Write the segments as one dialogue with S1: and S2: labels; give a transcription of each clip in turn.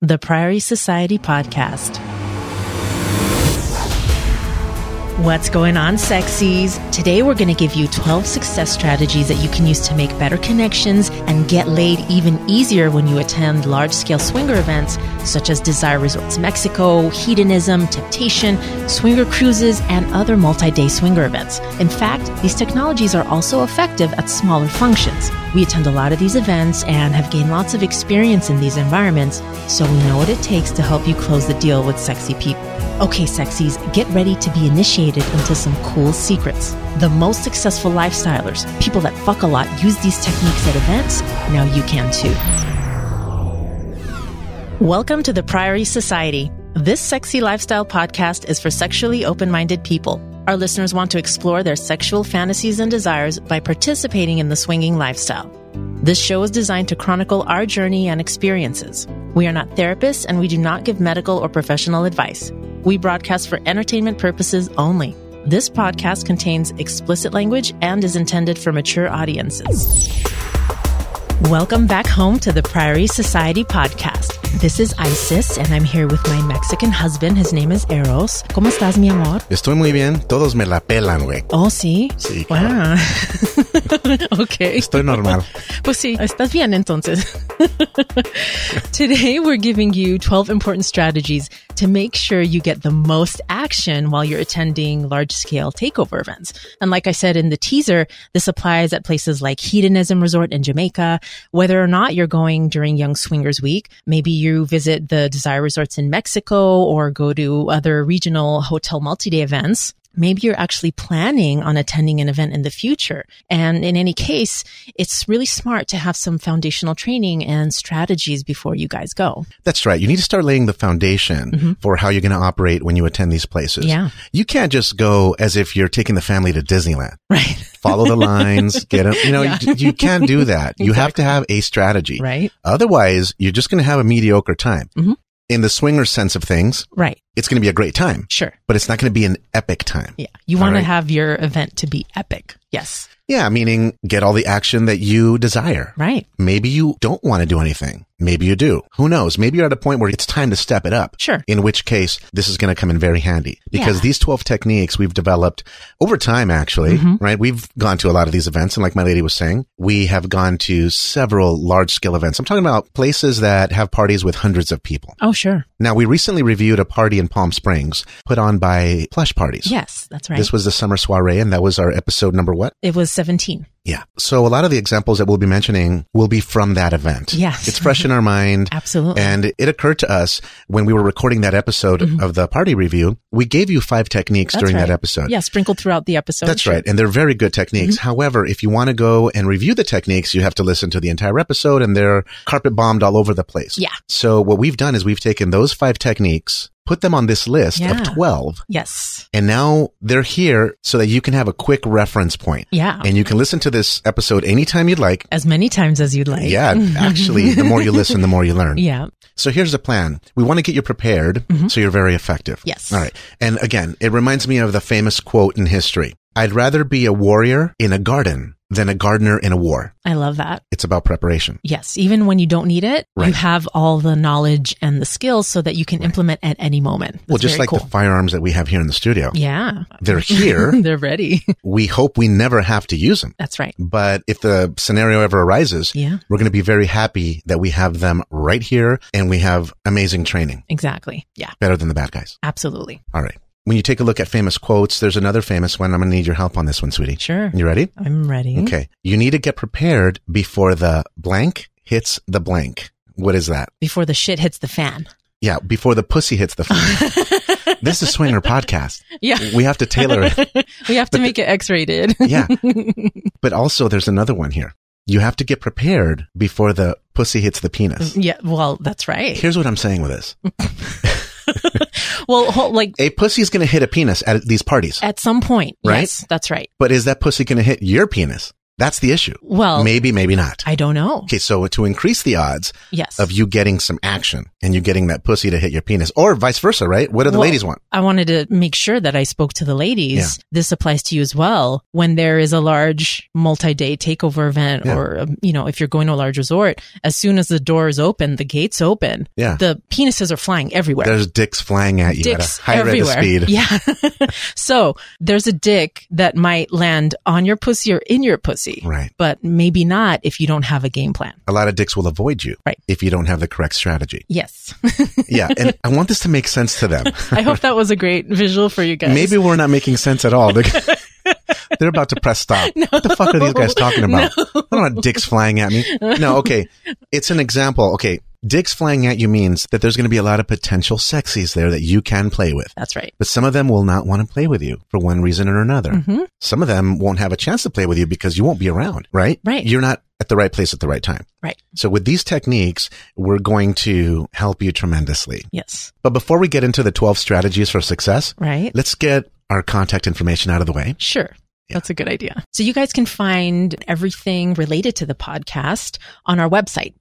S1: the Priory Society podcast. What's going on, sexies? Today, we're going to give you 12 success strategies that you can use to make better connections and get laid even easier when you attend large scale swinger events such as Desire Resorts Mexico, Hedonism, Temptation, Swinger Cruises, and other multi day swinger events. In fact, these technologies are also effective at smaller functions. We attend a lot of these events and have gained lots of experience in these environments, so we know what it takes to help you close the deal with sexy people. Okay, sexies, get ready to be initiated into some cool secrets. The most successful lifestylers, people that fuck a lot, use these techniques at events. Now you can too. Welcome to the Priory Society. This sexy lifestyle podcast is for sexually open minded people. Our listeners want to explore their sexual fantasies and desires by participating in the swinging lifestyle. This show is designed to chronicle our journey and experiences. We are not therapists and we do not give medical or professional advice. We broadcast for entertainment purposes only. This podcast contains explicit language and is intended for mature audiences. Welcome back home to the Priory Society podcast. This is Isis, and I'm here with my Mexican husband. His name is Eros. ¿Cómo estás, mi amor?
S2: Estoy muy bien. Todos me la pelan, güey.
S1: Oh, sí.
S2: Sí,
S1: Wow. okay.
S2: Estoy normal.
S1: Pues sí, estás bien entonces. Today, we're giving you 12 important strategies to make sure you get the most action while you're attending large scale takeover events. And like I said in the teaser, this applies at places like Hedonism Resort in Jamaica, whether or not you're going during Young Swingers Week. Maybe you visit the Desire Resorts in Mexico or go to other regional hotel multi day events maybe you're actually planning on attending an event in the future. And in any case, it's really smart to have some foundational training and strategies before you guys go.
S2: That's right. You need to start laying the foundation for how you're going to operate when you attend these places.
S1: Mm-hmm. Yeah.
S2: You can't just go as if you're taking the family to Disneyland.
S1: Right.
S2: Follow the lines, get them. You know, you, you can't do that. You have to have a strategy.
S1: Right.
S2: Otherwise, you're just going to have a mediocre time.
S1: Mhm.
S2: In the swinger sense of things,
S1: Right.
S2: it's going to be a great time,
S1: Sure.
S2: but it's not going to be an epic time.
S1: Yeah. You want
S2: right.
S1: to have your event to be epic. Yes.
S2: Yeah. Meaning get all the action that you desire.
S1: Right.
S2: Maybe you don't want to do anything. Maybe you do. Who knows? Maybe you're at a point where it's time to step it up.
S1: Sure.
S2: In which case, this is going to come in very handy because
S1: Yeah.
S2: these 12 techniques we've developed over time, actually,
S1: Mm-hmm.
S2: right? We've gone to a lot of these events. And like my lady was saying, we have gone to several large scale events. I'm talking about places that have parties with hundreds of people.
S1: Oh, sure.
S2: Now, we recently reviewed a party in Palm Springs put on by plush parties.
S1: Yes. That's right.
S2: This was the summer soiree, and that was our episode number what?
S1: it was 17.
S2: Yeah. So a lot of the examples that we'll be mentioning will be from that event.
S1: Yes.
S2: It's fresh in our mind.
S1: Absolutely.
S2: And it occurred to us when we were recording that episode of the party review, we gave you five techniques
S1: Mm-hmm. That's
S2: during that
S1: right.
S2: episode.
S1: yeah. Mm-hmm. Sprinkled throughout the episode.
S2: uh, That's
S1: Sure.
S2: right. And they're very good techniques. However, if you want to go and review the techniques, you have to listen to the entire episode and they're carpet bombed all over the place.
S1: Yeah.
S2: So what we've done is we've taken those five techniques, put them on this list
S1: Yeah.
S2: of 12,
S1: Yes.
S2: and now they're here so that you can have a quick reference point.
S1: Yeah.
S2: And you can listen to this episode anytime you'd like.
S1: as many times as you'd like.
S2: Yeah, actually, the more you listen, the more you learn.
S1: Yeah. Mm-hmm.
S2: So here's the plan. We want to get you prepared so you're very effective.
S1: Yes.
S2: All right. And again, it reminds me of the famous quote in history I'd rather be a warrior in a garden than a gardener in a war.
S1: I love that.
S2: It's about preparation.
S1: Yes, even when you don't need it, you
S2: Right.
S1: have all the knowledge and the skills so that you can implement at any moment. That's
S2: well, just
S1: very
S2: like the
S1: cool.
S2: firearms that we have here in the studio,
S1: yeah,
S2: they're here.
S1: they're ready.
S2: we hope we never have to use them.
S1: That's right.
S2: But if the scenario ever arises,
S1: Yeah.
S2: we're going to be very happy that we have them right here and we have amazing training,
S1: Exactly. Yeah,
S2: better than the bad guys.
S1: absolutely.
S2: All right. When you take a look at famous quotes, there's another famous one. I'm going to need your help on this one, sweetie.
S1: Sure.
S2: You ready?
S1: I'm ready.
S2: Okay. You need to get prepared before the blank hits the blank. What is that?
S1: Before the shit hits the fan.
S2: Yeah, before the pussy hits the fan. this is Swinger Podcast.
S1: Yeah.
S2: We have to tailor it.
S1: we have
S2: But
S1: to make it X rated.
S2: Yeah. But also, there's another one here. You have to get prepared before the pussy hits the penis.
S1: yeah. Well, that's right.
S2: Here's what I'm saying with this.
S1: Well, ho- like
S2: A pussy is going to hit a penis at these parties,
S1: at some point.
S2: Right?
S1: Yes, that's right.
S2: but is that pussy going to hit your penis? That's the issue.
S1: Well,
S2: maybe, maybe not.
S1: I don't know.
S2: Okay, so to increase the odds
S1: Yes.
S2: of you getting some action and you getting that pussy to hit your penis, or vice versa, right? What do the
S1: Well,
S2: ladies want?
S1: I wanted to make sure that I spoke to the ladies.
S2: Yeah.
S1: This applies to you as well. When there is a large multi-day takeover event
S2: Yeah.
S1: or, um, you know, if you're going to a large resort, as soon as the door is open, the gates open,
S2: Yeah.
S1: the penises are flying everywhere.
S2: There's dicks flying at you
S1: Dicks
S2: at a high
S1: everywhere.
S2: rate of speed.
S1: Yeah. so there's a dick that might land on your pussy or in your pussy,
S2: Right.
S1: but maybe not if you don't have a game plan.
S2: A lot of dicks will avoid you
S1: Right.
S2: if you don't have the correct strategy.
S1: Yes.
S2: Yeah. And I want this to make sense to them.
S1: I hope that was a great visual for you guys.
S2: Maybe we're not making sense at all. because They're about to press stop. What the fuck are these guys talking about? I don't know, dicks flying at me. No, okay. It's an example. Okay. Dicks flying at you means that there's going to be a lot of potential sexies there that you can play with.
S1: That's right.
S2: But some of them will not want to play with you for one reason or another.
S1: Mm-hmm.
S2: Some of them won't have a chance to play with you because you won't be around, right?
S1: Right.
S2: You're not at the right place at the right time.
S1: Right.
S2: So with these techniques, we're going to help you tremendously.
S1: Yes.
S2: But before we get into the 12 strategies for success,
S1: Right.
S2: let's get our contact information out of the way.
S1: Sure.
S2: Yeah.
S1: That's a good idea. So you guys can find everything related to the podcast on our website,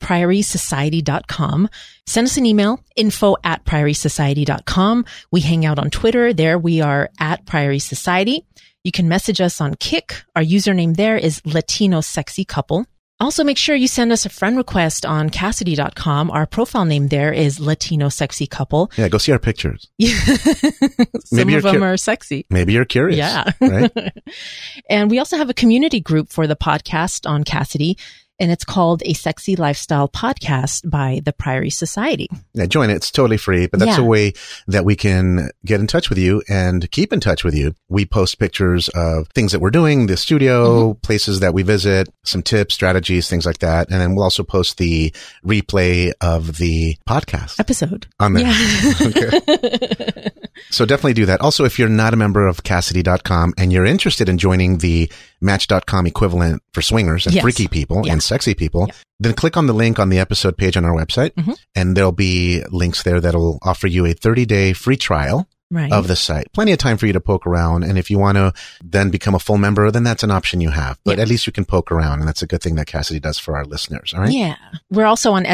S1: priorysociety.com. Send us an email, info at priorysociety.com. We hang out on Twitter. There we are at Priory Society. You can message us on Kick. Our username there is Latino Sexy Couple. Also, make sure you send us a friend request on Cassidy.com. Our profile name there is Latino Sexy Couple.
S2: Yeah, go see our pictures.
S1: Some
S2: you're
S1: of them
S2: cur-
S1: are sexy.
S2: Maybe you're curious.
S1: Yeah.
S2: Right?
S1: And we also have a community group for the podcast on Cassidy, and it's called A Sexy Lifestyle Podcast by the Priory Society.
S2: Yeah, join it. It's totally free, but that's
S1: Yeah.
S2: a way that we can get in touch with you and keep in touch with you. We post pictures of things that we're doing, the studio, places that we visit, some tips, strategies, things like that. And then we'll also post the replay of the podcast
S1: Episode.
S2: on there.
S1: Yeah.
S2: Okay. So definitely do that. Also, if you're not a member of Cassidy.com and you're interested in joining the Match.com equivalent for swingers and
S1: Yes.
S2: freaky people
S1: Yeah.
S2: and sexy people,
S1: Yeah.
S2: then click on the link on the episode page on our website
S1: Mhm.
S2: and there'll be links there that'll offer you a 30 day free trial
S1: right.
S2: of the site. Plenty of time for you to poke around. And if you want to then become a full member, then that's an option you have, but
S1: Yeah.
S2: at least you can poke around. And that's a good thing that Cassidy does for our listeners. All right.
S1: Yeah. We're also on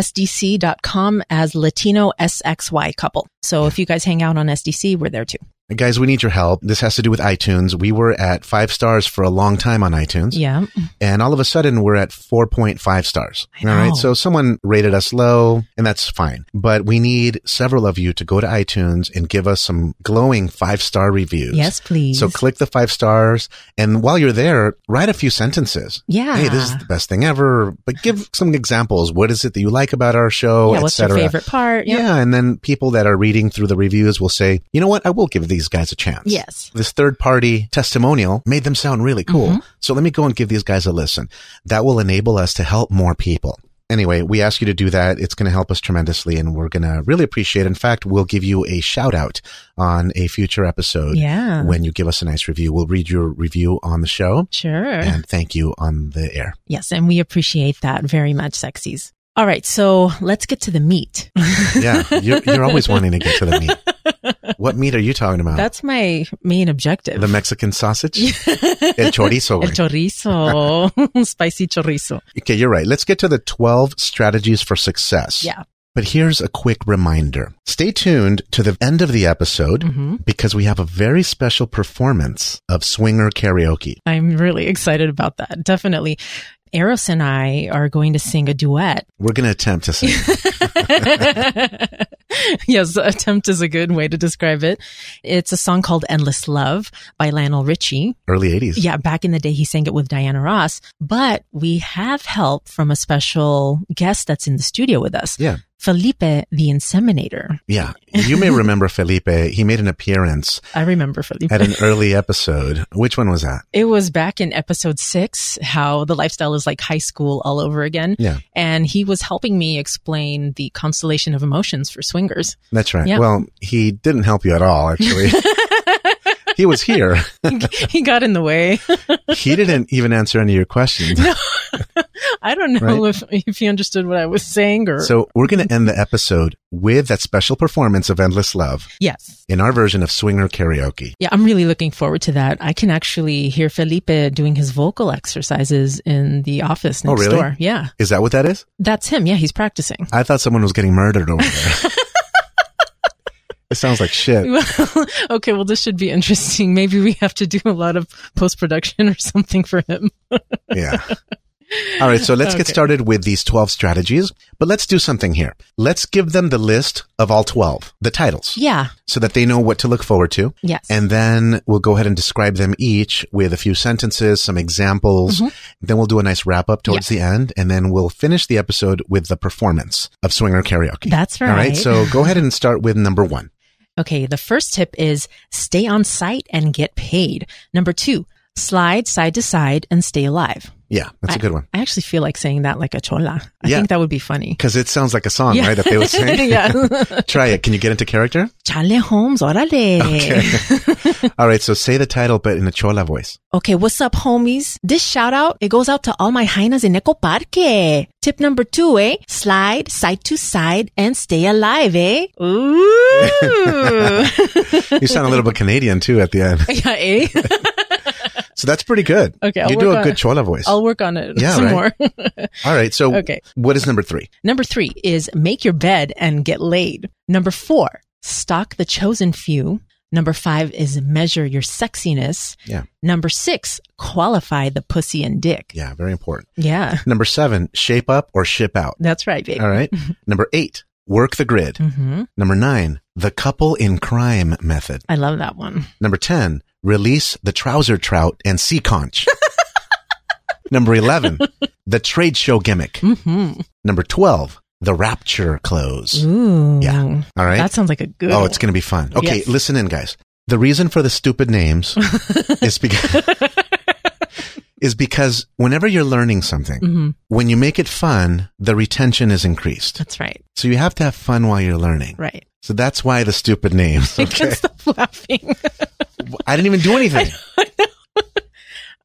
S1: SDC.com as Latino SXY couple. So if you guys hang out on SDC, we're there too.
S2: Guys, we need your help. This has to do with iTunes. We were at five stars for a long time on iTunes.
S1: Yeah.
S2: and all of a sudden we're at 4.5 stars.
S1: I know.
S2: All right. So someone rated us low and that's fine, but we need several of you to go to iTunes and give us some glowing five star reviews.
S1: Yes, please.
S2: So click the five stars. And while you're there, write a few sentences.
S1: Yeah.
S2: Hey, this is the best thing ever, but give some examples. What is it that you like about our show?
S1: yeah,
S2: et
S1: what's your
S2: cetera.
S1: favorite part? Yep.
S2: Yeah. And then people that are reading through the reviews will say, you know what? I will give these guys a chance.
S1: Yes.
S2: This third party testimonial made them sound really cool.
S1: Mm-hmm.
S2: So let me go and give these guys a listen. That will enable us to help more people. Anyway, we ask you to do that. It's going to help us tremendously and we're going to really appreciate. In fact, we'll give you a shout out on a future episode.
S1: Yeah.
S2: When you give us a nice review, we'll read your review on the show
S1: Sure.
S2: and thank you on the air.
S1: Yes. And we appreciate that very much, sexies. All right. So let's get to the meat.
S2: Yeah. You're, you're always wanting to get to the meat. What meat are you talking about?
S1: That's my main objective.
S2: Ah. the Mexican sausage? El chorizo.
S1: El
S2: güey.
S1: chorizo, spicy chorizo.
S2: okay, you're right. Let's get to the 12 strategies for success.
S1: Yeah.
S2: But here's a quick reminder. Stay tuned to the end of the episode
S1: Mm-hmm.
S2: because we have a very special performance of swinger karaoke.
S1: I'm really excited about that. Definitely. Eros and I are going to sing a duet.
S2: We're going to attempt to sing.
S1: yes, attempt is a good way to describe it. It's a song called Endless Love by Lionel Richie.
S2: Early 80s.
S1: Yeah, back in the day, he sang it with Diana Ross, but we have help from a special guest that's in the studio with us.
S2: Yeah.
S1: Felipe the Inseminator.
S2: Yeah. You may remember Felipe. He made an appearance
S1: I remember Felipe.
S2: at an early episode. Which one was that?
S1: It was back in episode six, how the lifestyle is like high school all over again.
S2: Yeah.
S1: And he was helping me explain the constellation of emotions for swingers.
S2: That's right.
S1: Yeah.
S2: Well, he didn't help you at all, actually. he was here.
S1: he got in the way.
S2: He didn't even answer any of your questions.
S1: I don't know if, if you understood what I was saying or.
S2: So we're going to end the episode with that special performance of Endless Love
S1: yes.
S2: in our version of Swinger Karaoke.
S1: Yeah, I'm really looking forward to that. I can actually hear Felipe doing his vocal exercises in the office
S2: Oh,
S1: next
S2: really?
S1: door. Yeah.
S2: Is that what that is?
S1: That's him. Yeah, he's practicing.
S2: I thought someone was getting murdered over there. it sounds like shit.
S1: Well, okay, well, this should be interesting. Maybe we have to do a lot of post production or something for him.
S2: Yeah. All right. So let's get
S1: Okay.
S2: started with these 12 strategies, but let's do something here. Let's give them the list of all 12, the titles,
S1: Yeah.
S2: so that they know what to look forward to.
S1: Yes.
S2: And then we'll go ahead and describe them each with a few sentences, some examples.
S1: Mm-hmm.
S2: Then we'll do a nice wrap up towards the end. And then we'll finish the episode with the performance of Swinger Karaoke.
S1: That's
S2: All
S1: right.
S2: right. So go ahead and start with number one.
S1: Okay, the first tip is stay on site and get paid. Number two, slide side to side and stay alive.
S2: Yeah. That's a good one.
S1: I actually feel like saying that like a chola. I
S2: Yeah.
S1: think that would be funny.
S2: Cause it sounds like a song,
S1: Yeah.
S2: right? That they would sing.
S1: yeah.
S2: Try it. Can you get into character?
S1: Chale Holmes, orale.
S2: Okay. All right. So say the title, but in a Chola voice.
S1: Okay, what's up, homies? This shout out, it goes out to all my hyenas in Eco Parque. Tip number two, eh? Slide side to side and stay alive, eh? Ooh.
S2: You sound a little bit Canadian too at the end.
S1: yeah, eh?
S2: So that's pretty good.
S1: Okay, I'll
S2: You do
S1: work
S2: a
S1: on
S2: good
S1: it.
S2: Chola voice.
S1: I'll work on it
S2: Yeah,
S1: some
S2: right.
S1: more.
S2: All right. So
S1: Okay.
S2: what is number three?
S1: Number three is make your bed and get laid. Number four, stalk the chosen few. Number five is measure your sexiness.
S2: Yeah.
S1: Number six, qualify the pussy and dick.
S2: Yeah. Very important.
S1: Yeah,
S2: Number seven, shape up or ship out.
S1: that's right, baby.
S2: All right. Number eight, work the grid.
S1: hmm
S2: Number nine, the couple in crime method.
S1: I love that one.
S2: Number 10, release the trouser trout and sea conch. Number 11, the trade show gimmick.
S1: hmm
S2: Number 12, the rapture close.
S1: Ooh.
S2: Yeah. All right.
S1: That sounds like a Mm, good.
S2: oh, it's going to be fun. Okay.
S1: Yes.
S2: Listen in, guys. The reason for the stupid names is because. Is because whenever you're learning something,
S1: hmm
S2: when you make it fun, the retention is increased.
S1: That's right.
S2: So you have to have fun while you're learning.
S1: Right.
S2: So that's why the stupid names.
S1: I can't
S2: Okay.
S1: stop laughing.
S2: I didn't even do anything.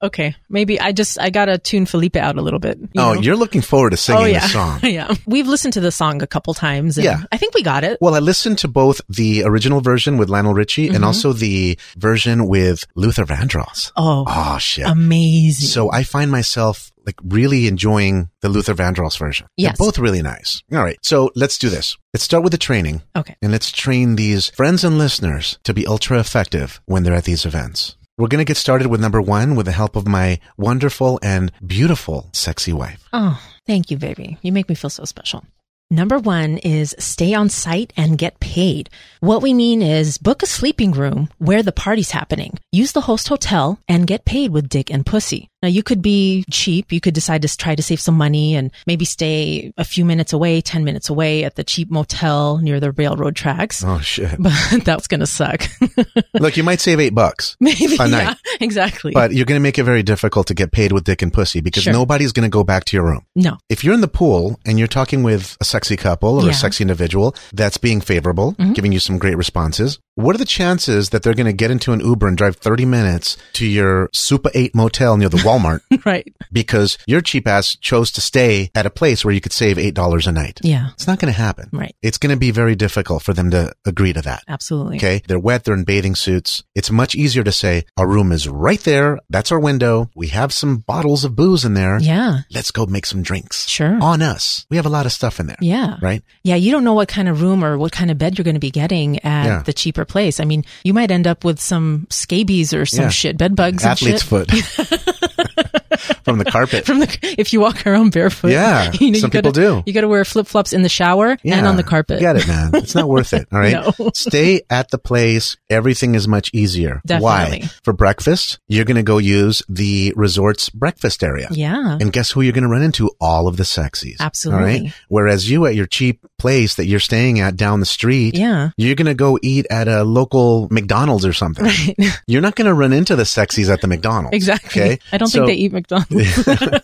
S1: okay. Maybe I just I gotta tune Felipe out a little bit. you know?
S2: oh, you're looking forward to singing
S1: oh yeah.
S2: the song.
S1: yeah. We've listened to the song a couple times. And
S2: Yeah.
S1: I think we got it.
S2: Well, I listened to both the original version with Lionel Richie and
S1: Mm-hmm.
S2: also the version with Luther Vandross.
S1: Oh,
S2: Oh, shit.
S1: amazing.
S2: so I find myself like really enjoying the Luther Vandross version. They're
S1: Yes.
S2: both really nice. All right. So let's do this. Let's start with the training
S1: okay.
S2: and let's train these friends and listeners to be ultra effective when they're at these events. We're going to get started with number one with the help of my wonderful and beautiful sexy wife.
S1: Oh, thank you, baby. You make me feel so special. Number one is stay on site and get paid. What we mean is book a sleeping room where the party's happening. Use the host hotel and get paid with dick and pussy. Now you could be cheap. You could decide to try to save some money and maybe stay a few minutes away, 10 minutes away at the cheap motel near the railroad tracks.
S2: Oh, shit.
S1: But that's going to suck.
S2: Look, you might save eight bucks.
S1: Maybe.
S2: A night.
S1: yeah, exactly.
S2: But you're going to make it very difficult to get paid with dick and pussy because
S1: Sure.
S2: nobody's going to go back to your room.
S1: no.
S2: If you're in the pool and you're talking with a sexy couple or
S1: Yeah. Mm-hmm.
S2: a sexy individual that's being favorable, giving you some great responses, what are the chances that they're going to get into an Uber and drive 30 minutes to your Super 8 motel near the Walmart
S1: Right.
S2: because your cheap ass chose to stay at a place where you could save $8 a night?
S1: Yeah.
S2: It's not going to happen.
S1: Right.
S2: It's going to be very difficult for them to agree to that.
S1: Absolutely.
S2: Okay. They're wet. They're in bathing suits. It's much easier to say, our room is right there. That's our window. We have some bottles of booze in there.
S1: Yeah.
S2: Let's go make some drinks.
S1: Sure.
S2: On us. We have a lot of stuff in there.
S1: Hmm. Yeah.
S2: Right.
S1: Yeah, you don't know what kind of room or what kind of bed you're going to be getting at
S2: Yeah.
S1: the cheaper place. I mean, you might end up with some scabies or some
S2: Yeah.
S1: shit, bed bugs
S2: Athlete's
S1: and shit.
S2: foot from the carpet.
S1: From the, if you walk around barefoot,
S2: Yeah, some
S1: gotta,
S2: people do.
S1: You got to wear flip flops in the shower and on the carpet.
S2: Get it, man. It's not worth it. All right.
S1: No.
S2: Stay at the place. Everything is much easier.
S1: Definitely.
S2: Why? For breakfast, you're going to go use the resort's breakfast area.
S1: Yeah,
S2: And guess who you're going to run into? All of the sexies.
S1: Absolutely.
S2: All right. Whereas you at your cheap place that you're staying at down the street,
S1: yeah,
S2: you're going to go eat at a local McDonald's or something. You're not going to run into the sexies at the McDonald's.
S1: exactly.
S2: Okay?
S1: I don't think
S2: So-
S1: they eat McDonald's.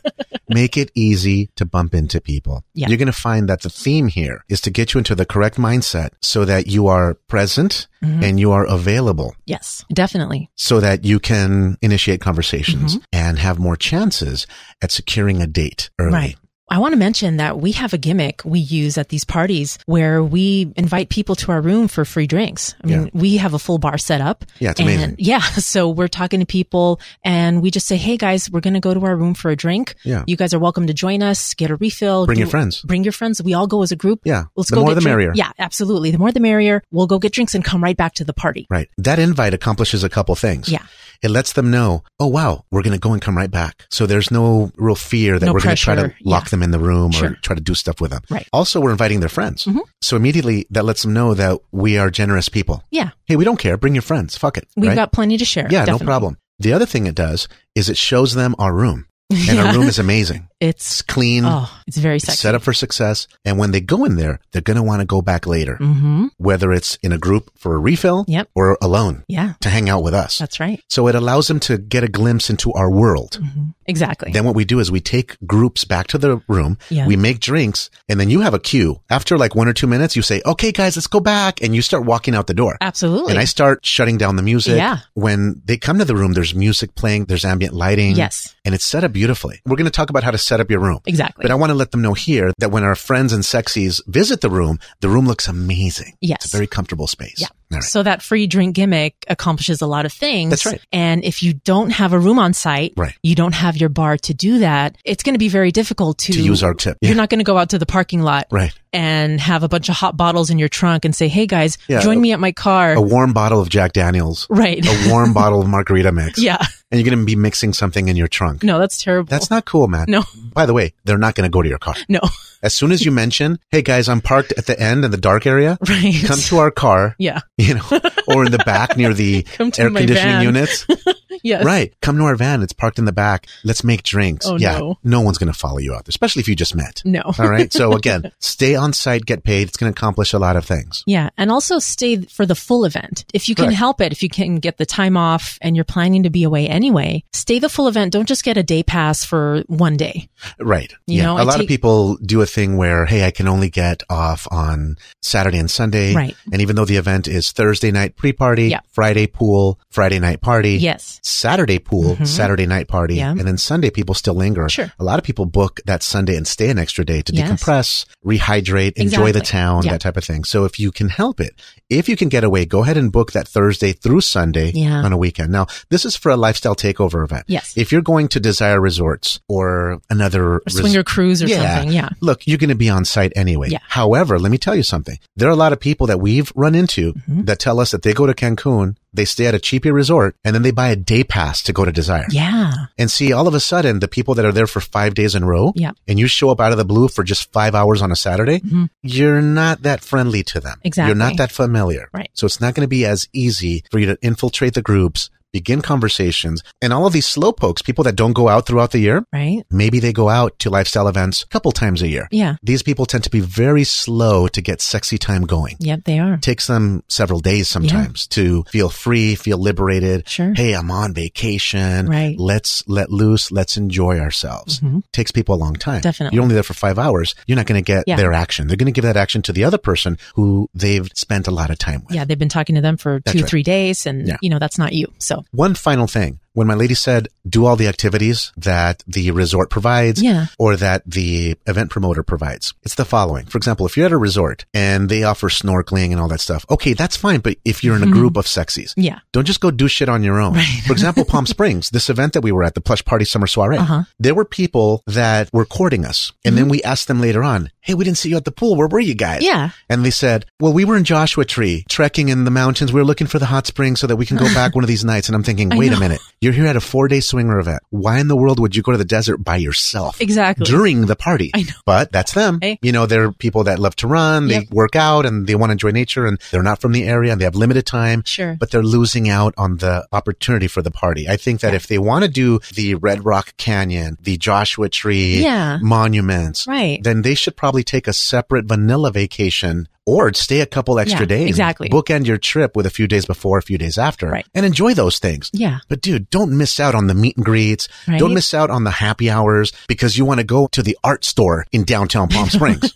S2: Make it easy to bump into people.
S1: Yeah.
S2: You're going to find that the theme here is to get you into the correct mindset so that you are present
S1: Mm-hmm.
S2: and you are available
S1: yes, definitely.
S2: so that you can initiate conversations
S1: Mm-hmm.
S2: and have more chances at securing a date early.
S1: Right. I want to mention that we have a gimmick we use at these parties where we invite people to our room for free drinks. I mean,
S2: Yeah.
S1: we have a full bar set up.
S2: Yeah, it's
S1: and,
S2: amazing.
S1: Yeah. So we're talking to people and we just say, Hey guys, we're going to go to our room for a drink.
S2: Yeah.
S1: You guys are welcome to join us, get a refill.
S2: Bring
S1: do-
S2: your friends.
S1: Bring your friends. We all go as a group.
S2: Yeah.
S1: Let's
S2: The
S1: go
S2: more
S1: get
S2: the
S1: drink-
S2: merrier.
S1: Yeah, absolutely. The more the merrier. We'll go get drinks and come right back to the party.
S2: Right. That invite accomplishes a couple things.
S1: Yeah.
S2: It lets them know, oh, wow, we're going to go and come right back. So there's no real fear that
S1: No
S2: we're going to try to
S1: pressure.
S2: lock
S1: Yeah.
S2: them in the room or
S1: Sure.
S2: try to do stuff with them.
S1: Right. Mm-hmm.
S2: Also, we're inviting their friends. So immediately that lets them know that we are generous people.
S1: Yeah.
S2: Hey, we don't care. Bring your friends. Fuck it.
S1: We've
S2: right?
S1: got plenty to share.
S2: yeah,
S1: definitely.
S2: no problem. The other thing it does is it shows them our room. And
S1: Yeah.
S2: our room is amazing. It's
S1: It's,
S2: clean.
S1: oh, it's very
S2: It's
S1: sexy.
S2: set up for success. And when they go in there, they're going to want to go back later,
S1: Mm-hmm.
S2: whether it's in a group for a refill
S1: Yep.
S2: or alone
S1: Yeah.
S2: to hang out with us.
S1: That's right.
S2: so it allows them to get a glimpse into our world.
S1: Mm-hmm. Exactly.
S2: Then what we do is we take groups back to the room.
S1: Yeah.
S2: We make drinks and then you have a queue. After like one or two minutes, you say, okay, guys, let's go back. And you start walking out the door.
S1: Absolutely.
S2: And I start shutting down the music.
S1: Yeah.
S2: When they come to the room, there's music playing, there's ambient lighting.
S1: Yes.
S2: And it's set up beautifully. We're going to talk about how to set up your room.
S1: Exactly.
S2: But I want to let them know here that when our friends and sexies visit the room, the room looks amazing.
S1: Yes.
S2: It's a very comfortable space.
S1: Yeah.
S2: All right.
S1: So that free drink gimmick accomplishes a lot of things.
S2: That's right.
S1: And if you don't have a room on site,
S2: Right.
S1: you don't have your bar to do that, it's going to be very difficult to,
S2: To use our tip. Yeah.
S1: You're not going to go out to the parking lot
S2: Right.
S1: and have a bunch of hot bottles in your trunk and say, hey guys,
S2: Yeah.
S1: join me at my car.
S2: A warm bottle of Jack Daniels,
S1: right.
S2: a warm bottle of margarita mix,
S1: yeah.
S2: and you're going to be mixing something in your trunk.
S1: No, that's terrible.
S2: That's not cool, man.
S1: No.
S2: By the way, they're not going to go to your car.
S1: no.
S2: As soon as you mention, hey guys, I'm parked at the end in the dark area,
S1: Right.
S2: come to our car,
S1: yeah.
S2: you know, or in the back near the
S1: Come to
S2: air
S1: my
S2: conditioning
S1: van.
S2: units.
S1: Yes.
S2: Right. Come to our van. It's parked in the back. Let's make drinks.
S1: Oh,
S2: yeah.
S1: no.
S2: one's going to follow you out, especially if you just met.
S1: No.
S2: All right. So again, stay on site, get paid. It's going to accomplish a lot of things.
S1: Yeah. And also stay for the full event. If you can
S2: Correct.
S1: help it, if you can get the time off and you're planning to be away anyway, stay the full event. Don't just get a day pass for one day.
S2: Right.
S1: You
S2: yeah.
S1: know,
S2: a
S1: I
S2: lot of
S1: take-
S2: people do a thing where, hey, I can only get off on Saturday and Sunday.
S1: Right.
S2: And even though the event is Thursday night pre party,
S1: Yeah.
S2: Friday pool, Friday night party.
S1: Yes.
S2: Saturday pool, Saturday night party,
S1: Mm-hmm. Yeah.
S2: and then Sunday people still linger.
S1: Sure.
S2: A lot of people book that Sunday and stay an extra day to
S1: Yes.
S2: decompress, rehydrate, enjoy the
S1: Exactly.
S2: town,
S1: Yeah.
S2: that type of thing. So if you can help it, if you can get away, go ahead and book that Thursday through Sunday
S1: Yeah.
S2: on a weekend. Now, this is for a lifestyle takeover event.
S1: Yes.
S2: If you're going to Desire Resorts or another
S1: Or
S2: res-
S1: swinger cruise or something. Yeah.
S2: Look, you're going to be on site anyway.
S1: Yeah.
S2: However, let me tell you something. There are a lot of people that we've run into
S1: Mm-hmm.
S2: that tell us that they go to Cancun, they stay at a cheapy resort, and then they buy a day pass to go to Desire.
S1: Yeah.
S2: And see, all of a sudden, the people that are there for five days in a row,
S1: Yeah.
S2: and you show up out of the blue for just five hours on a Saturday, you're not that friendly to them.
S1: Mm-hmm. Exactly.
S2: You're not that familiar.
S1: Right.
S2: So it's not going to be as easy for you to infiltrate the groups, begin conversations, and all of these slowpokes, people that don't go out throughout the year,
S1: Right.
S2: Maybe they go out to lifestyle events a couple times a year.
S1: Yeah.
S2: These people tend to be very slow to get sexy time going.
S1: Yep. They are.
S2: Takes them several days sometimes to feel free, feel liberated.
S1: Sure.
S2: Hey, I'm on vacation.
S1: Right. Mm-hmm.
S2: Let's let loose. Let's enjoy ourselves. Takes people a long time.
S1: Definitely.
S2: You're only there for five hours. You're not going to get
S1: Yeah.
S2: their action. They're going to give that action to the other person who they've spent a lot of time with.
S1: Yeah. They've been talking to them for
S2: That's
S1: two,
S2: right.
S1: three days and
S2: Yeah.
S1: you know, that's not you. So
S2: One final thing. When my lady said, do all the activities that the resort provides
S1: Yeah.
S2: or that the event promoter provides, it's the following. For example, if you're at a resort and they offer snorkeling and all that stuff, okay, that's fine. But if you're in a group of sexies,
S1: yeah.
S2: don't just go do shit on your own. For example, Palm Springs, this event that we were at, the plush party summer soiree,
S1: Uh-huh.
S2: there were people that were courting us. And then we asked them later on, Hey, we didn't see you at the pool. Where were you guys?
S1: Yeah.
S2: And they said, Well, we were in Joshua Tree trekking in the mountains. We were looking for the hot spring so that we can go back one of these nights. And I'm thinking,
S1: I
S2: wait a
S1: know.
S2: minute. You're here at a four day swinger event. Why in the world would you go to the desert by yourself?
S1: Exactly.
S2: During the party.
S1: I know.
S2: But that's them.
S1: Hey.
S2: You know, they're people that love to run, they
S1: Yep.
S2: work out and they want to enjoy nature and they're not from the area and they have limited time
S1: Sure.
S2: but they're losing out on the opportunity for the party. I think that if they want to do the Red Rock Canyon, the Joshua Tree
S1: Yeah.
S2: monuments,
S1: Right.
S2: then they should probably take a separate vanilla vacation or stay a couple extra
S1: Yeah,
S2: days.
S1: exactly.
S2: Bookend your trip with a few days before, a few days after,
S1: Right.
S2: and enjoy those things.
S1: Yeah.
S2: But dude, don't miss out on the meet and greets.
S1: Right.
S2: Don't miss out on the happy hours because you want to go to the art store in downtown Palm Springs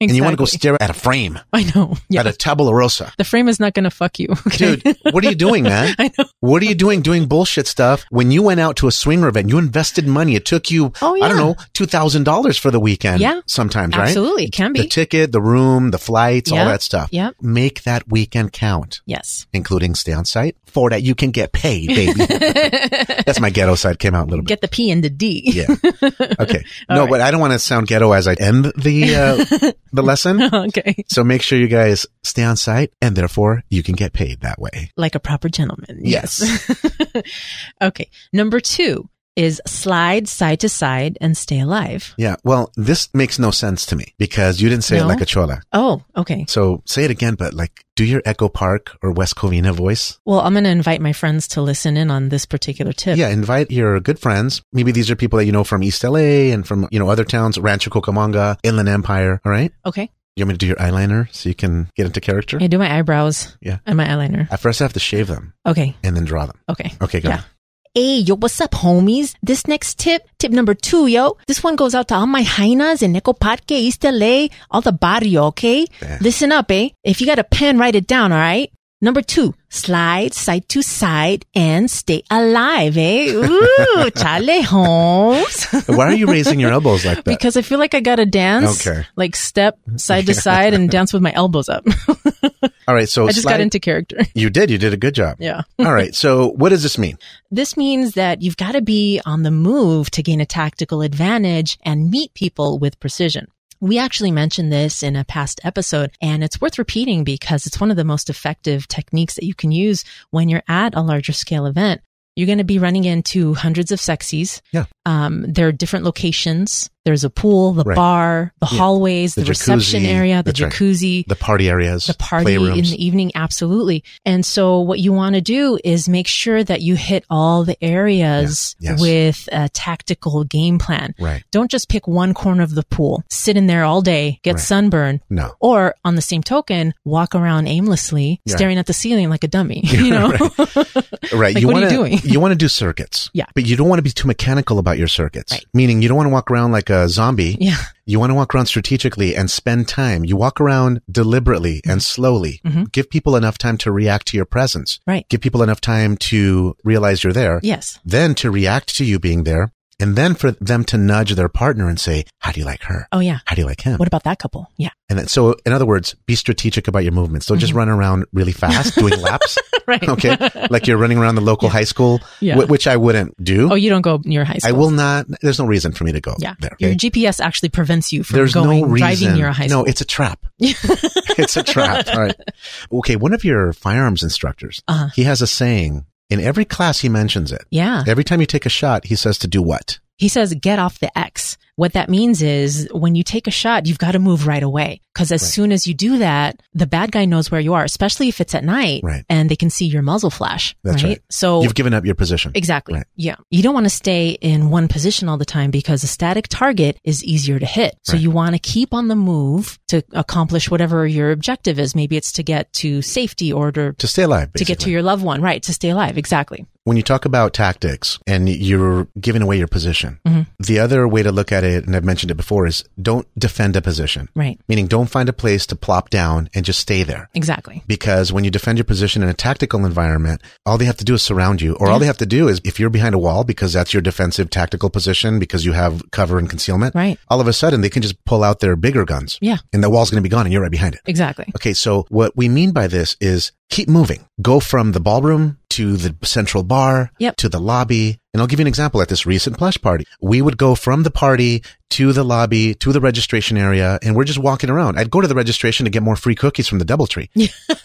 S2: and you want to go
S1: Exactly.
S2: stare at a frame,
S1: I know. Yeah.
S2: at a tabula rosa.
S1: the frame is not going to fuck you. Okay.
S2: Dude, what are you doing, man?
S1: I know.
S2: What are you doing doing bullshit stuff when you went out to a swinger event? You invested money. It took you,
S1: Oh,
S2: I don't
S1: yeah.
S2: know, $2,000 for the weekend.
S1: Yeah.
S2: Sometimes, right?
S1: Absolutely. It can
S2: The
S1: be.
S2: ticket, the room, the flights, all
S1: Yeah.
S2: that stuff.
S1: Yep.
S2: Make that weekend count,
S1: Yes.
S2: including stay on site. For that, you can get paid, baby. That's my ghetto side came out a little
S1: Get
S2: bit.
S1: the P and the D.
S2: Yeah. Okay. no,
S1: All right.
S2: but I don't want to sound ghetto as I end the, uh, the lesson.
S1: okay.
S2: So make sure you guys stay on site and therefore you can get paid that way.
S1: Like a proper gentleman.
S2: Yes.
S1: okay. Number two is slide side to side and stay alive.
S2: Yeah. Well, this makes no sense to me because you didn't say it
S1: No?
S2: like a chola.
S1: Oh, okay.
S2: So say it again, but like do your Echo Park or West Covina voice.
S1: Well, I'm going to invite my friends to listen in on this particular tip.
S2: Yeah. Invite your good friends. Maybe these are people that you know from East LA and from, you know, other towns, Rancho Cucamonga, Inland Empire. All right.
S1: Okay.
S2: You want me to do your eyeliner so you can get into character?
S1: I do my eyebrows.
S2: Yeah.
S1: And my eyeliner.
S2: I first have to shave them
S1: Okay.
S2: and then draw them.
S1: Okay.
S2: Okay. Go.
S1: Yeah. Hey, yo, what's up, homies? This next tip, tip number two, yo. This one goes out to all my hyenas in Eco Parque, East LA, all the barrio, okay?
S2: Yeah.
S1: Listen up, eh? If you got a pen, write it down, all right? Number two, slide side to side and stay alive, eh? Ooh, chale, Holmes.
S2: Why are you raising your elbows like that?
S1: because I feel like I gotta dance,
S2: Okay.
S1: like step side to side and dance with my elbows up.
S2: All right. So
S1: I just
S2: slide-
S1: got into character.
S2: You did. You did a good job.
S1: Yeah.
S2: All right. So what does this mean?
S1: This means that you've got to be on the move to gain a tactical advantage and meet people with precision. We actually mentioned this in a past episode and it's worth repeating because it's one of the most effective techniques that you can use when you're at a larger scale event. You're going to be running into hundreds of sexies.
S2: Yeah.
S1: Um, there are different locations. There's a pool, the
S2: Right.
S1: bar, the
S2: Yeah.
S1: hallways, the,
S2: The
S1: reception
S2: jacuzzi.
S1: area, the
S2: That's right.
S1: jacuzzi
S2: The party areas,
S1: the party
S2: playrooms.
S1: in the evening absolutely and so what you want to do is make sure that you hit all the areas
S2: Yeah, yes.
S1: with a tactical game plan
S2: Right.
S1: don't just pick one corner of the pool sit in there all day get
S2: Right.
S1: sunburned
S2: No.
S1: or on the same token walk around aimlessly
S2: Yeah.
S1: staring at the ceiling like a dummy you know
S2: Right.
S1: Like,
S2: you
S1: what are
S2: want
S1: you
S2: to
S1: doing?
S2: want to do circuits.
S1: Yeah.
S2: But you don't want to be too mechanical about your circuits.
S1: Right.
S2: Meaning you don't want to walk around like a zombie.
S1: yeah
S2: You want to walk around strategically and spend time. You walk around deliberately and slowly.
S1: Mhm.
S2: Give people enough time to react to your presence.
S1: right
S2: Give people enough time to realize you're there.
S1: yes
S2: Then to react to you being there. And then for them to nudge their partner and say, how do you like her?
S1: oh yeah
S2: How do you like him?
S1: what about that couple yeah
S2: And then, so in other words, be strategic about your movements. Don't
S1: Mm-hmm.
S2: just run around really fast doing laps.
S1: right
S2: Okay. Like you're running around the local high school,
S1: Yeah.
S2: wh- which I wouldn't do.
S1: oh you don't go near high school
S2: I will not. There's no reason for me to go
S1: yeah
S2: there. okay?
S1: your gps actually prevents you from
S2: There's
S1: going
S2: no reason.
S1: driving near a high school
S2: no, it's a trap. it's a trap. All right. Okay. One of your firearms instructors,
S1: Uh-huh.
S2: he has a saying in every class. He mentions it.
S1: yeah
S2: Every time you take a shot, he says to do what?
S1: He says, get off the X. What that means is when you take a shot, you've got to move right away. Cause as
S2: Right.
S1: soon as you do that, the bad guy knows where you are, especially if it's at night
S2: Right.
S1: and they can see your muzzle flash.
S2: That's right.
S1: So
S2: You've given up your position.
S1: exactly.
S2: Right.
S1: Yeah. You don't want to stay in one position all the time because a static target is easier to hit. So
S2: Right.
S1: you want to keep on the move to accomplish whatever your objective is. Maybe it's to get to safety or to,
S2: To stay alive.
S1: to
S2: Basically.
S1: get to your loved one. Right. To stay alive. Exactly.
S2: when you talk about tactics and you're giving away your position,
S1: Mm-hmm.
S2: the other way to look at it, and I've mentioned it before, is don't defend a position,
S1: Right.
S2: meaning don't find a place to plop down and just stay there.
S1: Exactly.
S2: Because when you defend your position in a tactical environment, all they have to do is surround you, or all they have to do is if you're behind a wall because that's your defensive tactical position because you have cover and concealment,
S1: Right.
S2: all of a sudden they can just pull out their bigger guns
S1: Yeah.
S2: and the wall's going to be gone and you're right behind it.
S1: Exactly.
S2: Okay, so what we mean by this is keep moving. Go from the ballroom to the central bar
S1: Yep.
S2: to the lobby. And I'll give you an example at this recent plush party. We would go from the party to the lobby to the registration area and we're just walking around. I'd go to the registration to get more free cookies from the Doubletree.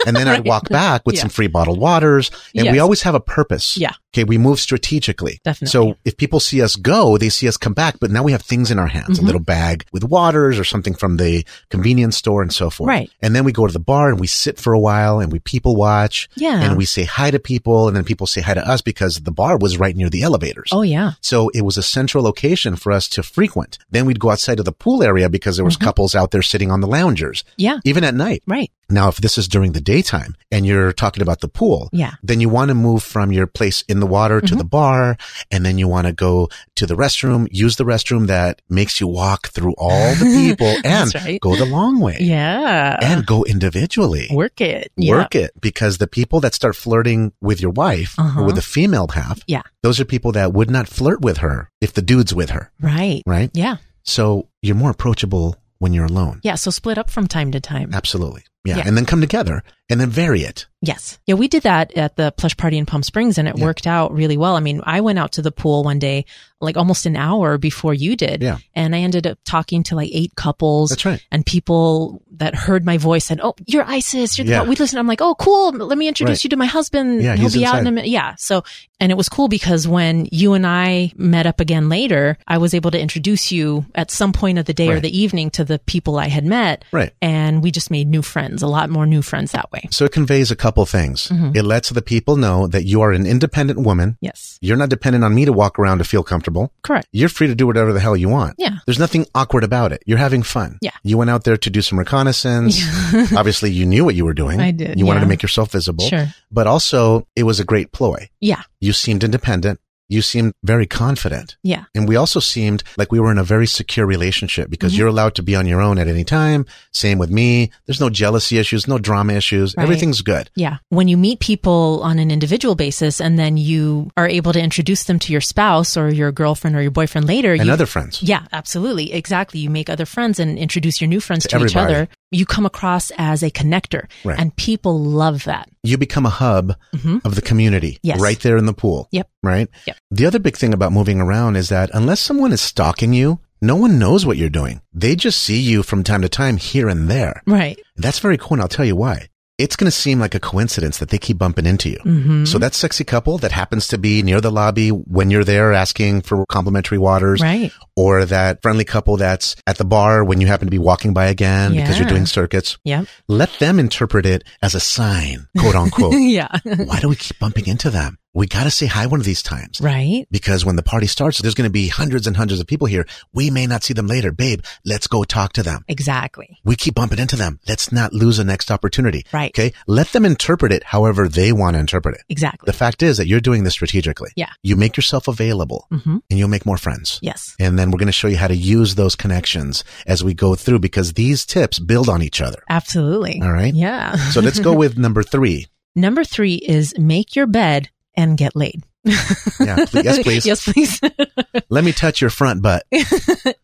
S2: and then I'd walk back with
S1: Yeah.
S2: some free bottled waters. And we
S1: Yes.
S2: always have a purpose.
S1: Yeah.
S2: Okay, we move strategically.
S1: Definitely.
S2: So if people see us go, they see us come back, but now we have things in our hands,
S1: Mm-hmm.
S2: a little bag with waters or something from the convenience store and so forth.
S1: Right.
S2: And then we go to the bar and we sit for a while and we people watch.
S1: Yeah.
S2: And we say hi to people and then people say hi to us because the bar was right near the elevators.
S1: Oh yeah.
S2: So it was a central location for us to frequent. Then we'd go outside to the pool area because there was
S1: Mm-hmm.
S2: couples out there sitting on the loungers,
S1: Yeah.
S2: even at night.
S1: Right.
S2: Now, if this is during the daytime and you're talking about the pool,
S1: Yeah.
S2: then you want to move from your place in the water to the
S1: Mm-hmm.
S2: bar. And then you want to go to the restroom, use the restroom that makes you walk through all the people and
S1: That's right.
S2: go the long way
S1: Yeah.
S2: and go individually.
S1: work it.
S2: Work it because the people that start flirting with your wife
S1: Uh-huh.
S2: or with the female half,
S1: Yeah.
S2: those are people that would not flirt with her if the dude's with her,
S1: Right.
S2: right?
S1: Yeah.
S2: So you're more approachable when you're alone.
S1: Yeah. So split up from time to time.
S2: Absolutely. Yeah.
S1: Yeah.
S2: And then come together and then vary it.
S1: Yes. Yeah, we did that at the plush party in Palm Springs and it
S2: Yeah.
S1: worked out really well. I mean, I went out to the pool one day, like almost an hour before you did.
S2: Yeah.
S1: And I ended up talking to like eight couples
S2: That's right.
S1: and people that heard my voice said, Oh, you're Isis. You're the
S2: Yeah.
S1: we listen. I'm like, Oh, cool. Let me introduce
S2: Right.
S1: you to my husband.
S2: Yeah,
S1: He'll
S2: he's
S1: be out in a
S2: inside.
S1: minute. Yeah. So, and it was cool because when you and I met up again later, I was able to introduce you at some point of the day or
S2: Right.
S1: the evening to the people I had met.
S2: Right.
S1: And we just made new friends, a lot more new friends that way.
S2: So it conveys a couple things.
S1: Mm-hmm.
S2: It lets the people know that you are an independent woman.
S1: Yes.
S2: You're not dependent on me to walk around to feel comfortable.
S1: Correct.
S2: You're free to do whatever the hell you want.
S1: Yeah.
S2: There's nothing awkward about it. You're having fun.
S1: Yeah.
S2: You went out there to do some reconnaissance. Obviously, you knew what you were doing.
S1: I did,
S2: You wanted to
S1: yeah.
S2: make yourself visible.
S1: Sure.
S2: But also, it was a great ploy.
S1: Yeah.
S2: You seemed independent. You seemed very confident.
S1: Yeah.
S2: And we also seemed like we were in a very secure relationship because
S1: Mm-hmm.
S2: you're allowed to be on your own at any time. Same with me. There's no jealousy issues, no drama issues.
S1: Right.
S2: Everything's good.
S1: Yeah. When you meet people on an individual basis and then you are able to introduce them to your spouse or your girlfriend or your boyfriend later,
S2: And
S1: you,
S2: other friends.
S1: yeah, absolutely. Exactly. You make other friends and introduce your new friends to,
S2: To
S1: each
S2: everybody.
S1: other. You come across as a connector
S2: Right.
S1: and people love that.
S2: You become a hub
S1: Mhm.
S2: of the community
S1: Yes.
S2: right there in the pool.
S1: Yep.
S2: Right.
S1: Yep.
S2: The other big thing about moving around is that unless someone is stalking you, no one knows what you're doing. They just see you from time to time here and there.
S1: Right.
S2: That's very cool. And I'll tell you why. It's going to seem like a coincidence that they keep bumping into you.
S1: hmm
S2: So that sexy couple that happens to be near the lobby when you're there asking for complimentary waters
S1: Right.
S2: or that friendly couple that's at the bar when you happen to be walking by again because you're
S1: Yeah.
S2: doing circuits,
S1: Yeah.
S2: let them interpret it as a sign, quote unquote.
S1: yeah.
S2: Why do we keep bumping into them? We got to say hi one of these times.
S1: right.
S2: Because when the party starts, there's going to be hundreds and hundreds of people here. We may not see them later. Babe, let's go talk to them.
S1: Exactly.
S2: We keep bumping into them. Let's not lose the next opportunity.
S1: Right.
S2: Okay. Let them interpret it however they want to interpret it.
S1: Exactly.
S2: The fact is that you're doing this strategically.
S1: Yeah.
S2: You make yourself available
S1: Mhm.
S2: and you'll make more friends.
S1: yes.
S2: And then we're going to show you how to use those connections as we go through because these tips build on each other.
S1: Absolutely.
S2: All right.
S1: Yeah.
S2: So let's go with number three.
S1: Number three is make your bed and get laid.
S2: Yeah. Please, yes, please.
S1: yes, please.
S2: Let me touch your front butt.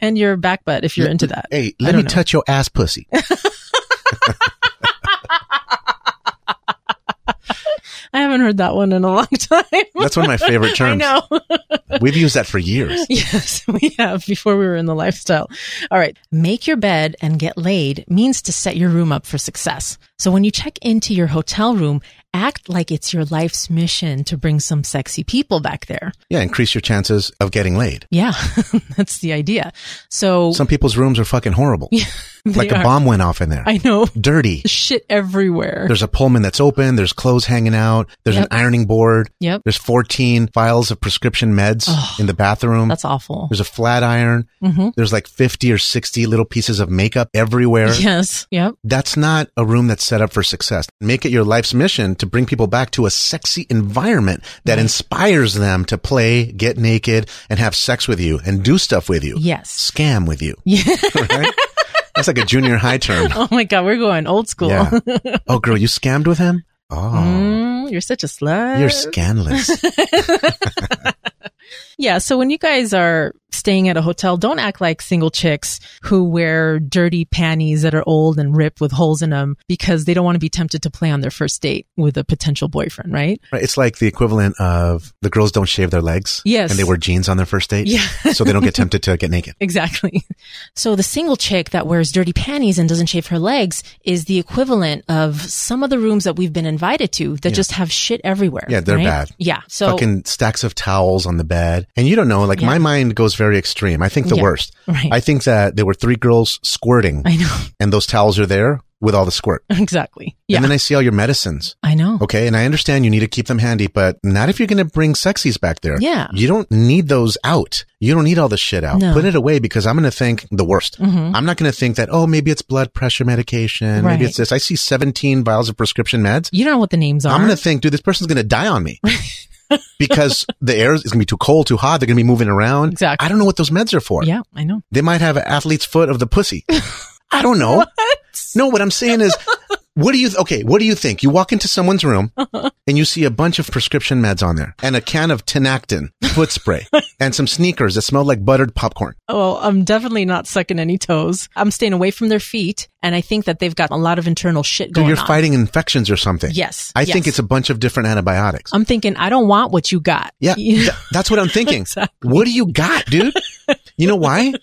S1: and your back butt if you're into that.
S2: Hey,
S1: I
S2: let
S1: don't
S2: me
S1: know.
S2: touch your ass pussy.
S1: I haven't heard that one in a long time.
S2: That's one of my favorite
S1: I
S2: terms.
S1: know.
S2: We've used that for years.
S1: yes, we have before we were in the lifestyle. All right. Make your bed and get laid means to set your room up for success. So when you check into your hotel room, act like it's your life's mission to bring some sexy people back there.
S2: Yeah. Increase your chances of getting laid.
S1: Yeah, that's the idea. So
S2: Some people's rooms are fucking horrible.
S1: they
S2: like a
S1: are-
S2: bomb went off in there.
S1: I know
S2: Dirty.
S1: shit everywhere.
S2: There's a Pullman that's open. There's clothes hanging out. There's
S1: Yep.
S2: an ironing board.
S1: Yep.
S2: There's 14 files of prescription meds
S1: Ugh.
S2: in the bathroom.
S1: That's awful.
S2: There's a flat iron.
S1: hmm
S2: There's like 50 or 60 little pieces of makeup everywhere.
S1: Yes. Yep.
S2: That's not a room that's set up for success. Make it your life's mission to bring people back to a sexy environment that inspires them to play, get naked, and have sex with you and do stuff with you,
S1: Yes.
S2: scam with you.
S1: Yeah.
S2: Right? that's like a junior high term.
S1: Oh my God, we're going old school.
S2: Yeah. Oh, girl, you scammed with him? Oh,
S1: Mm, you're such a slut.
S2: you're scandalous.
S1: yeah. So when you guys are staying at a hotel, don't act like single chicks who wear dirty panties that are old and ripped with holes in them because they don't want to be tempted to play on their first date with a potential boyfriend, right?
S2: Right, It's like the equivalent of the girls don't shave their legs.
S1: Yes.
S2: And they wear jeans on their first date.
S1: Yeah.
S2: so they don't get tempted to get naked.
S1: Exactly. So the single chick that wears dirty panties and doesn't shave her legs is the equivalent of some of the rooms that we've been invited to that just have shit everywhere.
S2: Yeah, they're
S1: right?
S2: bad.
S1: Yeah. So
S2: Fucking stacks of towels on the bed. And you don't know, like my mind goes very extreme. I think the
S1: Yeah.
S2: worst.
S1: Right.
S2: I think that there were three girls squirting
S1: I know.
S2: and those towels are there. with all the squirt.
S1: Exactly. Yeah.
S2: And then I see all your medicines.
S1: I know.
S2: Okay. And I understand you need to keep them handy, but not if you're going to bring sexies back there.
S1: Yeah.
S2: You don't need those out. You don't need all this shit out.
S1: No. Mm-hmm.
S2: Put it away because I'm going to think the worst. I'm not going to think that, oh, maybe it's blood pressure medication.
S1: Right.
S2: Maybe it's this. I see 17 vials of prescription meds.
S1: You don't know what the names are.
S2: I'm going to think, dude, this person's going to die on me. because the air is going to be too cold, too hot. They're going to be moving around.
S1: Exactly.
S2: I don't know what those meds are for.
S1: yeah, I know.
S2: They might have an athlete's foot of the pussy. I don't know. No, what I'm saying is, what do you, okay, what do you think? You walk into someone's room and you see a bunch of prescription meds on there and a can of tenactin foot spray and some sneakers that smell like buttered popcorn.
S1: Well, I'm definitely not sucking any toes. I'm staying away from their feet, and I think that they've got a lot of internal shit
S2: So
S1: going
S2: you're
S1: on.
S2: fighting infections or something.
S1: Yes,
S2: I think
S1: yes.
S2: it's a bunch of different antibiotics.
S1: I'm thinking I don't want what you got.
S2: yeah.
S1: You-
S2: th- that's what I'm thinking. What do you got, dude? You know why?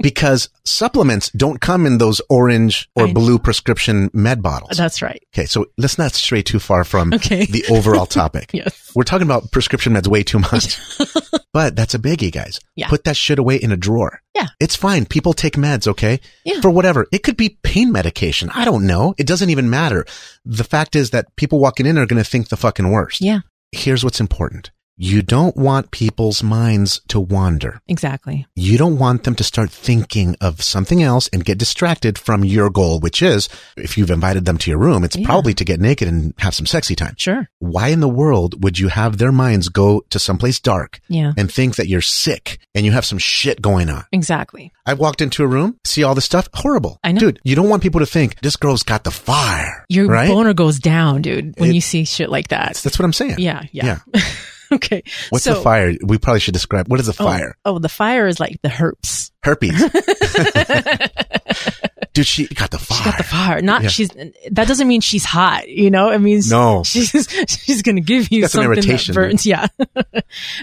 S2: Because supplements don't come in those orange or
S1: I know.
S2: blue prescription med bottles.
S1: That's right.
S2: Okay, so let's not stray too far from
S1: Okay.
S2: the overall topic.
S1: Yes.
S2: We're talking about prescription meds way too much. but that's a biggie, guys.
S1: Yeah.
S2: Put that shit away in a drawer.
S1: Yeah.
S2: It's fine. People take meds, okay?
S1: Yeah.
S2: For whatever. It could be pain medication. I don't know. It doesn't even matter. The fact is that people walking in are going to think the fucking worst.
S1: Yeah,
S2: Here's what's important. You don't want people's minds to wander.
S1: exactly.
S2: You don't want them to start thinking of something else and get distracted from your goal, which is if you've invited them to your room, it's
S1: Yeah.
S2: probably to get naked and have some sexy time.
S1: Sure.
S2: Why in the world would you have their minds go to someplace dark
S1: Yeah,
S2: and think that you're sick and you have some shit going on?
S1: exactly.
S2: I've walked into a room, see all this stuff, horrible.
S1: I know.
S2: Dude, you don't want people to think this girl's got the fire.
S1: Your
S2: right?
S1: boner goes down, dude, when
S2: It-
S1: you see shit like that.
S2: That's, that's what I'm saying.
S1: yeah, yeah. okay.
S2: What's
S1: so,
S2: the fire? We probably should describe what is the
S1: oh,
S2: fire?
S1: Oh, the fire is like the herpes.
S2: Herpes. Dude, she got the fire.
S1: She got the fire. Not
S2: Yeah.
S1: she's. That doesn't mean she's hot. You know, it means
S2: No.
S1: She's she's gonna give you
S2: That's an
S1: something
S2: irritation,
S1: that burns. Yeah.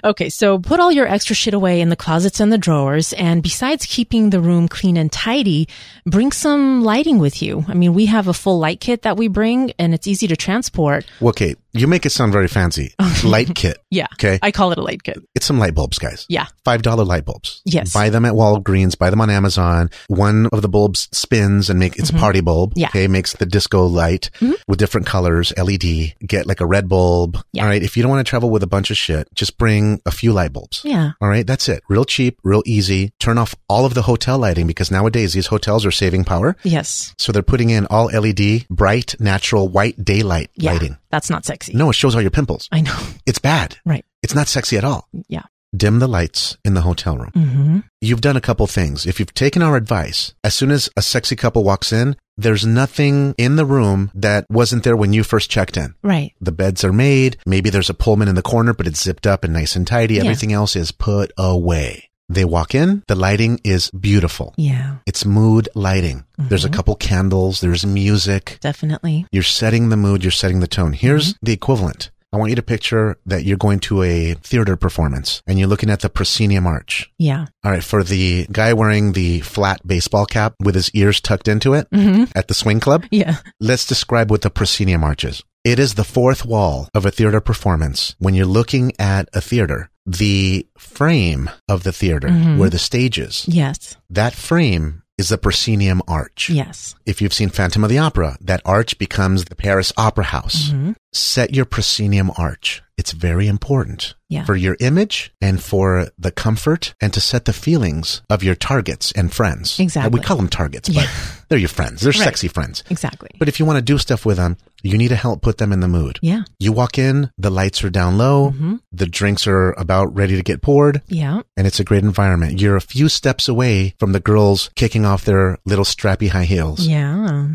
S1: okay, so put all your extra shit away in the closets and the drawers, and besides keeping the room clean and tidy, bring some lighting with you. I mean, we have a full light kit that we bring, and it's easy to transport.
S2: Okay, you make it sound very fancy. light kit.
S1: Yeah.
S2: Okay.
S1: I call it a light kit.
S2: It's some light bulbs, guys.
S1: Yeah.
S2: Five dollar light bulbs.
S1: Yes.
S2: Buy them at Walgreens. Buy them on Amazon. One of the bulbs spins and make it's a party bulb.
S1: Mm-hmm. Yeah. Mm-hmm.
S2: Okay, makes the disco light with different colors, LED. Get like a red bulb.
S1: Yeah.
S2: All right. If you don't want to travel with a bunch of shit, just bring a few light bulbs.
S1: Yeah.
S2: All right, that's it. Real cheap, real easy. Turn off all of the hotel lighting because nowadays these hotels are saving power.
S1: Yes.
S2: So they're putting in all LED, bright, natural, white daylight
S1: Yeah.
S2: lighting.
S1: That's not sexy.
S2: No, it shows all your pimples.
S1: I know.
S2: It's bad.
S1: Right.
S2: It's not sexy at all.
S1: Yeah.
S2: Dim the lights in the hotel room.
S1: Mm-hmm.
S2: You've done a couple things. If you've taken our advice, as soon as a sexy couple walks in, there's nothing in the room that wasn't there when you first checked in.
S1: Right.
S2: The beds are made. Maybe there's a Pullman in the corner, but it's zipped up and nice and tidy.
S1: Yeah.
S2: Everything else is put away. They walk in. The lighting is beautiful.
S1: Yeah.
S2: It's mood lighting. There's a
S1: Mm-hmm.
S2: couple candles. There's music.
S1: Definitely.
S2: You're setting the mood, you're setting the tone. Here's the equivalent. I want you to picture that you're going to a theater performance and you're looking at the proscenium arch.
S1: Yeah.
S2: All right, for the guy wearing the flat baseball cap with his ears tucked into it at the swing club,
S1: Yeah.
S2: let's describe what the proscenium arch is. It is the fourth wall of a theater performance. When you're looking at a theater, the frame of the theater where the stage is,
S1: Yes.
S2: that frame is the proscenium arch
S1: Yes.
S2: if you've seen Phantom of the Opera, that arch becomes the Paris Opera House.
S1: Mm-hmm.
S2: Set your proscenium arch. It's very important
S1: Yeah.
S2: for your image and for the comfort and to set the feelings of your targets and friends.
S1: Exactly.
S2: We call them targets, but
S1: Yeah.
S2: they're your friends. They're
S1: Right.
S2: sexy friends.
S1: Exactly.
S2: But if you want to do stuff with them, you need to help put them in the mood.
S1: yeah. Mm-hmm.
S2: You walk in, the lights are down low, the drinks are about ready to get poured,
S1: Yeah.
S2: and it's a great environment. You're a few steps away from the girls kicking off their little strappy high heels
S1: Yeah.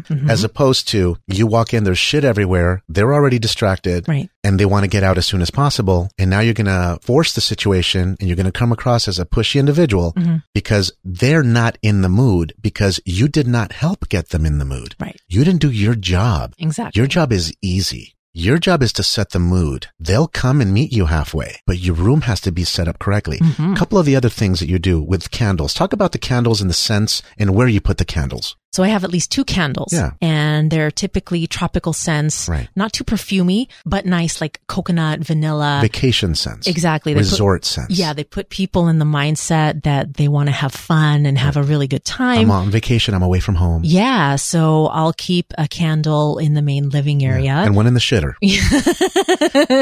S1: Mhm.
S2: as opposed to you walk in, there's shit everywhere. They're already distracted
S1: Right.
S2: and they want to get out as soon as possible. And now you're going to force the situation and you're going to come across as a pushy individual
S1: Mm-hmm.
S2: because they're not in the mood because you did not help get them in the mood.
S1: Right.
S2: You didn't do your job.
S1: Exactly.
S2: Your job is easy. Your job is to set the mood. They'll come and meet you halfway, but your room has to be set up correctly.
S1: Mm-hmm.
S2: A couple of the other things that you do with candles. Talk about the candles in the sense and where you put the candles.
S1: So I have at least two candles
S2: Yeah.
S1: and they're typically tropical scents,
S2: Right.
S1: not too perfumey, but nice, like coconut, vanilla.
S2: Vacation sense.
S1: Uh, Exactly. They put-
S2: Resort sense.
S1: yeah, they put people in the mindset that they want to have fun and have a really good time.
S2: I'm on vacation. I'm away from home.
S1: Yeah, so I'll keep a candle in the main living area.
S2: And one in the shitter.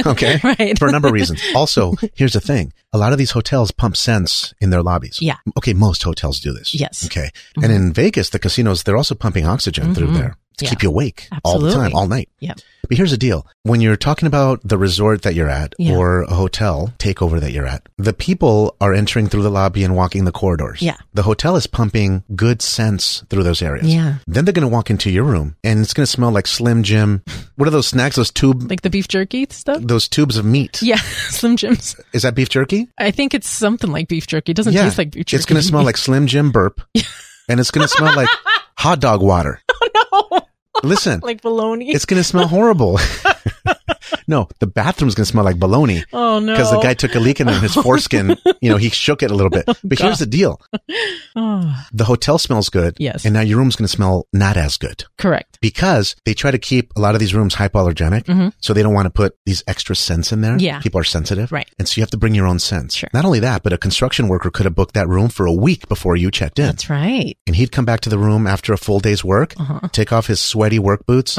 S2: okay.
S1: Right.
S2: For a number of reasons. Also, here's the thing. A lot of these hotels pump scents in their lobbies.
S1: Yeah.
S2: Okay. Most hotels do this.
S1: Yes. Mm-hmm.
S2: Okay. And in Vegas, the casinos, they're also pumping oxygen through there to
S1: Yeah.
S2: keep you awake all the
S1: Absolutely.
S2: time, all night.
S1: Yep.
S2: But here's the deal. When you're talking about the resort that you're at
S1: Yeah.
S2: or a hotel takeover that you're at, the people are entering through the lobby and walking the corridors.
S1: Yeah.
S2: The hotel is pumping good sense through those areas.
S1: Yeah.
S2: Then they're going to walk into your room and it's going to smell like Slim Jim. What are those snacks? Those tube,
S1: Like the beef jerky stuff?
S2: those tubes of meat.
S1: Yeah, Slim Jims.
S2: Is that beef jerky?
S1: I think it's something like beef jerky. It doesn't taste like beef jerky.
S2: It's going to smell like Slim Jim burp and it's going to smell like hot dog water.
S1: Oh,
S2: no. Listen,
S1: like bologna.
S2: it's going to smell horrible. no, the bathroom's going to smell like bologna.
S1: oh no.
S2: because the guy took a leak and then his foreskin, you know, he shook it a little bit. But here's the deal:
S1: Oh,
S2: the hotel smells good,
S1: Yes.
S2: and now your room's going to smell not as good
S1: correct.
S2: because they try to keep a lot of these rooms hypoallergenic, so they don't want to put these extra scents in there.
S1: Mm-hmm. Yeah.
S2: people are sensitive,
S1: Right.
S2: And so you have to bring your own scents.
S1: Sure.
S2: Not only that, but a construction worker could have booked that room for a week before you checked in.
S1: That's right.
S2: And he'd come back to the room after a full day's work,
S1: Uh-huh.
S2: take off his sweaty work boots,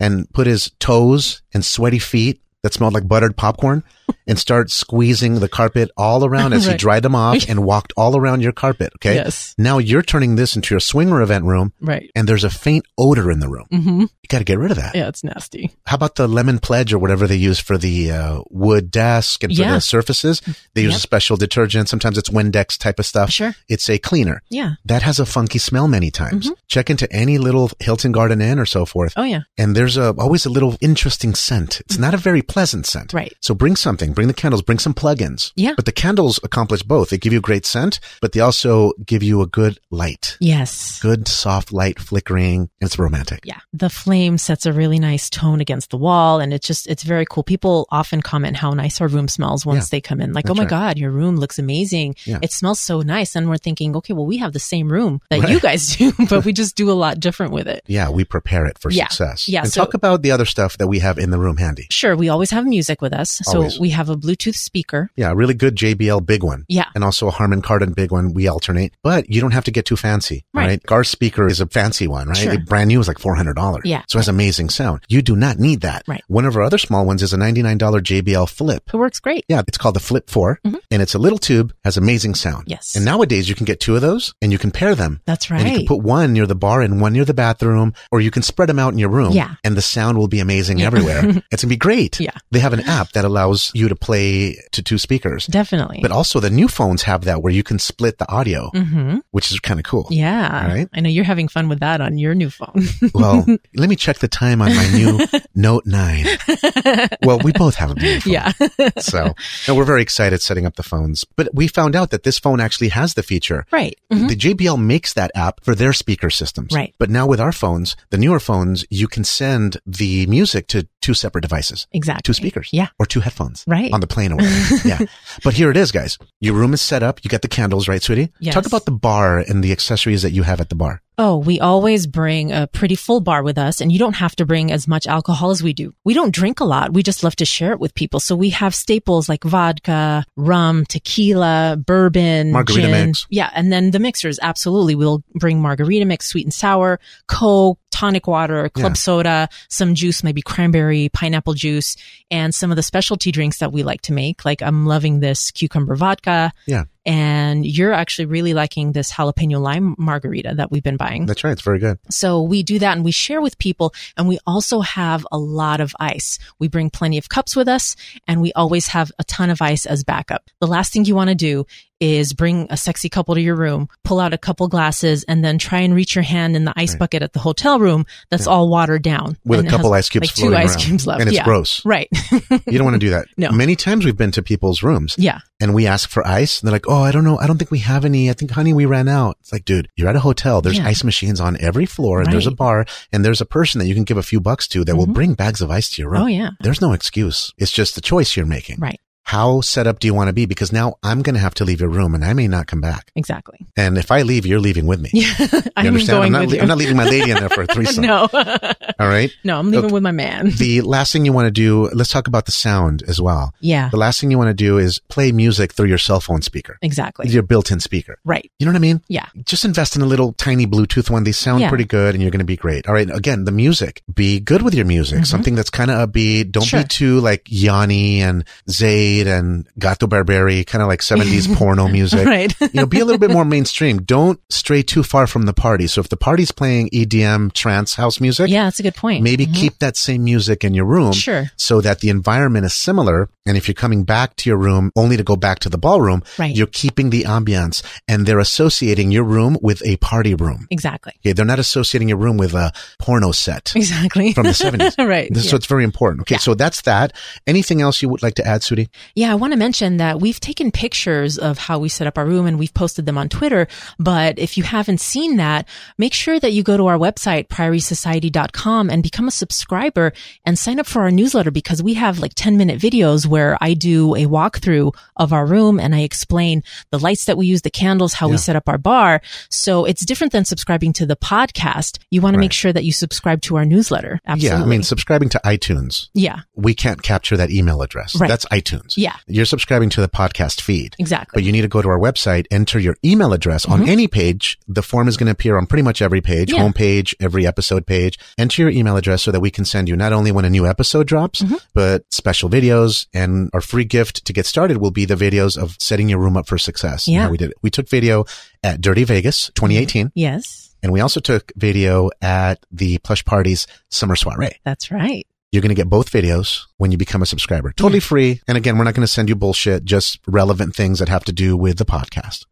S2: and put his toes and sweaty feet that smelled like buttered popcorn and start squeezing the carpet all around as he
S1: Right.
S2: dried them off and walked all around your carpet. Okay.
S1: Yes.
S2: Now you're turning this into your swinger event room
S1: Right.
S2: and there's a faint odor in the room.
S1: Mm-hmm.
S2: You got to get rid of that.
S1: Yeah, it's nasty.
S2: How about the lemon pledge or whatever they use for the uh, wood desk and for
S1: Yeah.
S2: the surfaces? They use a
S1: Yep.
S2: special detergent. Sometimes it's Windex type of stuff.
S1: Sure. Mm-hmm.
S2: It's a cleaner
S1: Yeah.
S2: that has a funky smell many times. Check into any little Hilton Garden Inn or so forth.
S1: Oh yeah.
S2: And there's a, always a little interesting scent. It's not a very pleasant scent.
S1: Right.
S2: So bring something, bring the candles, bring some plugins.
S1: Yeah.
S2: But the candles accomplish both. They give you a great scent, but they also give you a good light,
S1: Yes.
S2: good soft light flickering. And it's romantic.
S1: Yeah. The flame sets a really nice tone against the wall and it's just it's very cool. People often comment how nice our room smells once
S2: Yeah.
S1: they come in. Like,
S2: That's
S1: oh my
S2: right.
S1: God, your room looks amazing.
S2: Yeah.
S1: It smells so nice. And we're thinking, okay, well, we have the same room that
S2: Right.
S1: you guys do, but we just do a lot different with it.
S2: Yeah, we prepare it for
S1: Yeah.
S2: success.
S1: Yeah,
S2: And
S1: so-
S2: talk about the other stuff that we have in the room handy.
S1: Sure, we always have music with us. So
S2: Always.
S1: we have a Bluetooth speaker.
S2: Yeah, a really good JBL big one.
S1: Yeah.
S2: And also a Harman Kardon big one. We alternate, but you don't have to get too fancy, right?
S1: Right.
S2: Our speaker is a fancy one, right?
S1: Sure.
S2: It- brand new is like $400.
S1: Yeah.
S2: So it has amazing sound. You do not need that.
S1: Right.
S2: One of our other small ones is a $99 JBL flip.
S1: It works great.
S2: Yeah, it's called the Flip 4 and it's a little tube, has amazing sound.
S1: Mm-hmm. Yes.
S2: And nowadays you can get two of those and you can pair them.
S1: That's
S2: And you
S1: right.
S2: can put one near the bar and one near the bathroom, or you can spread them out in your room.
S1: Yeah.
S2: And the sound will be amazing everywhere. it's going to be great.
S1: Yeah.
S2: They have an app that allows you to play to two speakers.
S1: Definitely.
S2: But uh, also the new phones have that where you can split the audio,
S1: mm-hmm.
S2: which is kind of cool.
S1: Yeah.
S2: Right?
S1: I know you're having fun with that on your new phone.
S2: Well, let me check the time on my new Note 9. Well, we both have a new phone.
S1: yeah.
S2: So no, we're very excited setting up the phones. But we found out that this phone actually has the feature
S1: right. Mhm.
S2: The JBL makes that app for their speaker systems.
S1: Right.
S2: But now with our phones, the newer phones, you can send the music to two separate devices,
S1: Exactly.
S2: two speakers.
S1: Yeah.
S2: Or two headphones.
S1: Right.
S2: On the plane or whatever. yeah. But here it is, guys. Your room is set up. You got the candles, right, sweetie?
S1: Yes.
S2: Talk about the bar and the accessories that you have at the bar.
S1: Oh, we always bring a pretty full bar with us, and you don't have to bring as much alcohol as we do. We don't drink a lot. We just love to share it with people. So we have staples like vodka, rum, tequila, bourbon,
S2: Margarita
S1: gin.
S2: mix.
S1: Yeah, and then the mixers. Absolutely, we'll bring margarita mix, sweet and sour, Coke, tonic water, club
S2: Yeah.
S1: soda, some juice, maybe cranberry, pineapple juice, and some of the specialty drinks that we like to make. Like I'm loving this cucumber vodka.
S2: Yeah.
S1: And you're actually really liking this jalapeno lime margarita that we've been buying.
S2: That's right. It's very good.
S1: So we do that and we share with people and we also have a lot of ice. We bring plenty of cups with us and we always have a ton of ice as backup. The last thing you want to do is bring a sexy couple to your room, pull out a couple glasses and then try and reach your hand in the ice bucket at the hotel room that's all watered down.
S2: With
S1: and
S2: a
S1: it has,
S2: couple ice cubes
S1: like
S2: floating
S1: two ice
S2: around.
S1: cubes left.
S2: And it's
S1: yeah.
S2: gross.
S1: Right.
S2: You don't want to do that.
S1: No.
S2: Many times we've been to people's rooms
S1: yeah.
S2: and we ask for ice and they're like, Oh, I don't know. I don't think we have any. I think, honey, we ran out. It's like, dude, you're at a hotel. There's
S1: Yeah.
S2: ice machines on every floor and there's a
S1: Right. Mm-hmm.
S2: bar and there's a person that you can give a few bucks to that will bring bags of ice to your room.
S1: Oh yeah.
S2: There's no excuse. It's just the choice you're making.
S1: Right.
S2: how set up do you want to be? Because now I'm going to have to leave your room and I may not come back.
S1: Exactly.
S2: And if I leave, you're leaving with me.
S1: Yeah, I'm
S2: understand?
S1: going
S2: I'm, not
S1: with
S2: le-
S1: you.
S2: I'm not leaving my lady in there for a threesome.
S1: no,
S2: All right.
S1: no, I'm leaving
S2: Okay.
S1: with my man.
S2: The last thing you want to do, let's talk about the sound as well.
S1: Yeah,
S2: The last thing you want to do is play music through your cell phone speaker,
S1: exactly.
S2: your built in speaker.
S1: Right.
S2: You know what I mean?
S1: Yeah.
S2: Just invest in a little tiny Bluetooth one. They sound
S1: Yeah.
S2: pretty good and you're going to be great. All right. Again, the music. Be good with your music. Something that's kind of upbeat. Don't
S1: Mm-hmm. Sure.
S2: be too like Yanni and Zayd and Gato Barberi, kind of like 70s porno music.
S1: Right.
S2: you know, be a little bit more mainstream. Don't stray too far from the party. So if the party's playing EDM, trance, house music,
S1: yeah, that's a good point.
S2: maybe um, keep that same music in your room
S1: Sure.
S2: so that the environment is similar. And if you're coming back to your room only to go back to the ballroom,
S1: Right.
S2: you're keeping the ambiance and they're associating your room with a party room.
S1: Exactly.
S2: Okay. They're not associating your room with a porno set
S1: Exactly.
S2: from the 70s.
S1: right.
S2: This-
S1: yeah.
S2: So it's very important. Okay. So that's that. Anything else you would like to add, Sudie?
S1: Yeah, I want to mention that we've taken pictures of how we set up our room and we've posted them on Twitter. But if you haven't seen that, make sure that you go to our website, priorysociety.com and become a subscriber and sign up for our newsletter because we have like 10 minute videos where I do a walkthrough of our room and I explain the lights that we use, the candles, how we set up our bar. So it's different than subscribing to the podcast. You want to make sure that you subscribe to our newsletter. Absolutely.
S2: Yeah. I mean, subscribing to iTunes.
S1: yeah,
S2: we can't capture that email address.
S1: Right.
S2: That's iTunes.
S1: Yeah.
S2: You're subscribing to the podcast feed.
S1: exactly.
S2: But you need to go to our website, enter your email address on any page. The form is going to appear on pretty much every page,
S1: Mm-hmm. Yeah.
S2: homepage, every episode page. Enter your email address so that we can send you not only when a new episode drops,
S1: Mm-hmm.
S2: but special videos and our free gift to get started will be the videos of setting your room up for success. and
S1: Yeah.
S2: how we did it. We took video at Dirty Vegas 2018
S1: yes,
S2: and we also took video at the Plush Parties Summer Soiree.
S1: that's right.
S2: You're going to get both videos when you become a subscriber. Totally free. And again, we're not going to send you bullshit, just relevant things that have to do with the podcast.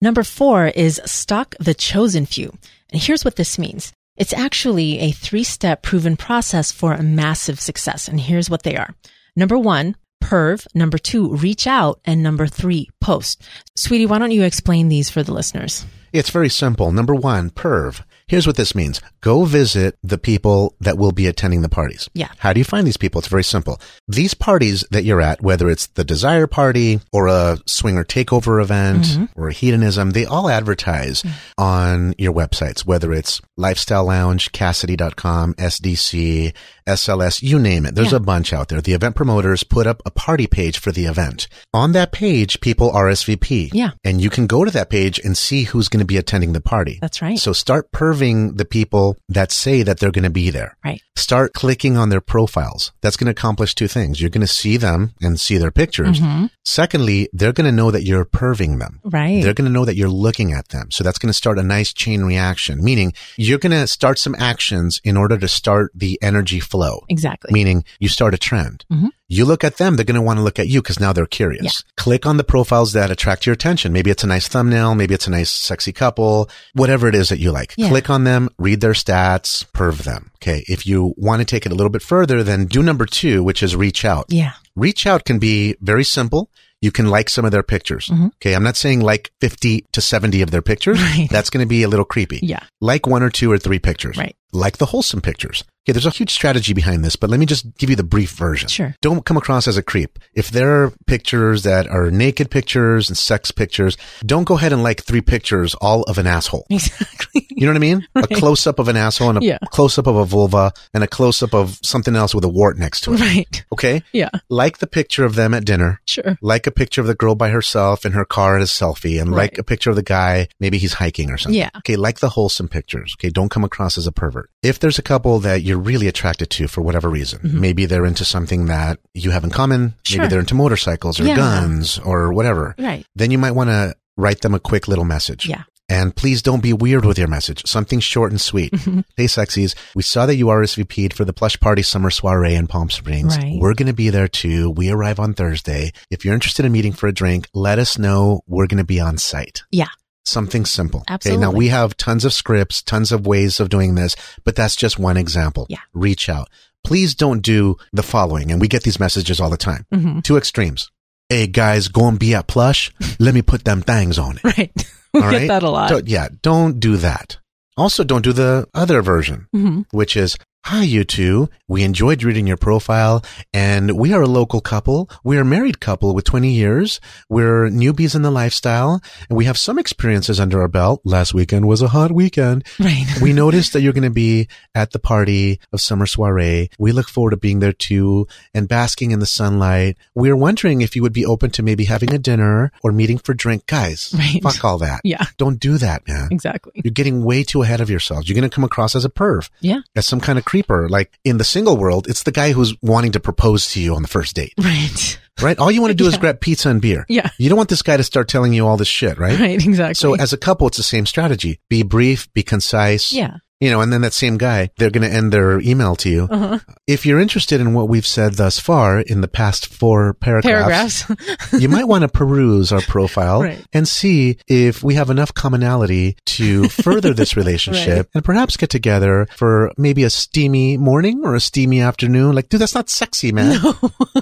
S1: Number four is stock the chosen few. And here's what this means. It's actually a three step proven process for a massive success. And here's what they are. Number one, perv. Number two, reach out. And number three, post. Sweetie, why don't you explain these for the listeners?
S2: It's very simple. Number one, perv. Here's what this means. Go visit the people that will be attending the parties.
S1: Yeah.
S2: How do you find these people? It's very simple. These parties that you're at, whether it's the desire party or a swinger takeover event
S1: Mm-hmm.
S2: or a hedonism, they all advertise
S1: Mm.
S2: on your websites, whether it's lifestyle lounge, cassidy.com, SDC, SLS, you name it. There's
S1: Yeah.
S2: a bunch out there. The event promoters put up a party page for the event. On that page, people RSVP.
S1: Yeah.
S2: And you can go to that page and see who's going to be attending the party.
S1: That's right.
S2: So start perving the people that say that they're going to be there.
S1: right.
S2: Start clicking on their profiles. That's going to accomplish two things. You're going to see them and see their pictures.
S1: Mm-hmm.
S2: Secondly, they're going to know that you're perving them.
S1: Right.
S2: They're going to know that you're looking at them. So that's going to start a nice chain reaction, meaning you're going to start some actions in order to start the energy flow
S1: exactly.
S2: meaning you start a trend.
S1: Mhm.
S2: You look at them, they're going to want to look at you because now they're curious. Click on the profiles that attract your attention. Maybe it's a nice thumbnail, maybe it's a nice sexy couple, whatever it is that you like.
S1: Yeah.
S2: Click on them, read their stats, perv them. Okay. If you want to take it a little bit further, then do number two, which is reach out.
S1: yeah.
S2: Reach out can be very simple. You can like some of their pictures. Okay. I'm not saying like 50 to 70 of their pictures.
S1: Mm-hmm. Right.
S2: That's going to be a little creepy
S1: Yeah.
S2: like one or two or three pictures.
S1: Right.
S2: Like the wholesome pictures. Okay, there's a huge strategy behind this, but let me just give you the brief version.
S1: Sure.
S2: Don't come across as a creep. If there are pictures that are naked pictures and sex pictures, don't go ahead and like three pictures all of an asshole.
S1: Exactly.
S2: You know what I mean? A close up of an asshole and a
S1: Yeah.
S2: close up of a vulva and a close up of something else with a wart next to it.
S1: right.
S2: Okay?
S1: Yeah.
S2: Like the picture of them at dinner
S1: Sure.
S2: like a picture of the girl by herself in her car at a selfie and like
S1: Right.
S2: a picture of the guy, maybe he's hiking or something.
S1: Yeah.
S2: Okay, like the wholesome pictures. Okay, don't come across as a pervert. If there's a couple that you're really attracted to for whatever reason, maybe they're into something that you have in common,
S1: Mm-hmm. Sure.
S2: maybe they're into motorcycles or
S1: Yeah.
S2: guns or whatever,
S1: Right.
S2: then you might want to write them a quick little message.
S1: Yeah.
S2: And please don't be weird with your message. Something short and sweet.
S1: Mm-hmm.
S2: Hey, sexies, we saw that you RSVP'd for the plush party summer soiree in Palm Springs.
S1: Right.
S2: We're going to be there too. We arrive on Thursday. If you're interested in meeting for a drink, let us know. We're going to be on site.
S1: Yeah.
S2: Something simple. now
S1: Absolutely.
S2: we have tons of scripts, tons of ways of doing this, but that's just one example.
S1: Yeah.
S2: Reach out. Please don't do the following. And we get these messages all the time.
S1: Mhm.
S2: Two extremes. Hey guys, go and be at plush. Let me put them things on it.
S1: Right. we
S2: All
S1: get
S2: right?
S1: that a lot.
S2: Don't- yeah, don't do that. Also, don't do the other version,
S1: Mhm.
S2: which is, Hi, you two. We enjoyed reading your profile and we are a local couple. We're a married couple with 20 years. We're newbies in the lifestyle and we have some experiences under our belt. Last weekend was a hot weekend.
S1: Right.
S2: We noticed that you're going to be at the party of summer soiree. We look forward to being there too and basking in the sunlight. We are wondering if you would be open to maybe having a dinner or meeting for drink. Guys,
S1: Right.
S2: fuck all that.
S1: Yeah,
S2: Don't do that, man.
S1: exactly.
S2: You're getting way too ahead of yourselves. You're going to come across as a perv,
S1: Yeah.
S2: as some kind of creeper. Like in the single world, it's the guy who's wanting to propose to you on the first date,
S1: Right.
S2: right? All you want to do is
S1: Yeah.
S2: grab pizza and beer.
S1: Yeah.
S2: You don't want this guy to start telling you all this shit, right?
S1: Right. exactly.
S2: So as a couple, it's the same strategy. Be brief, be concise.
S1: yeah.
S2: You know, and then that same guy, they're going to end their email to you.
S1: Uh-huh.
S2: If you're interested in what we've said thus far in the past four
S1: Paragraphs.
S2: you might want to peruse our profile
S1: Right.
S2: and see if we have enough commonality to further this relationship
S1: Right.
S2: and perhaps get together for maybe a steamy morning or a steamy afternoon. Like, dude, that's not sexy, man.
S1: no.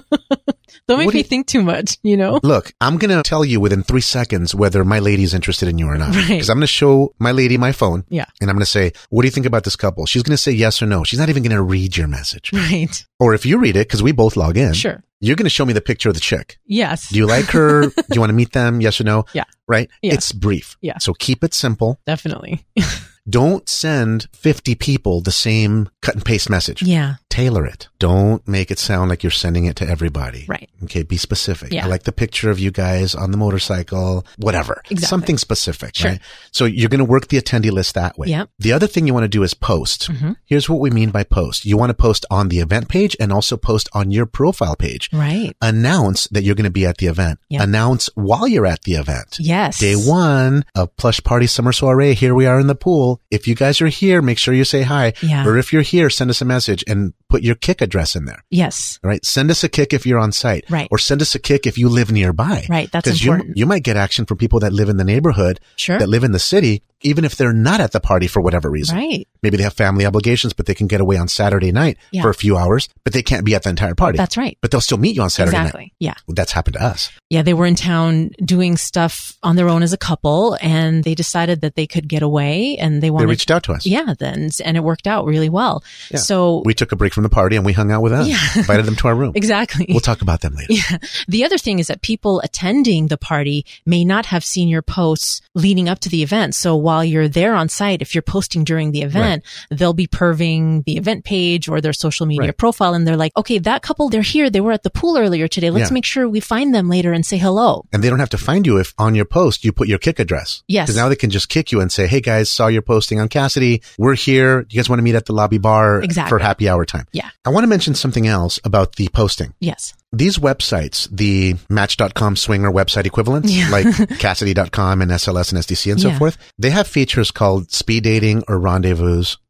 S1: Don't make
S2: What do
S1: me
S2: you-
S1: think too much, you know?
S2: Look, I'm going to tell you within three seconds whether my lady's interested in you or not. Because
S1: Right.
S2: I'm going to show my lady my phone
S1: Yeah.
S2: and I'm going to say, what do you think about this couple? She's going to say yes or no. She's not even going to read your message.
S1: Right.
S2: Or if you read it, because we both log in,
S1: Sure.
S2: you're going to show me the picture of the chick.
S1: Yes.
S2: Do you like her? Do you want to meet them? Yes or no?
S1: Yeah.
S2: Right?
S1: Yeah.
S2: It's brief.
S1: Yeah.
S2: So keep it simple.
S1: Definitely.
S2: Don't send 50 people the same cut and paste message.
S1: Yeah.
S2: Tailor it. Don't make it sound like you're sending it to everybody.
S1: Right.
S2: Okay. Be specific.
S1: Yeah.
S2: I like the picture of you guys on the motorcycle, whatever.
S1: Exactly.
S2: Something specific.
S1: Sure.
S2: Right. So you're going to work the attendee list that way.
S1: Yep.
S2: The other thing you want to do is post.
S1: Mhm.
S2: Here's what we mean by post. You want to post on the event page and also post on your profile page
S1: Right.
S2: announce that you're going to be at the event.
S1: Yeah.
S2: Announce while you're at the event.
S1: Yes.
S2: Day one of Plush Party Summer Soiree. Here we are in the pool. If you guys are here, make sure you say hi.
S1: Yeah.
S2: Or if you're here, send us a message and put your kick address in there.
S1: Yes.
S2: All right. Send us a kick if you're on site.
S1: Right.
S2: Or send us a kick if you live nearby.
S1: Right. That's
S2: Because you,
S1: important.
S2: you might get action from people that live in the neighborhood,
S1: Sure.
S2: that live in the city, even if they're not at the party for whatever reason.
S1: Right.
S2: Maybe they have family obligations, but they can get away on Saturday night
S1: Yeah.
S2: for a few hours, but they can't be at the entire party.
S1: That's right.
S2: but they'll still meet you on Saturday night.
S1: exactly. Yeah.
S2: That's happened to us.
S1: Yeah, they were in town doing stuff on their own as a couple and they decided that they could get away and they
S2: They
S1: wanted
S2: reached out to us.
S1: Yeah, then and it worked out really well.
S2: Yeah.
S1: So
S2: We took a break from the party and we hung out with them.
S1: Yeah.
S2: Invited them to our room.
S1: exactly.
S2: We'll talk about them later.
S1: yeah. The other thing is that people attending the party may not have seen your posts leading up to the event. So while you're there on site, if you're posting during the event, they'll be perving the event page or their social media
S2: Right.
S1: profile. And they're like, okay, that couple, they're here. They were at the pool earlier today. Let's
S2: Yeah.
S1: make sure we find them later and say hello.
S2: And they don't have to find you if on your post you put your kick address.
S1: Yes.
S2: Because now they can just kick you and say, Hey guys, saw your posting on Cassidy. We're here. You guys want to meet at the lobby bar
S1: Exactly.
S2: for happy hour time.
S1: Yeah.
S2: I want to mention something else about the posting.
S1: Yes.
S2: These websites, the match.com swinger website equivalents,
S1: Yeah.
S2: like Cassidy.com and SLS and SDC and so
S1: Yeah.
S2: forth, they have features called speed dating or rendezvous.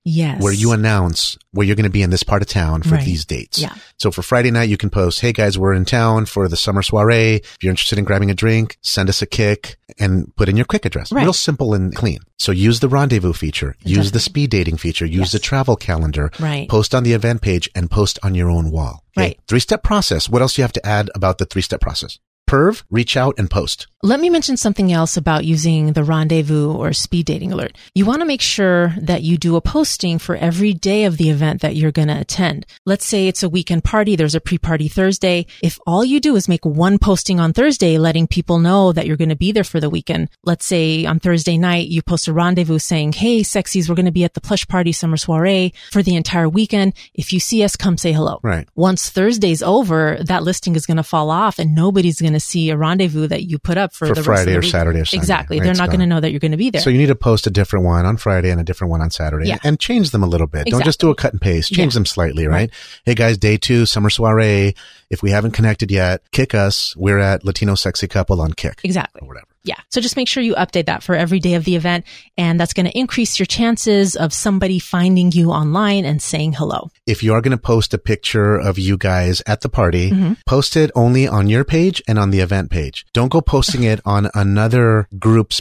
S1: Yes.
S2: where you announce where you're going to be in this part of town for
S1: Right.
S2: these dates.
S1: Yeah.
S2: So for Friday night, you can post, Hey guys, we're in town for the summer soiree. If you're interested in grabbing a drink, send us a kick and put in your quick address.
S1: Right.
S2: Real simple and clean. So use the rendezvous feature, use the
S1: Definitely.
S2: speed dating feature, use
S1: Yes.
S2: the travel calendar,
S1: Right.
S2: post on the event page and post on your own wall.
S1: Right.
S2: Three step process. What else do you have to add about the three step process? Perv, reach out and post.
S1: Let me mention something else about using the rendezvous or speed dating alert. You want to make sure that you do a posting for every day of the event that you're going to attend. Let's say it's a weekend party. There's a pre-party Thursday. If all you do is make one posting on Thursday, letting people know that you're going to be there for the weekend. Let's say on Thursday night, you post a rendezvous saying, Hey, sexies, we're going to be at the plush party summer soiree for the entire weekend. If you see us, come say hello
S2: Right.
S1: once Thursday's over, that listing is going to fall off and nobody's going to see a rendezvous that you put up for,
S2: For
S1: the rest
S2: Friday
S1: of the
S2: or
S1: week.
S2: Saturday or Sunday,
S1: Exactly.
S2: right?
S1: They're
S2: It's
S1: not
S2: gone.
S1: going to know that you're going to be there.
S2: So you need to post a different one on Friday and a different one on Saturday
S1: Yeah.
S2: and change them a little bit. Don't just do a cut and paste. Change
S1: Yeah.
S2: them slightly, right? Hey guys, day two, summer soiree. If we haven't connected yet, kick us. We're at Latino Sexy Couple on Kick
S1: exactly.
S2: or whatever.
S1: Yeah. So just make sure you update that for every day of the event. And that's going to increase your chances of somebody finding you online and saying hello.
S2: If you are going to post a picture of you guys at the party,
S1: Mm-hmm.
S2: post it only on your page and on the event page. Don't go posting it on another group's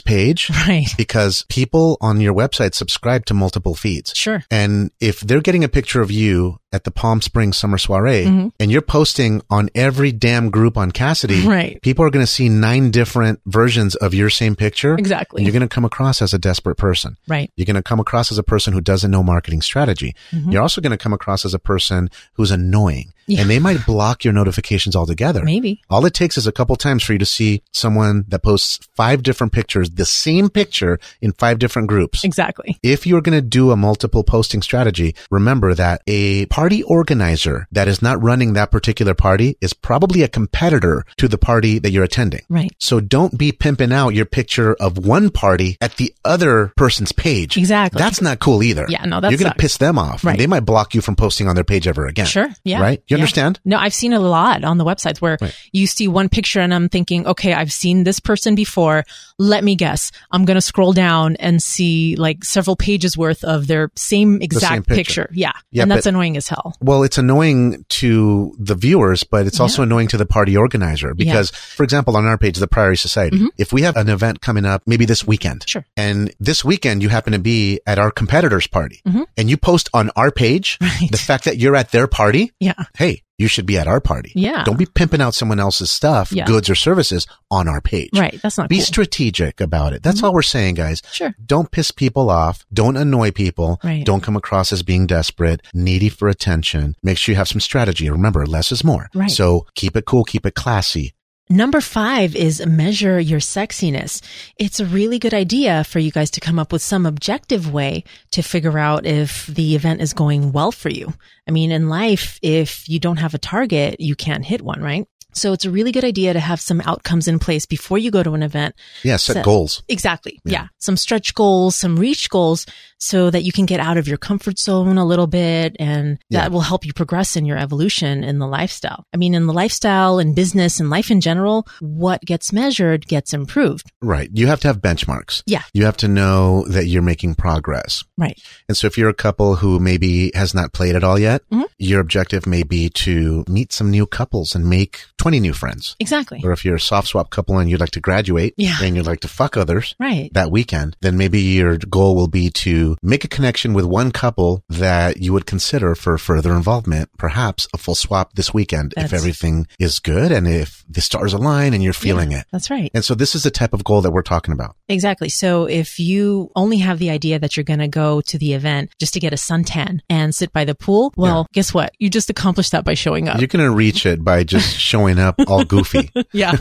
S2: page
S1: Right.
S2: because people on your website subscribe to multiple feeds.
S1: Sure.
S2: And if they're getting a picture of you at the Palm Springs summer soiree
S1: Mm-hmm.
S2: and you're posting on every damn group on Cassidy,
S1: Right.
S2: people are going to see nine different versions versions of your same picture.
S3: Exactly.
S2: You're going to come across as a desperate person.
S1: Right.
S2: You're going to come across as a person who doesn't know marketing strategy. You're also going to come across as a person who's annoying
S1: Mm-hmm. Yeah.
S2: and they might block your notifications altogether.
S1: Maybe.
S2: All it takes is a couple times for you to see someone that posts five different pictures, the same picture in five different groups.
S3: Exactly.
S2: If you're going to do a multiple posting strategy, remember that a party organizer that is not running that particular party is probably a competitor to the party that you're attending.
S1: Right.
S2: So don't be pimping out your picture of one party at the other person's page.
S1: Exactly.
S2: That's not cool either.
S3: Yeah, no, that
S2: You're going to
S3: sucks.
S2: piss them off.
S1: Right.
S2: And they might block you from posting on their page ever again.
S1: Sure. Yeah.
S2: Right? You
S1: Yeah.
S2: understand?
S1: No, I've seen a lot on the websites where you see one picture and I'm thinking, okay, I've seen this person before. Let me guess. I'm going to scroll down and see like several pages worth of their same exact
S2: picture.
S1: Yeah.
S2: Yeah,
S1: and that's
S2: but-
S1: annoying as hell.
S2: Well, it's annoying to the viewers, but it's also annoying to the party organizer because, for example, on our page, the Priory Society,
S1: Mm-hmm.
S2: if we have an event coming up, maybe this weekend,
S1: Sure.
S2: and this weekend you happen to be at our competitor's party
S1: Mm-hmm.
S2: and you post on our page, the fact that you're at their party,
S1: Yeah.
S2: hey, you should be at our party.
S1: Yeah.
S2: Don't be pimping out someone else's stuff,
S1: Yeah.
S2: goods or services on our page.
S1: Right. That's not
S2: Be
S1: cool. Mm-hmm.
S2: strategic about it. That's all we're saying, guys.
S1: Sure.
S2: Don't piss people off. Don't annoy people.
S1: Right.
S2: Don't come across as being desperate, needy for attention. Make sure you have some strategy. Remember, less is more.
S1: Right.
S2: So keep it cool, keep it classy.
S1: Number five is measure your sexiness. It's a really good idea for you guys to come up with some objective way to figure out if the event is going well for you. I mean, in life, if you don't have a target, you can't hit one, right? So it's a really good idea to have some outcomes in place before you go to an event.
S2: Yeah, set
S1: So-
S2: goals.
S1: Exactly. Yeah. Some stretch goals, some reach goals so that you can get out of your comfort zone a little bit. And
S2: Yeah.
S1: that will help you progress in your evolution in the lifestyle. I mean, in the lifestyle and business and life in general, what gets measured gets improved.
S2: Right. You have to have benchmarks.
S1: Yeah.
S2: You have to know that you're making progress.
S1: Right.
S2: And so if you're a couple who maybe has not played at all yet,
S1: Mm-hmm.
S2: your objective may be to meet some new couples and make 20 new friends.
S1: Exactly.
S2: Or if you're a soft swap couple and you'd like to graduate
S1: Yeah.
S2: and you'd like to fuck others,
S1: Right.
S2: that weekend, then maybe your goal will be to make a connection with one couple that you would consider for further involvement, perhaps a full swap this weekend if
S1: That's-
S2: everything is good and if the stars align and you're feeling it.
S1: That's right.
S2: And so this is the type of goal that we're talking about.
S1: Exactly. So if you only have the idea that you're going to go to the event just to get a suntan and sit by the pool, well, guess what? You just accomplished that by showing up.
S2: You're going to reach it by just showing up all goofy,
S1: yeah.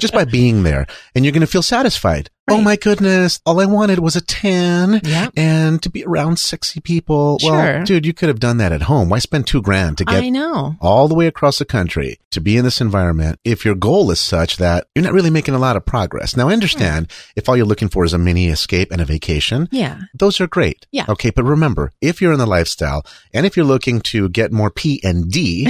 S2: just by being there. And you're going to feel satisfied. Oh
S1: Right.
S2: my goodness. All I wanted was a tan
S1: Yeah.
S2: and to be around sexy people.
S1: Sure.
S2: Well, dude, you could have done that at home. Why spend two grand to get
S1: I know.
S2: all the way across the country to be in this environment if your goal is such that you're not really making a lot of progress. Now, I understand if all you're looking for is a mini escape and a vacation.
S1: Yeah.
S2: Those are great.
S1: Yeah.
S2: Okay. But remember, if you're in the lifestyle and if you're looking to get more P and D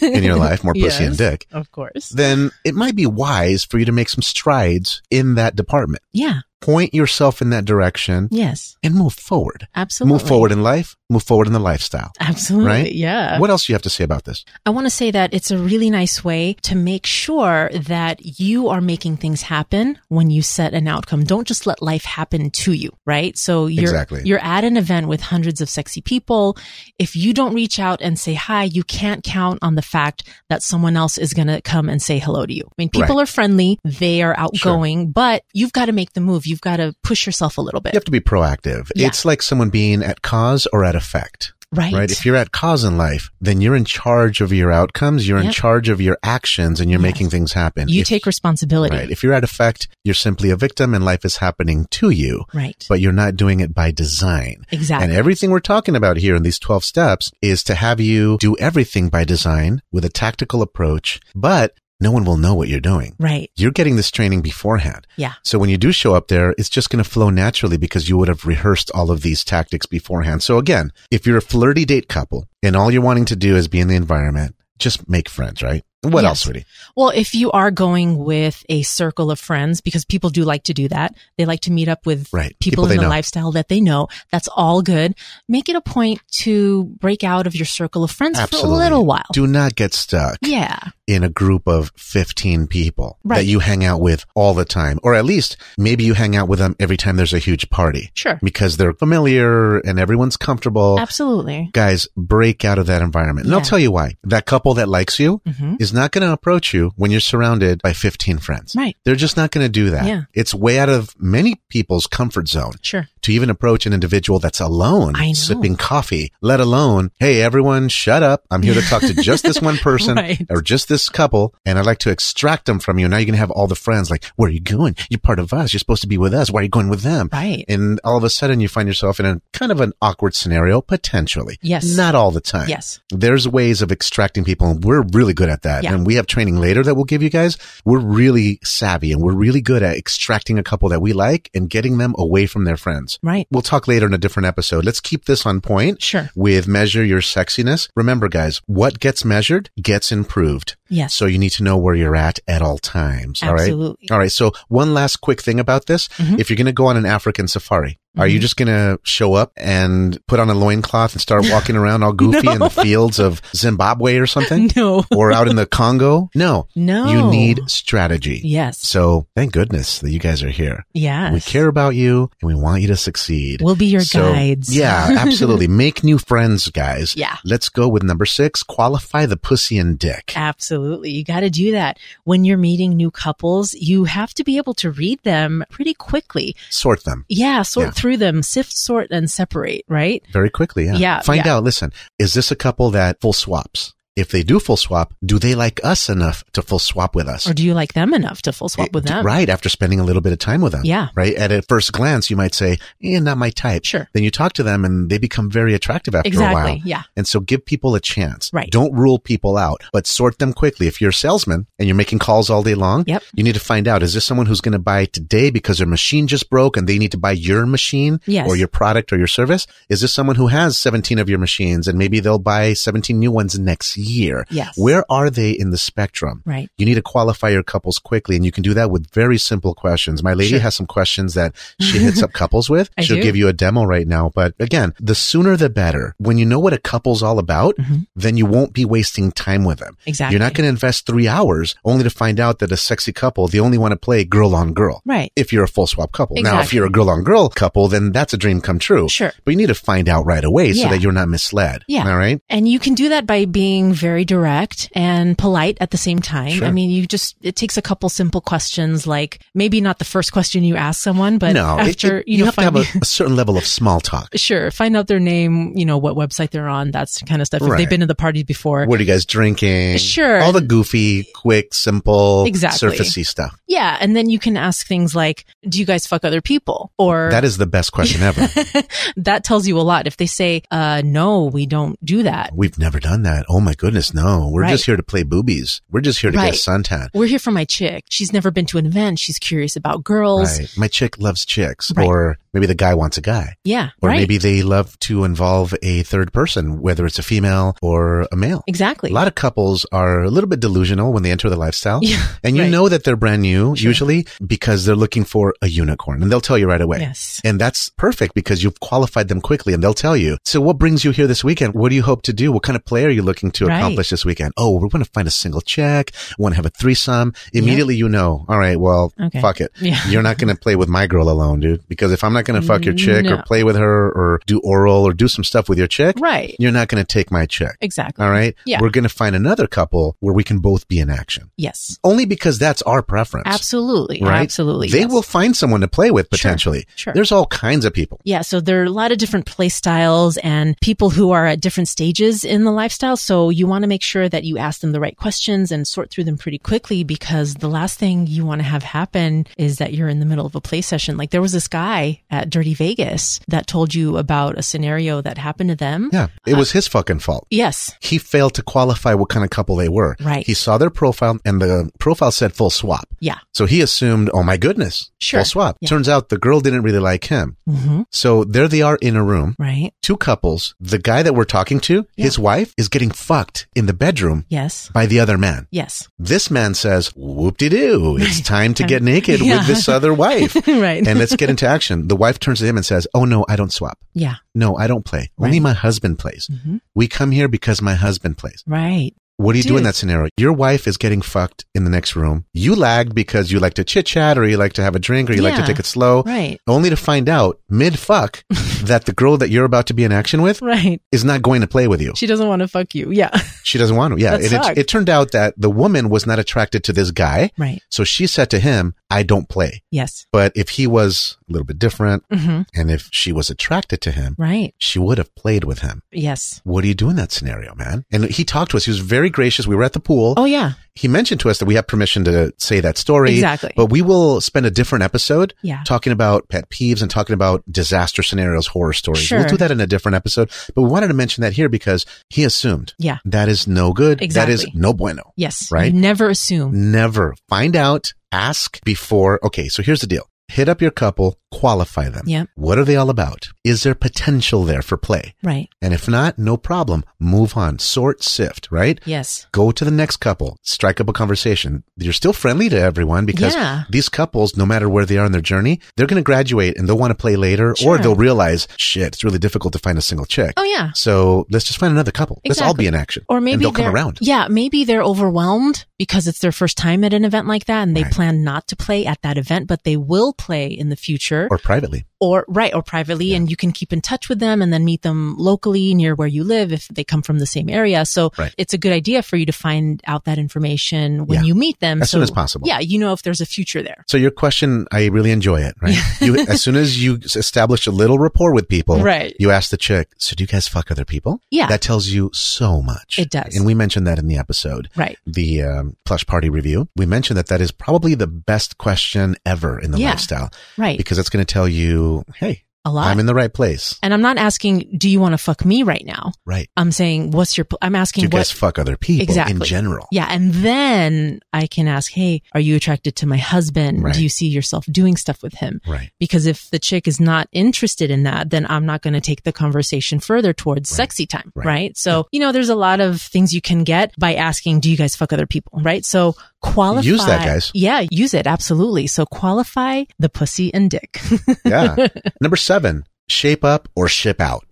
S2: in your life, more pussy and
S1: Yes.
S2: dick,
S1: Of course.
S2: then it might be wise for you to make some strides in that department.
S1: Yeah.
S2: Point yourself in that direction
S1: Yes.
S2: and move forward.
S1: Absolutely.
S2: Move forward in life, move forward in the lifestyle.
S1: Absolutely.
S2: Right?
S1: Yeah.
S2: What else do you have to say about this?
S1: I want to say that it's a really nice way to make sure that you are making things happen when you set an outcome. Don't just let life happen to you, right? So you're
S2: Exactly.
S1: you're at an event with hundreds of sexy people. If you don't reach out and say hi, you can't count on the fact that someone else is going to come and say hello to you. I mean, people
S2: Right.
S1: are friendly, they are outgoing, but you've got to make the move. You've got to push yourself a little bit,
S2: You have to be proactive.
S1: Yeah.
S2: It's like someone being at cause or at effect.
S1: right?
S2: Right. If you're at cause in life, then you're in charge of your outcomes. You're in
S1: Yep.
S2: charge of your actions and you're making things happen.
S1: you
S2: If-
S1: take responsibility.
S2: Right. If you're at effect, you're simply a victim and life is happening to you,
S1: Right.
S2: but you're not doing it by design.
S1: Exactly.
S2: And everything we're talking about here in these 12 steps is to have you do everything by design with a tactical approach, but no one will know what you're doing.
S1: right.
S2: You're getting this training beforehand.
S1: Yeah.
S2: So when you do show up there, it's just going to flow naturally because you would have rehearsed all of these tactics beforehand. So again, if you're a flirty date couple and all you're wanting to do is be in the environment, just make friends, right? What
S1: Yes.
S2: else, sweetie?
S1: Well, if you are going with a circle of friends, because people do like to do that, they like to meet up with
S2: Right.
S1: people,
S2: People they
S1: in the
S2: know.
S1: lifestyle that they know. That's all good. Make it a point to break out of your circle of friends
S2: Absolutely.
S1: for a little while.
S2: Do not get stuck
S1: yeah.
S2: in a group of 15 people
S1: Right.
S2: that you hang out with all the time, or at least maybe you hang out with them every time there's a huge party
S1: Sure.
S2: because they're familiar and everyone's comfortable.
S1: Absolutely.
S2: Guys, break out of that environment. And I'll
S1: Yeah.
S2: tell you why. That couple that likes you
S1: Mhm.
S2: is is not going to approach you when you're surrounded by 15 friends.
S1: Right.
S2: They're just not going to do that.
S1: Yeah.
S2: It's way out of many people's comfort zone
S1: Sure.
S2: to even approach an individual that's alone
S1: I know.
S2: sipping coffee, let alone, hey, everyone, shut up. I'm here to talk to just this one person
S1: Right.
S2: or just this couple, and I'd like to extract them from you. Now you're going to have all the friends like, where are you going? You're part of us. You're supposed to be with us. Why are you going with them?
S1: Right.
S2: And all of a sudden, you find yourself in a kind of an awkward scenario, potentially.
S1: Yes.
S2: Not all the time.
S1: Yes.
S2: There's ways of extracting people, and we're really good at that.
S1: Yeah.
S2: And we have training later that we'll give you guys. We're really savvy and we're really good at extracting a couple that we like and getting them away from their friends.
S1: Right.
S2: We'll talk later in a different episode. Let's keep this on point.
S1: Sure.
S2: With measure your sexiness. Remember, guys, what gets measured gets improved.
S1: Yes.
S2: So you need to know where you're at at all times. All right.
S1: Absolutely.
S2: All right. So one last quick thing about this.
S1: Mm-hmm.
S2: If you're going to go on an African safari, are you just going to show up and put on a loincloth and start walking around all goofy in the fields of Zimbabwe or something?
S1: No.
S2: or out in the Congo? No.
S1: No.
S2: You need strategy.
S1: Oh. Yes.
S2: So thank goodness that you guys are here.
S1: Yes.
S2: We care about you and we want you to succeed.
S1: We'll be your
S2: So,
S1: guides.
S2: Yeah, absolutely. Make new friends, guys.
S1: Yeah.
S2: Let's go with number six. Qualify the pussy and dick.
S1: Absolutely. You got to do that. When you're meeting new couples, you have to be able to read them pretty quickly.
S2: Sort them.
S1: Yeah, sort
S2: Yeah.
S1: through them, sift, sort, and separate, right?
S2: Very quickly, yeah.
S1: Yeah,
S2: Find
S1: yeah.
S2: out, listen, is this a couple that full swaps? If they do full swap, do they like us enough to full swap with us?
S1: Or do you like them enough to full swap with
S2: Eh, d-
S1: them?
S2: Right, after spending a little bit of time with them.
S1: Yeah.
S2: Right. At a first glance, you might say, eh, not my type.
S1: Sure.
S2: Then you talk to them and they become very attractive after a
S1: Exactly.
S2: while.
S1: Yeah.
S2: And so give people a chance.
S1: Right.
S2: Don't rule people out, but sort them quickly. If you're a salesman and you're making calls all day long,
S1: Yep.
S2: you need to find out, is this someone who's going to buy today because their machine just broke and they need to buy your machine
S1: Yes.
S2: or your product or your service? Is this someone who has 17 of your machines and maybe they'll buy 17 new ones next year?
S1: Yes.
S2: Where are they in the spectrum?
S1: Right.
S2: You need to qualify your couples quickly, and you can do that with very simple questions. My lady
S1: Sure.
S2: has some questions that she hits up couples with.
S1: I
S2: She'll
S1: do.
S2: give you a demo right now. But again, the sooner the better. When you know what a couple's all about, then you won't be wasting time with them.
S1: Mm-hmm. Exactly.
S2: You're not going to invest three hours only to find out that a sexy couple, they only want to play girl on girl.
S1: Right.
S2: If you're a full swap couple. Now, if
S1: Exactly.
S2: you're a girl on girl couple, then that's a dream come true.
S1: Sure.
S2: But you need to find out right away so
S1: Yeah.
S2: that you're not misled.
S1: Yeah.
S2: All right.
S1: And you can do that by being very direct and polite at the same time.
S2: Sure.
S1: I mean, you just, it takes a couple simple questions, like maybe not the first question you ask someone, but
S2: no, it-
S1: after,
S2: it-
S1: you,
S2: you
S1: know,
S2: have to
S1: find-
S2: have a, a certain level of small talk.
S1: sure, find out their name, you know, what website they're on, that's kind of stuff. If
S2: Right.
S1: they've been to the party before.
S2: What are you guys drinking?
S1: Sure.
S2: All the goofy, quick, simple,
S1: Exactly.
S2: surfacey stuff.
S1: yeah. And then you can ask things like, do you guys fuck other people? Or
S2: That is the best question ever.
S1: that tells you a lot. If they say, uh, no, we don't do that.
S2: We've never done that. Oh my goodness, no. We're
S1: Right.
S2: just here to play boobies. We're just here to
S1: Right.
S2: get suntan.
S1: We're here for my chick. She's never been to an event. She's curious about girls.
S2: Right. My chick loves chicks.
S1: Right.
S2: Or maybe the guy wants a guy.
S1: Yeah.
S2: Or
S1: right.
S2: maybe they love to involve a third person, whether it's a female or a male.
S1: exactly.
S2: A lot of couples are a little bit delusional when they enter the lifestyle.
S1: Yeah,
S2: and you
S1: right.
S2: know that they're brand new usually because they're looking for a unicorn and they'll tell you right away.
S1: Yes.
S2: And that's perfect because you've qualified them quickly and they'll tell you. So what brings you here this weekend? What do you hope to do? What kind of play are you looking to
S1: Right.
S2: accomplish this weekend? Oh, we want to find a single check. We want to have a threesome. Immediately you know, all right, well,
S1: Okay.
S2: fuck it.
S1: Yeah. Mm,
S2: You're not going to play with my girl alone, dude, because if I'm not going to fuck your chick
S1: No.
S2: or play with her or do oral or do some stuff with your chick,
S1: Right.
S2: you're not going to take my chick.
S1: Exactly.
S2: All right.
S1: Yeah.
S2: We're going to find another couple where we can both be in action.
S1: Yes.
S2: Only because that's our preference.
S1: Absolutely.
S2: Right?
S1: Absolutely.
S2: They
S1: yes.
S2: will find someone to play with potentially.
S1: Sure.
S2: There's all kinds of people.
S1: Yeah, so there are a lot of different play styles and people who are at different stages in the lifestyle. So you want to make sure that you ask them the right questions and sort through them pretty quickly because the last thing you want to have happen is that you're in the middle of a play session. Like there was this guy at Dirty Vegas that told you about a scenario that happened to them.
S2: Yeah. It was his fucking fault.
S1: Yes.
S2: He failed to qualify what kind of couple they were.
S1: Right.
S2: He saw their profile and the profile said full swap.
S1: Yeah.
S2: So he assumed, oh my goodness,
S1: Sure.
S2: full swap.
S1: Yeah.
S2: Turns out the girl didn't really like him.
S1: hmm
S2: So there they are in a room.
S1: Right.
S2: Two couples. The guy that we're talking to,
S1: Yeah.
S2: his wife is getting fucked in the bedroom
S1: Yes.
S2: by the other man.
S1: Yes.
S2: This man says, whoop de doo, it's time to get naked
S1: Yeah.
S2: with this other wife.
S1: right.
S2: and let's get into action. The wife turns to him and says, Oh, no, I don't swap.
S1: yeah.
S2: No, I don't play. Only
S1: Right.
S2: my husband plays.
S1: Mhm.
S2: We come here because my husband plays.
S1: Right.
S2: What do you do in
S1: Dude.
S2: that scenario? Your wife is getting fucked in the next room. You lagged because you like to chit chat or you like to have a drink or you like to
S1: Yeah.
S2: take it slow.
S1: Right.
S2: Only to find out mid fuck that the girl that you're about to be in action with
S1: Right.
S2: is not going to play with you.
S1: She doesn't want to fuck you. Yeah.
S2: She doesn't want to. Yeah.
S1: That
S2: And it,
S1: sucked.
S2: it turned out that the woman was not attracted to this guy.
S1: Right.
S2: So she said to him, I don't play.
S1: Yes.
S2: But if he was a little bit different
S1: hmm
S2: and if she was attracted to him,
S1: Right.
S2: she would have played with him.
S1: Yes.
S2: What do you do in that scenario, man? And he talked to us. He was very gracious. We were at the pool.
S1: Oh yeah.
S2: He mentioned to us that we have permission to say that story.
S1: Exactly.
S2: But we will spend a different episode
S1: Yeah.
S2: talking about pet peeves and talking about disaster scenarios, horror stories.
S1: Sure.
S2: We'll do that in a different episode. But we wanted to mention that here because he assumed
S1: Yeah.
S2: that is no good.
S1: Exactly.
S2: That is no bueno.
S1: Yes.
S2: Right?
S1: You never assume.
S2: Never find out, ask before. Okay, so here's the deal. Hit up your couple, qualify them.
S1: Yeah.
S2: What are they all about? Is there potential there for play?
S1: Right.
S2: And if not, no problem. Move on. Sort, sift, right?
S1: Yes.
S2: Go to the next couple. Strike up a conversation. You're still friendly to everyone because
S1: Yeah.
S2: these couples, no matter where they are in their journey, they're going to graduate and they'll want to play later
S1: Sure.
S2: or they'll realize, shit, it's really difficult to find a single chick.
S1: Oh yeah.
S2: So let's just find another couple. Let's all
S1: Exactly.
S2: be in action.
S1: Or maybe
S2: and they'll come
S1: they're-
S2: around.
S1: Yeah, maybe they're overwhelmed because it's their first time at an event like that, and they
S2: Right.
S1: plan not to play at that event, but they will play in the future, or,
S2: Or privately.
S1: right, or privately, and you can keep in touch with them and then meet them locally near where you live if they come from the same area. So
S2: Right.
S1: it's a good idea for you to find out that information when
S2: Yeah.
S1: you meet them,
S2: As
S1: so,
S2: soon as possible.
S1: Yeah, you know if there's a future there.
S2: So your question, I really enjoy it, right? you, as soon as you s- establish a little rapport with people,
S1: Right.
S2: you ask the chick, so do you guys fuck other people?
S1: Yeah.
S2: That tells you so much.
S1: It does.
S2: And we mentioned that in the episode.
S1: Right.
S2: The um, plush party review. We mentioned that that is probably the best question ever in the
S1: Yeah.
S2: lifestyle
S1: Right.
S2: because it's going to tell you, hey,
S1: a lot.
S2: I'm in the right place.
S1: and I'm not asking, do you want to fuck me right now?
S2: Right.
S1: I'm saying, what's your, pl- I'm
S2: Do
S1: asking
S2: you
S1: what,
S2: guys fuck other people in
S1: Exactly.
S2: general?
S1: Yeah. And then I can ask, Hey, are you attracted to my husband?
S2: Right.
S1: Do you see yourself doing stuff with him?
S2: Right.
S1: Because if the chick is not interested in that, then I'm not going to take the conversation further towards
S2: Right.
S1: sexy time.
S2: Right.
S1: Right. So, you know, there's a lot of things you can get by asking, do you guys fuck other people? Right. So qualify.
S2: Use that, guys.
S1: Yeah. Use it. Absolutely. So qualify the pussy and dick.
S2: Yeah. Number seven, shape up or ship out.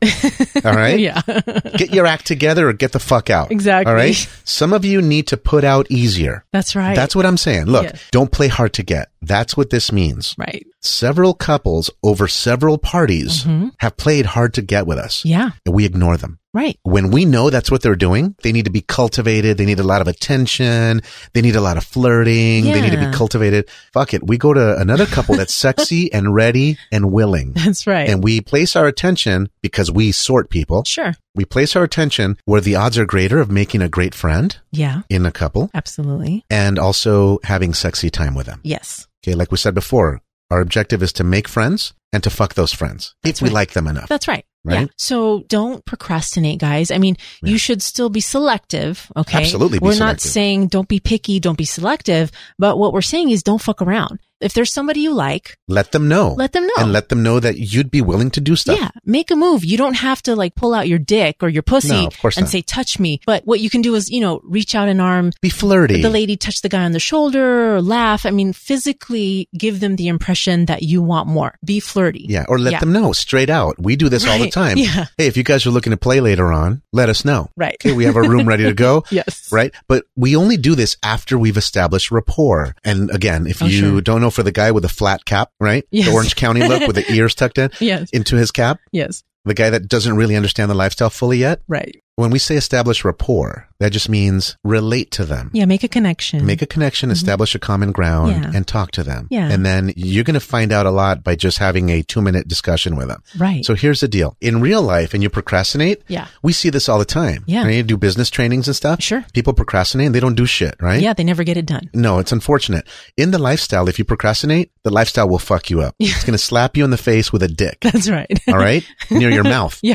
S2: All right.
S1: yeah.
S2: Get your act together or get the fuck out.
S1: Exactly.
S2: All right. Some of you need to put out easier.
S1: That's right.
S2: That's what I'm saying. Look,
S1: Yeah.
S2: don't play hard to get. That's what this means.
S1: right.
S2: Several couples over several parties
S1: Mhm.
S2: have played hard to get with us
S1: Yeah.
S2: and we ignore them.
S1: Right.
S2: When we know that's what they're doing, they need to be cultivated. They need a lot of attention. They need a lot of flirting. They need to
S1: Yeah.
S2: be cultivated. Fuck it. We go to another couple that's sexy and ready and willing.
S1: That's right.
S2: And we place our attention because we sort people.
S1: sure.
S2: We place our attention where the odds are greater of making a great friend
S1: Yeah.
S2: in a couple
S1: Absolutely.
S2: and also having sexy time with them.
S1: Yes.
S2: Okay, like we said before, our objective is to make friends and to fuck those friends
S1: That's
S2: if we
S1: right.
S2: like them enough.
S1: That's right. Yeah.
S2: Right?
S1: So don't procrastinate, guys. I mean,
S2: Yeah.
S1: you should still be selective. Okay.
S2: Absolutely be
S1: We're not
S2: selective.
S1: saying don't be picky, don't be selective, but what we're saying is don't fuck around. If there's somebody you like,
S2: let them know.
S1: let them know.
S2: And let them know that you'd be willing to do stuff.
S1: yeah, make a move. You don't have to like pull out your dick or your pussy
S2: No, of course
S1: and
S2: not.
S1: say, touch me. But what you can do is, you know, reach out an arm,
S2: Be flirty.
S1: the lady touch the guy on the shoulder or laugh. I mean, physically give them the impression that you want more. Be flirty.
S2: yeah, or let
S1: Yeah.
S2: them know straight out. We do this all the
S1: Right.
S2: time.
S1: Yeah.
S2: Hey, if you guys are looking to play later on, let us know.
S1: Right.
S2: Okay, we have our room ready to go.
S1: Yes.
S2: Right. But we only do this after we've established rapport. And again, if
S1: Oh,
S2: you
S1: sure.
S2: don't know for the guy with the flat cap, right?
S1: Yes.
S2: The Orange County look with the ears tucked in
S1: Yes.
S2: into his cap,
S1: Yes.
S2: the guy that doesn't really understand the lifestyle fully yet.
S1: Right.
S2: When we say establish rapport, that just means relate to them.
S1: Yeah, make a connection.
S2: Make a connection, establish a common ground,
S1: Mm-hmm. Yeah.
S2: and talk to them.
S1: Yeah.
S2: And then you're going to find out a lot by just having a two minute discussion with them.
S1: right.
S2: So here's the deal in real life, and you procrastinate,
S1: yeah.
S2: we see this all the time.
S1: Yeah.
S2: Right? You do business trainings and stuff.
S1: Sure.
S2: People procrastinate and they don't do shit, right?
S1: Yeah, they never get it done.
S2: No, it's unfortunate. In the lifestyle, if you procrastinate, the lifestyle will fuck you up. It's going to slap you in the face with a dick,
S1: That's right.
S2: all right? Near your mouth.
S1: Yeah.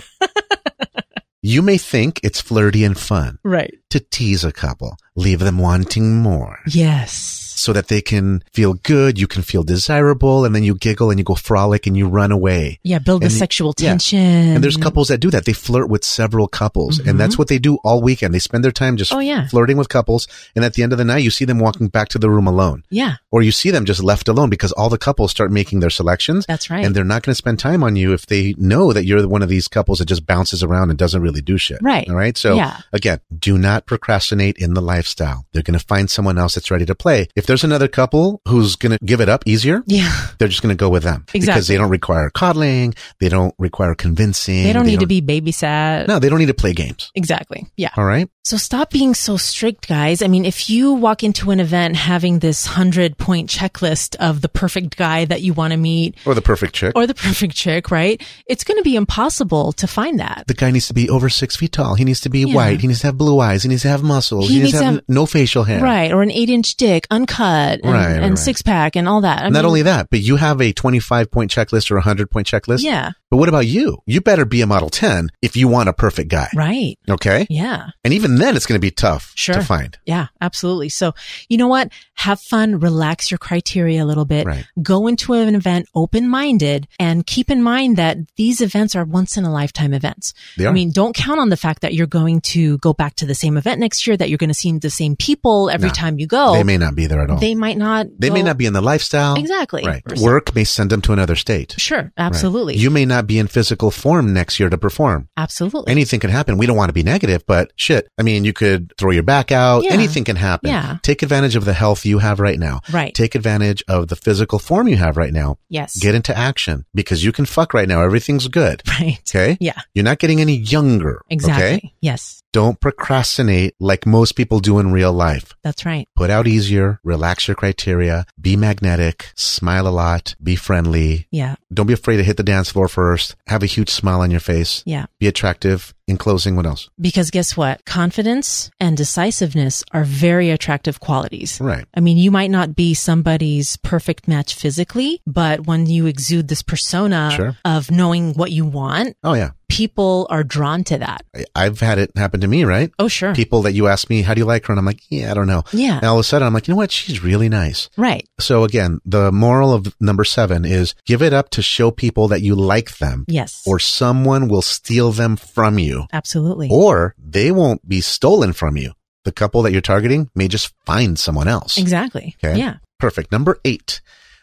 S2: you may think it's flirty and fun
S1: right.
S2: to tease a couple, leave them wanting more.
S1: Yes.
S2: so that they can feel good. You can feel desirable. And then you giggle and you go frolic and you run away.
S1: Yeah, build the
S2: And-
S1: sexual
S2: yeah.
S1: tension.
S2: And
S1: Mm-hmm.
S2: there's couples that do that. They flirt with several couples. And that's what they do all weekend. They spend their time just
S1: Oh, yeah.
S2: flirting with couples. And at the end of the night, you see them walking back to the room alone.
S1: Yeah,
S2: Or you see them just left alone because all the couples start making their selections.
S1: that's right.
S2: And they're not going to spend time on you if they know that you're one of these couples that just bounces around and doesn't really do shit.
S1: Right.
S2: All right. So
S1: Yeah.
S2: again, do not procrastinate in the lifestyle. They're going to find someone else that's ready to play. If there's another couple who's going to give it up easier,
S1: yeah.
S2: they're just going to go with them because
S1: Exactly.
S2: they don't require coddling. They don't require convincing.
S1: They don't need to be babysat.
S2: No, they don't need to play games.
S1: Exactly. Yeah.
S2: All right.
S1: So stop being so strict, guys. I mean, if you walk into an event having this hundred point checklist of the perfect guy that you want to meet
S2: Or the perfect chick.
S1: or the perfect chick, right? It's going to be impossible to find that.
S2: the guy needs to be over six feet tall. He needs to be
S1: Yeah.
S2: white. He needs to have blue eyes. He needs to have muscles. He, needs, to have, no facial hair.
S1: Right. Or an eight inch dick, uncut and,
S2: Right, right,
S1: and
S2: right.
S1: six pack and all that. I
S2: Not
S1: mean,
S2: only that, but you have a 25 point checklist or a 100 point checklist.
S1: Yeah.
S2: But what about you? You better be a model 10 if you want a perfect guy.
S1: Right.
S2: Okay.
S1: Yeah.
S2: And even then it's going to be tough
S1: Sure.
S2: to find.
S1: Yeah, absolutely. So, you know what? Have fun, relax your criteria a little bit.
S2: Right.
S1: Go into an event open minded and keep in mind that these events are once in a lifetime events.
S2: They are.
S1: I mean, don't count on the fact that you're going to go back to the same event next year, that you're going to see the same people every
S2: No.
S1: time you go.
S2: They may not be there at all.
S1: Oh. They might not.
S2: They may
S1: go-
S2: not be in the lifestyle.
S1: Exactly.
S2: Right.
S1: Or-
S2: Work may send them to another state.
S1: Sure.
S2: Right.
S1: Absolutely.
S2: You may not be in physical form next year to perform.
S1: absolutely.
S2: Anything can happen. We don't want to be negative, but shit. I mean, you could throw your back out.
S1: Yeah.
S2: Anything can happen.
S1: Yeah.
S2: Take advantage of the health you have right now.
S1: Right.
S2: Take advantage of the physical form you have right now.
S1: yes.
S2: Get into action because you can fuck right now. Everything's good.
S1: right.
S2: Okay.
S1: Yeah.
S2: You're not getting any younger.
S1: Exactly.
S2: Okay.
S1: Yes.
S2: Don't procrastinate like most people do in real life.
S1: That's right.
S2: Put out easier, relax your criteria, be magnetic, smile a lot, be friendly.
S1: Yeah.
S2: Don't be afraid to hit the dance floor first. Have a huge smile on your face.
S1: Yeah.
S2: Be attractive. In closing, what else?
S1: Because guess what? Confidence and decisiveness are very attractive qualities.
S2: Right.
S1: I mean, you might not be somebody's perfect match physically, but when you exude this persona
S2: Sure.
S1: of knowing what you want,
S2: Oh, yeah.
S1: people are drawn to that.
S2: I- I've had it happen to me, right?
S1: Oh, sure.
S2: People that you ask me, how do you like her? And I'm like, yeah, I don't know.
S1: Yeah.
S2: And all of a sudden, I'm like, you know what? She's really nice.
S1: right.
S2: So again, the moral of number seven is give it up to show people that you like them
S1: Yes.
S2: or someone will steal them from you.
S1: Absolutely.
S2: or they won't be stolen from you. The couple that you're targeting may just find someone else.
S1: exactly.
S2: Okay.
S1: Yeah.
S2: Perfect. Number eight,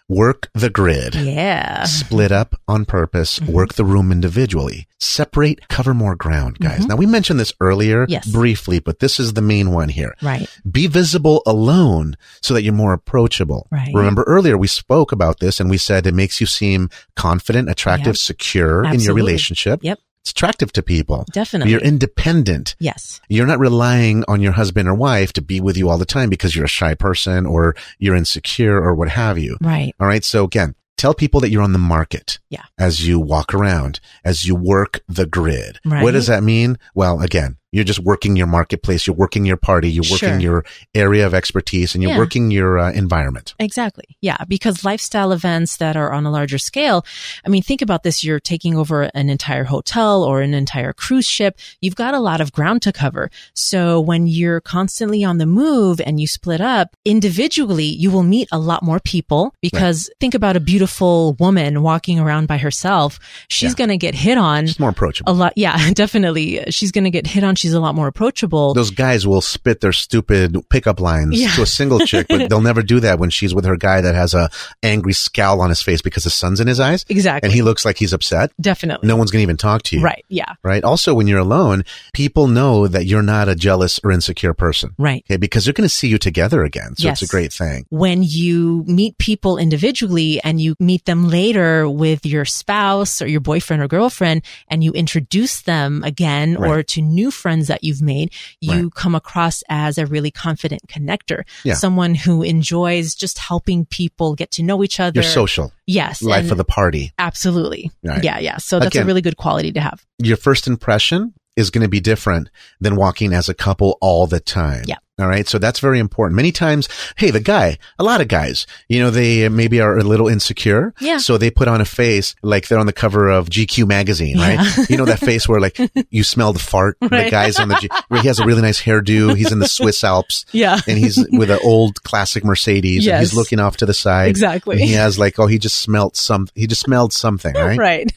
S2: work the grid.
S1: Yeah. Mm-hmm.
S2: Split up on purpose, work the room individually, separate, cover more ground, guys. Now, we mentioned this earlier
S1: Mm-hmm. Yes.
S2: briefly, but this is the main one here.
S1: Right.
S2: Be visible alone so that you're more approachable.
S1: Right.
S2: Remember earlier we spoke about this and we said it makes you seem confident, attractive,
S1: Yep.
S2: secure in your
S1: Absolutely.
S2: relationship.
S1: Yep.
S2: It's attractive to people.
S1: Definitely.
S2: You're independent.
S1: Yes.
S2: You're not relying on your husband or wife to be with you all the time because you're a shy person or you're insecure or what have you.
S1: Right.
S2: All right. So again, tell people that you're on the market.
S1: Yeah.
S2: As you walk around, as you work the grid.
S1: Right.
S2: What does that mean? Well, again, you're just working your marketplace. You're working your party. You're working
S1: Sure.
S2: your area of expertise and you're
S1: Yeah.
S2: working your uh, environment.
S1: Exactly. Yeah. Because lifestyle events that are on a larger scale, I mean, think about this. You're taking over an entire hotel or an entire cruise ship. You've got a lot of ground to cover. So when you're constantly on the move and you split up individually, you will meet a lot more people because think about a beautiful woman walking around by herself. She's
S2: Yeah.
S1: going to get hit on
S2: It's more approachable.
S1: a lot. Yeah, definitely. She's going to get hit on. She's a lot more approachable.
S2: Those guys will spit their stupid pickup lines
S1: Oh. Yeah.
S2: to a single chick, but they'll never do that when she's with her guy that has a angry scowl on his face because the sun's in his eyes.
S1: exactly.
S2: and he looks like he's upset,
S1: definitely.
S2: no one's going to even talk to you.
S1: Right. Yeah.
S2: Right. Also, when you're alone, people know that you're not a jealous or insecure person.
S1: Right.
S2: Okay. Because they're going to see you together again. So
S1: Yes.
S2: it's a great thing.
S1: when you meet people individually and you meet them later with your spouse or your boyfriend or girlfriend and you introduce them again
S2: Right.
S1: or to new friends that you've made, you
S2: Right.
S1: come across as a really confident connector,
S2: Yeah.
S1: someone who enjoys just helping people get to know each other.
S2: You're social,
S1: Yes.
S2: life
S1: and
S2: of the party.
S1: absolutely.
S2: Right.
S1: Yeah. Yeah. So that's a
S2: Again-
S1: really good quality to have.
S2: Your first impression is going to be different than walking as a couple all the time.
S1: Yeah.
S2: All right. So that's very important. Many times, hey, the guy, a lot of guys, you know, they maybe are a little insecure.
S1: Yeah.
S2: So they put on a face like they're on the cover of GQ magazine, right?
S1: Yeah.
S2: You know, that face where like you smell the fart. The
S1: Right.
S2: guy's on the, G- where he has a really nice hairdo. He's in the Swiss Alps
S1: Yeah.
S2: and he's with an old classic Mercedes and
S1: Yes.
S2: he's looking off to the side.
S1: Exactly.
S2: And he has like, oh, he just smelt some, he just smelled something, right?
S1: Right.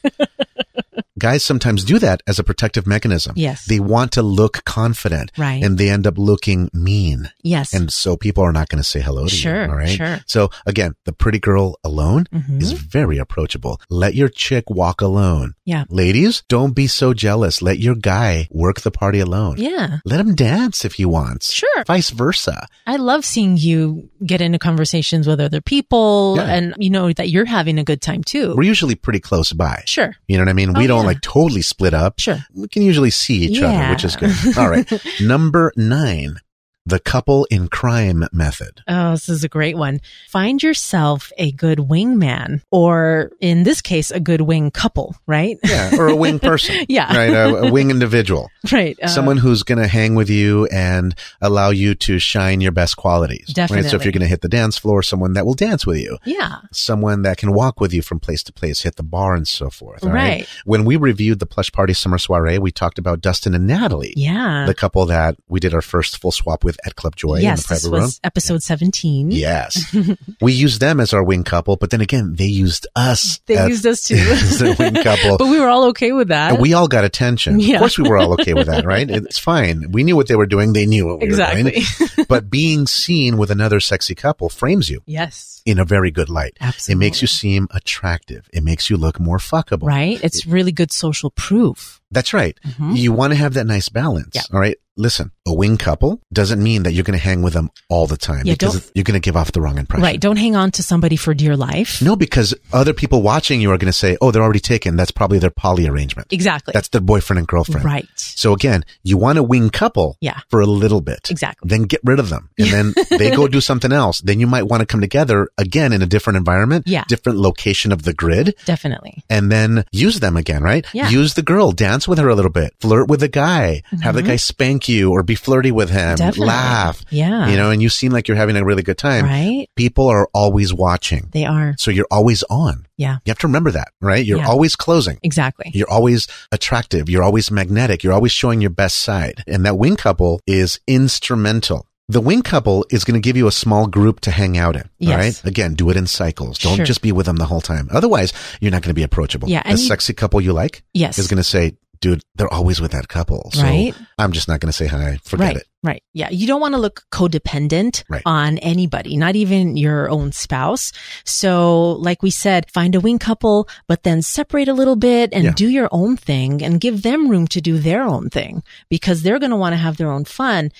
S2: Guys sometimes do that as a protective mechanism.
S1: Yes.
S2: They want to look confident.
S1: Right.
S2: And they end up looking mean.
S1: Yes.
S2: And so people are not going to say hello to
S1: Sure,
S2: you. All right.
S1: sure. Mm-hmm.
S2: So again, the pretty girl alone is very approachable. Let your chick walk alone.
S1: yeah.
S2: Ladies, don't be so jealous. Let your guy work the party alone.
S1: Yeah.
S2: Let him dance if he wants.
S1: Sure.
S2: Vice versa.
S1: I love seeing you get into conversations with other people
S2: Yeah.
S1: and you know that you're having a good time too.
S2: We're usually pretty close by.
S1: sure.
S2: You know what I mean? We
S1: Oh,
S2: don't
S1: yeah.
S2: like totally split up.
S1: Sure.
S2: We can usually see each
S1: Yeah.
S2: other, which is good. All right. Number nine, the couple in crime method.
S1: Oh, this is a great one. Find yourself a good wingman or in this case, a good wing couple, right?
S2: Yeah. Or a wing person.
S1: Yeah.
S2: Right. A, a wing individual.
S1: right. Uh,
S2: Someone who's going to hang with you and allow you to shine your best qualities. Right? So if
S1: Definitely.
S2: you're going to hit the dance floor, someone that will dance with you.
S1: Yeah.
S2: someone that can walk with you from place to place, hit the bar and so forth. all
S1: Right.
S2: When we reviewed the plush party summer soiree, we talked about Dustin and Natalie,
S1: Yeah.
S2: the couple that we did our first full swap with at Club Joy in the
S1: yes.
S2: private
S1: This
S2: room.
S1: was episode 17.
S2: Yes. we used them as our wing couple, but then again, they used us
S1: They
S2: as,
S1: used us too.
S2: as their wing couple.
S1: but we were all okay with that.
S2: and we all got attention.
S1: Yeah.
S2: Of course, we were all okay with that, right? It's fine. We knew what they were doing. They knew what we were
S1: exactly.
S2: doing. But being seen with another sexy couple frames you
S1: yes.
S2: in a very good light. It
S1: Absolutely.
S2: makes you seem attractive. It makes you look more fuckable.
S1: right. It's really good social proof.
S2: That's right. You want to have that nice balance.
S1: Mm-hmm. Yeah.
S2: All right. Listen, a wing couple doesn't mean that you're going to hang with them all the time
S1: Yeah,
S2: because
S1: don't-
S2: you're going to give off the wrong impression.
S1: Right. Don't hang on to somebody for dear life.
S2: No, because other people watching you are going to say, oh, they're already taken. That's probably their poly arrangement.
S1: Exactly.
S2: That's their boyfriend and girlfriend.
S1: right.
S2: So again, you want a wing couple
S1: Yeah.
S2: for a little bit.
S1: Exactly.
S2: Then get rid of them. And then they go do something else. Then you might want to come together again in a different environment,
S1: Yeah.
S2: different location of the grid.
S1: Definitely.
S2: and then use them again, right?
S1: Yeah.
S2: Use the girl, dance with her a little bit, flirt with the guy, have the guy spank you or be flirty with him,
S1: Mm-hmm. Definitely.
S2: laugh.
S1: Yeah.
S2: You know, and you seem like you're having a really good time.
S1: Right.
S2: People are always watching.
S1: They are.
S2: So you're always on.
S1: Yeah.
S2: You have to remember that, right? You're
S1: Yeah.
S2: always closing.
S1: Exactly.
S2: You're always attractive. You're always magnetic. You're always showing your best side. And that wing couple is instrumental. The wing couple is going to give you a small group to hang out in. all
S1: Yes.
S2: right? Again, do it in cycles. Don't
S1: Sure.
S2: just be with them the whole time. Otherwise, you're not going to be approachable.
S1: Yeah,
S2: The
S1: and you-
S2: sexy couple you like
S1: Yes.
S2: is going to say, dude, they're always with that couple. So
S1: Right.
S2: I'm just not going to say hi. Forget
S1: right.
S2: it.
S1: Right. Yeah. You don't want to look codependent
S2: Right.
S1: on anybody, not even your own spouse. So, like we said, find a wing couple, but then separate a little bit and
S2: Yeah.
S1: do your own thing and give them room to do their own thing because they're going to want to have their own fun.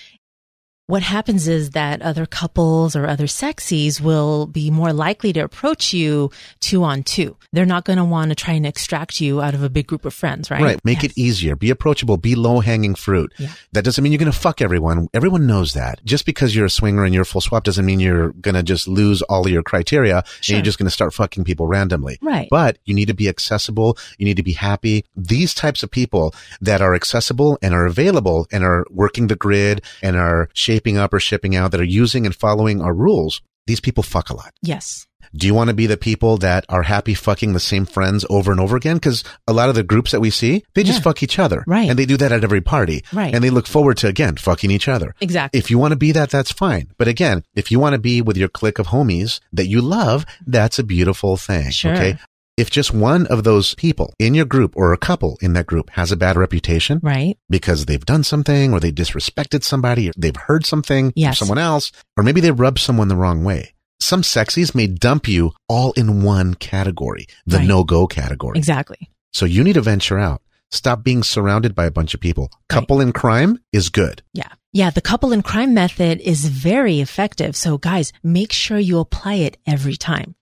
S1: What happens is that other couples or other sexies will be more likely to approach you two on two. They're not going to want to try and extract you out of a big group of friends, right?
S2: Make it e- easier. Be approachable. Be low hanging fruit.
S1: Yeah.
S2: That doesn't mean you're going to fuck everyone. Everyone knows that. Just because you're a swinger and you're a full swap doesn't mean you're going to just lose all your criteria
S1: Sure.
S2: and you're just going to start fucking people randomly.
S1: Right.
S2: But you need to be accessible. You need to be happy. These types of people that are accessible and are available and are working the grid and are shaping up or shipping out that are using and following our rules. These people fuck a lot.
S1: Yes.
S2: Do you want to be the people that are happy fucking the same friends over and over again? Because a lot of the groups that we see, they just
S1: Yeah.
S2: fuck each other.
S1: Right.
S2: And they do that at every party.
S1: Right.
S2: And they look forward to, again, fucking each other.
S1: Exactly.
S2: If you want to be that, that's fine. But again, if you want to be with your clique of homies that you love, that's a beautiful thing.
S1: Sure.
S2: Okay. If just one of those people in your group or a couple in that group has a bad reputation,
S1: right.
S2: because they've done something or they disrespected somebody or they've heard something
S1: Yes.
S2: from someone else or maybe they rubbed someone the wrong way. Some sexies may dump you all in one category, the
S1: Right.
S2: no-go category.
S1: Exactly.
S2: So you need to venture out. Stop being surrounded by a bunch of people. Couple in crime is good.
S1: Yeah. Yeah. The couple in crime method is very effective. So guys, make sure you apply it every time.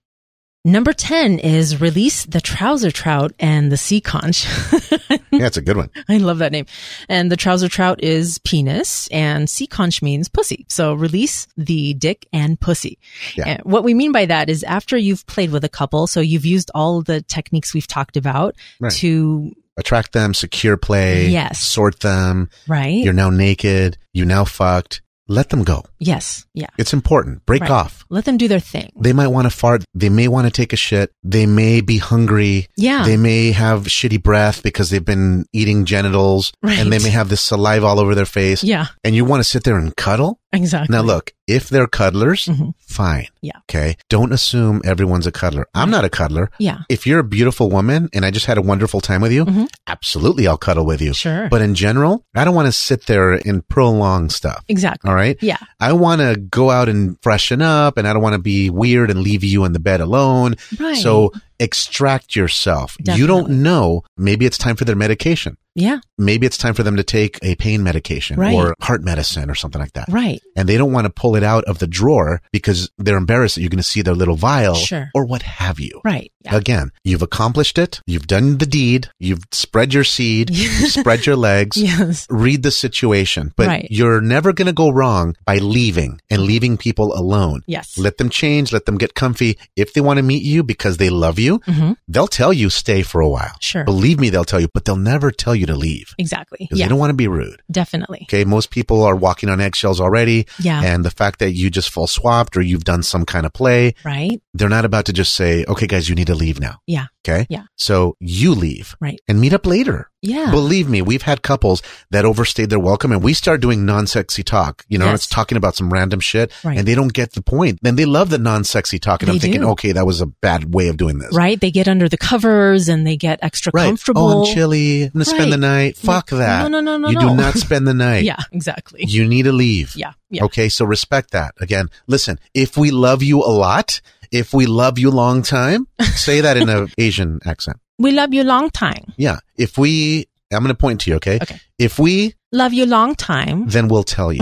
S1: Number 10 is release the trouser trout and the sea conch.
S2: Yeah, it's a good one.
S1: I love that name. And the trouser trout is penis and sea conch means pussy. So release the dick and pussy.
S2: Yeah.
S1: And what we mean by that is after you've played with a couple, so you've used all the techniques we've talked about
S2: Right.
S1: to,
S2: Attract them, secure play,
S1: Yes.
S2: sort them.
S1: right?
S2: You're now naked. You now fucked. let them go.
S1: Yes. Yeah.
S2: It's important. Break
S1: Right.
S2: off.
S1: Let them do their thing.
S2: They might want to fart. They may want to take a shit. They may be hungry.
S1: Yeah.
S2: They may have shitty breath because they've been eating genitals and they
S1: Right.
S2: may have this saliva all over their face.
S1: yeah.
S2: And you want to sit there and cuddle?
S1: Exactly.
S2: Now look, if they're cuddlers,
S1: Mhm.
S2: fine.
S1: Yeah.
S2: Okay. Don't assume everyone's a cuddler. I'm not a cuddler.
S1: Yeah.
S2: If you're a beautiful woman and I just had a wonderful time with you,
S1: Mhm.
S2: absolutely I'll cuddle with you.
S1: Sure.
S2: But in general, I don't want to sit there and prolong stuff.
S1: exactly.
S2: All right.
S1: Yeah.
S2: I want to go out and freshen up and I don't want to be weird and leave you in the bed alone.
S1: Right.
S2: So extract yourself. You
S1: Definitely.
S2: don't know. Maybe it's time for their medication.
S1: yeah.
S2: Maybe it's time for them to take a pain medication
S1: Right.
S2: or heart medicine or something like that.
S1: Right.
S2: And they don't want to pull it out of the drawer because they're embarrassed that you're going to see their little vial
S1: Sure.
S2: or what have you.
S1: Right. Yeah.
S2: Again, you've accomplished it. You've done the deed. You've spread your seed. You've spread your legs
S1: yes.
S2: read the situation, but
S1: Right.
S2: you're never going to go wrong by leaving and leaving people alone.
S1: Yes.
S2: Let them change, let them get comfy. If they want to meet you because they love you,
S1: Mhm.
S2: they'll tell you stay for a while.
S1: Sure.
S2: Believe me, they'll tell you, but they'll never tell you to leave
S1: Exactly.
S2: because
S1: Yeah.
S2: they don't want to be rude.
S1: Definitely.
S2: Okay. Most people are walking on eggshells already.
S1: Yeah.
S2: And the fact that you just full swapped or you've done some kind of play,
S1: Right.
S2: they're not about to just say, okay, guys, you need to leave now.
S1: Yeah.
S2: Okay.
S1: Yeah.
S2: So you leave
S1: Right.
S2: and meet up later.
S1: Yeah.
S2: Believe me, we've had couples that overstayed their welcome and we start doing non-sexy talk. You know,
S1: Yes.
S2: it's talking about some random shit
S1: Right.
S2: and they don't get the point. Then they love the non-sexy talk and
S1: They
S2: I'm thinking,
S1: do.
S2: okay, that was a bad way of doing this.
S1: right. They get under the covers and they get extra
S2: Right.
S1: comfortable.
S2: Oh, I'm chilly. I'm going to
S1: Right.
S2: spend the night. Fuck that.
S1: no, no, no,
S2: You
S1: no.
S2: do not spend the night.
S1: Yeah. Exactly.
S2: You need to leave.
S1: Yeah. Yeah.
S2: Okay. So respect that. Again, listen, if we love you a lot, if we love you long time, say that in an Asian accent.
S1: We love you long time.
S2: Yeah. If we, I'm going to point to you. Okay.
S1: Okay.
S2: If we
S1: Love you long time.
S2: then we'll tell you.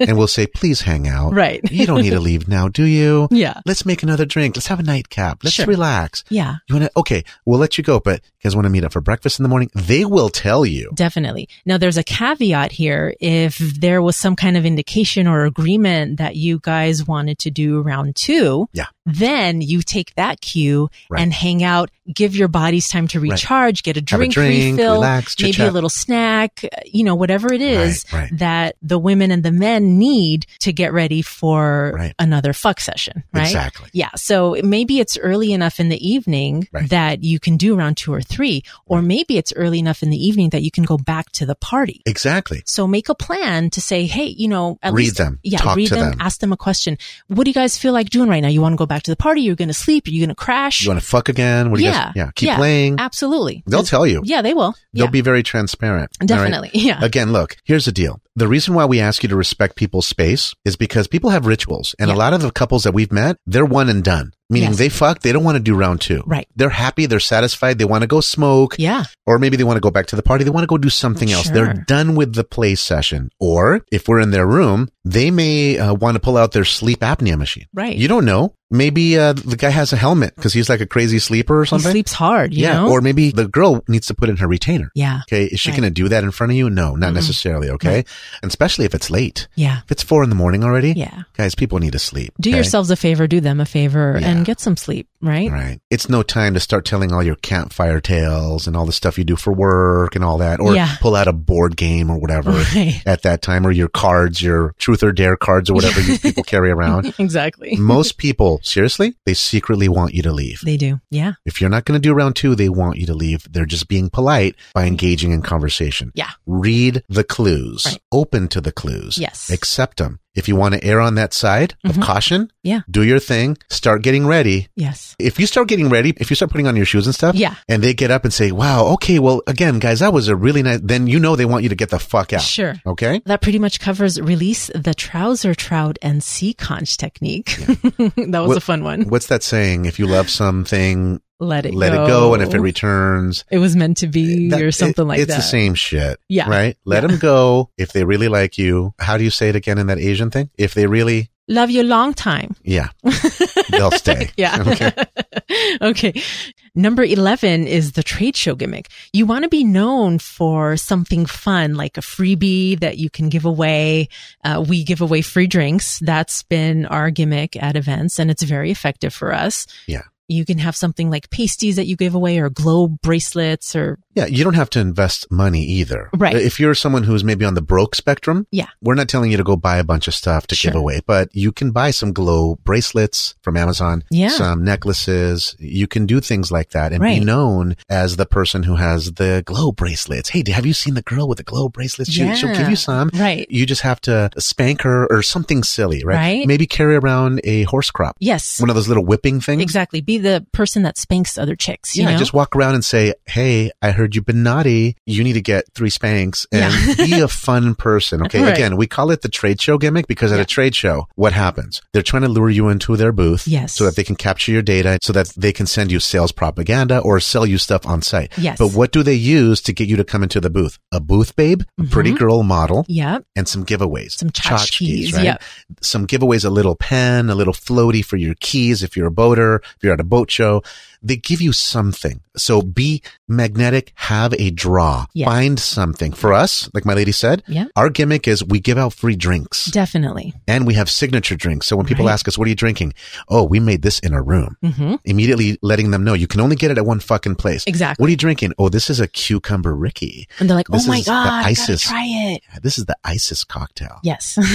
S2: and we'll say, please hang out.
S1: Right.
S2: You don't need to leave now, do you?
S1: Yeah.
S2: Let's make another drink. Let's have a nightcap. Let's
S1: Sure.
S2: relax.
S1: Yeah.
S2: You want to, okay, we'll let you go, but you guys want to meet up for breakfast in the morning? They will tell you.
S1: Definitely. Now, there's a caveat here. If there was some kind of indication or agreement that you guys wanted to do round two,
S2: Yeah.
S1: then you take that cue
S2: Right.
S1: and hang out, give your bodies time to
S2: Right.
S1: recharge, get a
S2: Have
S1: drink,
S2: a drink,
S1: refill,
S2: relax,
S1: maybe a
S2: chit-chat.
S1: little snack, uh, you know, whatever it is
S2: Right, right.
S1: that the women and the men need to get ready for
S2: Right.
S1: another fuck session, right?
S2: Exactly.
S1: Yeah. So maybe it's early enough in the evening
S2: Right.
S1: that you can do round two or three, or maybe it's early enough in the evening that you can go back to the party.
S2: Exactly.
S1: So make a plan to say, hey, you know, at
S2: Read
S1: least,
S2: them.
S1: Yeah,
S2: Talk
S1: read
S2: to
S1: them,
S2: them.
S1: Ask them a question. What do you guys feel like doing right now? You want to go back to the party? You're going to sleep? Are you going to crash?
S2: You want to fuck again? What do you
S1: yeah.
S2: guys, yeah, keep playing.
S1: Absolutely.
S2: They'll tell you.
S1: Yeah, they will.
S2: They'll
S1: yeah,
S2: be very transparent. all right?
S1: definitely. Yeah.
S2: Again, look, here's the deal. The reason why we ask you to respect people's space is because people have rituals and
S1: Yeah.
S2: a lot of the couples that we've met, they're one and done, meaning
S1: Yes.
S2: they fuck, they don't want to do round two.
S1: Right.
S2: They're happy. They're satisfied. They want to go smoke
S1: yeah.
S2: or maybe they want to go back to the party. They want to go do something else.
S1: Sure.
S2: They're done with the play session. Or if we're in their room, they may uh, want to pull out their sleep apnea machine.
S1: Right.
S2: You don't know. Maybe uh, the guy has a helmet because he's like a crazy sleeper or
S1: He
S2: something.
S1: sleeps hard, you
S2: yeah.
S1: know?
S2: Or maybe the girl needs to put in her retainer.
S1: yeah.
S2: Okay. Is she
S1: Right. Mm-hmm.
S2: going to do that in front of you? No, not
S1: Mm-mm.
S2: necessarily. Okay. And especially if it's late.
S1: Yeah.
S2: If it's four in the morning already,
S1: Yeah.
S2: guys, people need to sleep.
S1: Do
S2: okay?
S1: yourselves a favor, do them a favor,
S2: Yeah.
S1: and get some sleep, right?
S2: Right. It's no time to start telling all your campfire tales and all the stuff you do for work and all that, or
S1: Yeah.
S2: pull out a board game or whatever
S1: Right.
S2: at that time, or your cards, your truth or dare cards or whatever you people carry around.
S1: exactly.
S2: Most people, seriously, they secretly want you to leave.
S1: They do. Yeah.
S2: If you're not going to do round two, they want you to leave. They're just being polite by engaging in conversation.
S1: Yeah.
S2: Read the clues.
S1: Right.
S2: Open to the clues.
S1: Yes.
S2: Accept them. If you want to err on that side
S1: Mhm.
S2: of caution,
S1: Yeah.
S2: do your thing. Start getting ready.
S1: Yes.
S2: If you start getting ready, if you start putting on your shoes and stuff,
S1: Yeah.
S2: and they get up and say, "Wow, okay, well, again, guys, that was a really nice," then you know they want you to get the fuck out.
S1: Sure.
S2: Okay.
S1: That pretty much covers release the trouser trout and sea conch technique. that was
S2: What-
S1: a fun one.
S2: What's that saying? If you love something,
S1: Let it
S2: let
S1: go.
S2: it go, and if it returns,
S1: It was meant to be
S2: that-
S1: or something
S2: it-
S1: like
S2: it's
S1: that.
S2: the same shit.
S1: Yeah.
S2: Right. Let them go if they really like you. How do you say it again in that Asian thing? If they really,
S1: Love you long time.
S2: yeah, they'll stay.
S1: Yeah.
S2: Okay.
S1: okay. Number 11 is the trade show gimmick. You want to be known for something fun, like a freebie that you can give away. Uh, we give away free drinks. That's been our gimmick at events and it's very effective for us.
S2: Yeah.
S1: You can have something like pasties that you give away or globe bracelets or
S2: Yeah, you don't have to invest money either.
S1: Right.
S2: If you're someone who's maybe on the broke spectrum,
S1: Yeah.
S2: we're not telling you to go buy a bunch of stuff to give
S1: Sure.
S2: away, but you can buy some glow bracelets from Amazon,
S1: Yeah.
S2: some necklaces. You can do things like that and
S1: Right.
S2: be known as the person who has the glow bracelets. Hey, have you seen the girl with the glow bracelets? She, She'll give
S1: Yeah.
S2: you some.
S1: Right.
S2: You just have to spank her or something silly, right?
S1: Right.
S2: Maybe carry around a horse crop,
S1: yes.
S2: one of those little whipping things.
S1: Exactly. Be the person that spanks other chicks. You
S2: Yeah,
S1: know?
S2: just walk around and say, "Hey, I heard you've been naughty. You need to get three spanks and be a fun person." Okay,
S1: Right.
S2: again, we call it the trade show gimmick because at
S1: Yeah.
S2: a trade show, what happens? They're trying to lure you into their booth,
S1: Yes.
S2: so that they can capture your data, so that they can send you sales propaganda or sell you stuff on site.
S1: Yes.
S2: But what do they use to get you to come into the booth? A booth babe, a pretty girl model,
S1: yeah.
S2: and some giveaways.
S1: Mm-hmm. Some tchotchkes,
S2: Tchotchkes, right?
S1: yep.
S2: Some giveaways, a little pen, a little floaty for your keys if you're a boater, if you're at a boat show. They give you something. So be magnetic, have a draw,
S1: Yes.
S2: find something. For us, like my lady said,
S1: Yep.
S2: our gimmick is we give out free drinks
S1: Definitely.
S2: and we have signature drinks. So when people
S1: Right.
S2: ask us, what are you drinking? Oh, we made this in a room.
S1: hmm
S2: Immediately letting them know you can only get it at one fucking place.
S1: Exactly.
S2: What are you drinking? Oh, this is a cucumber Ricky.
S1: And they're like,
S2: This
S1: oh my
S2: is the
S1: God, I gotta
S2: ISIS.
S1: try it.
S2: This is the ISIS cocktail.
S1: Yes.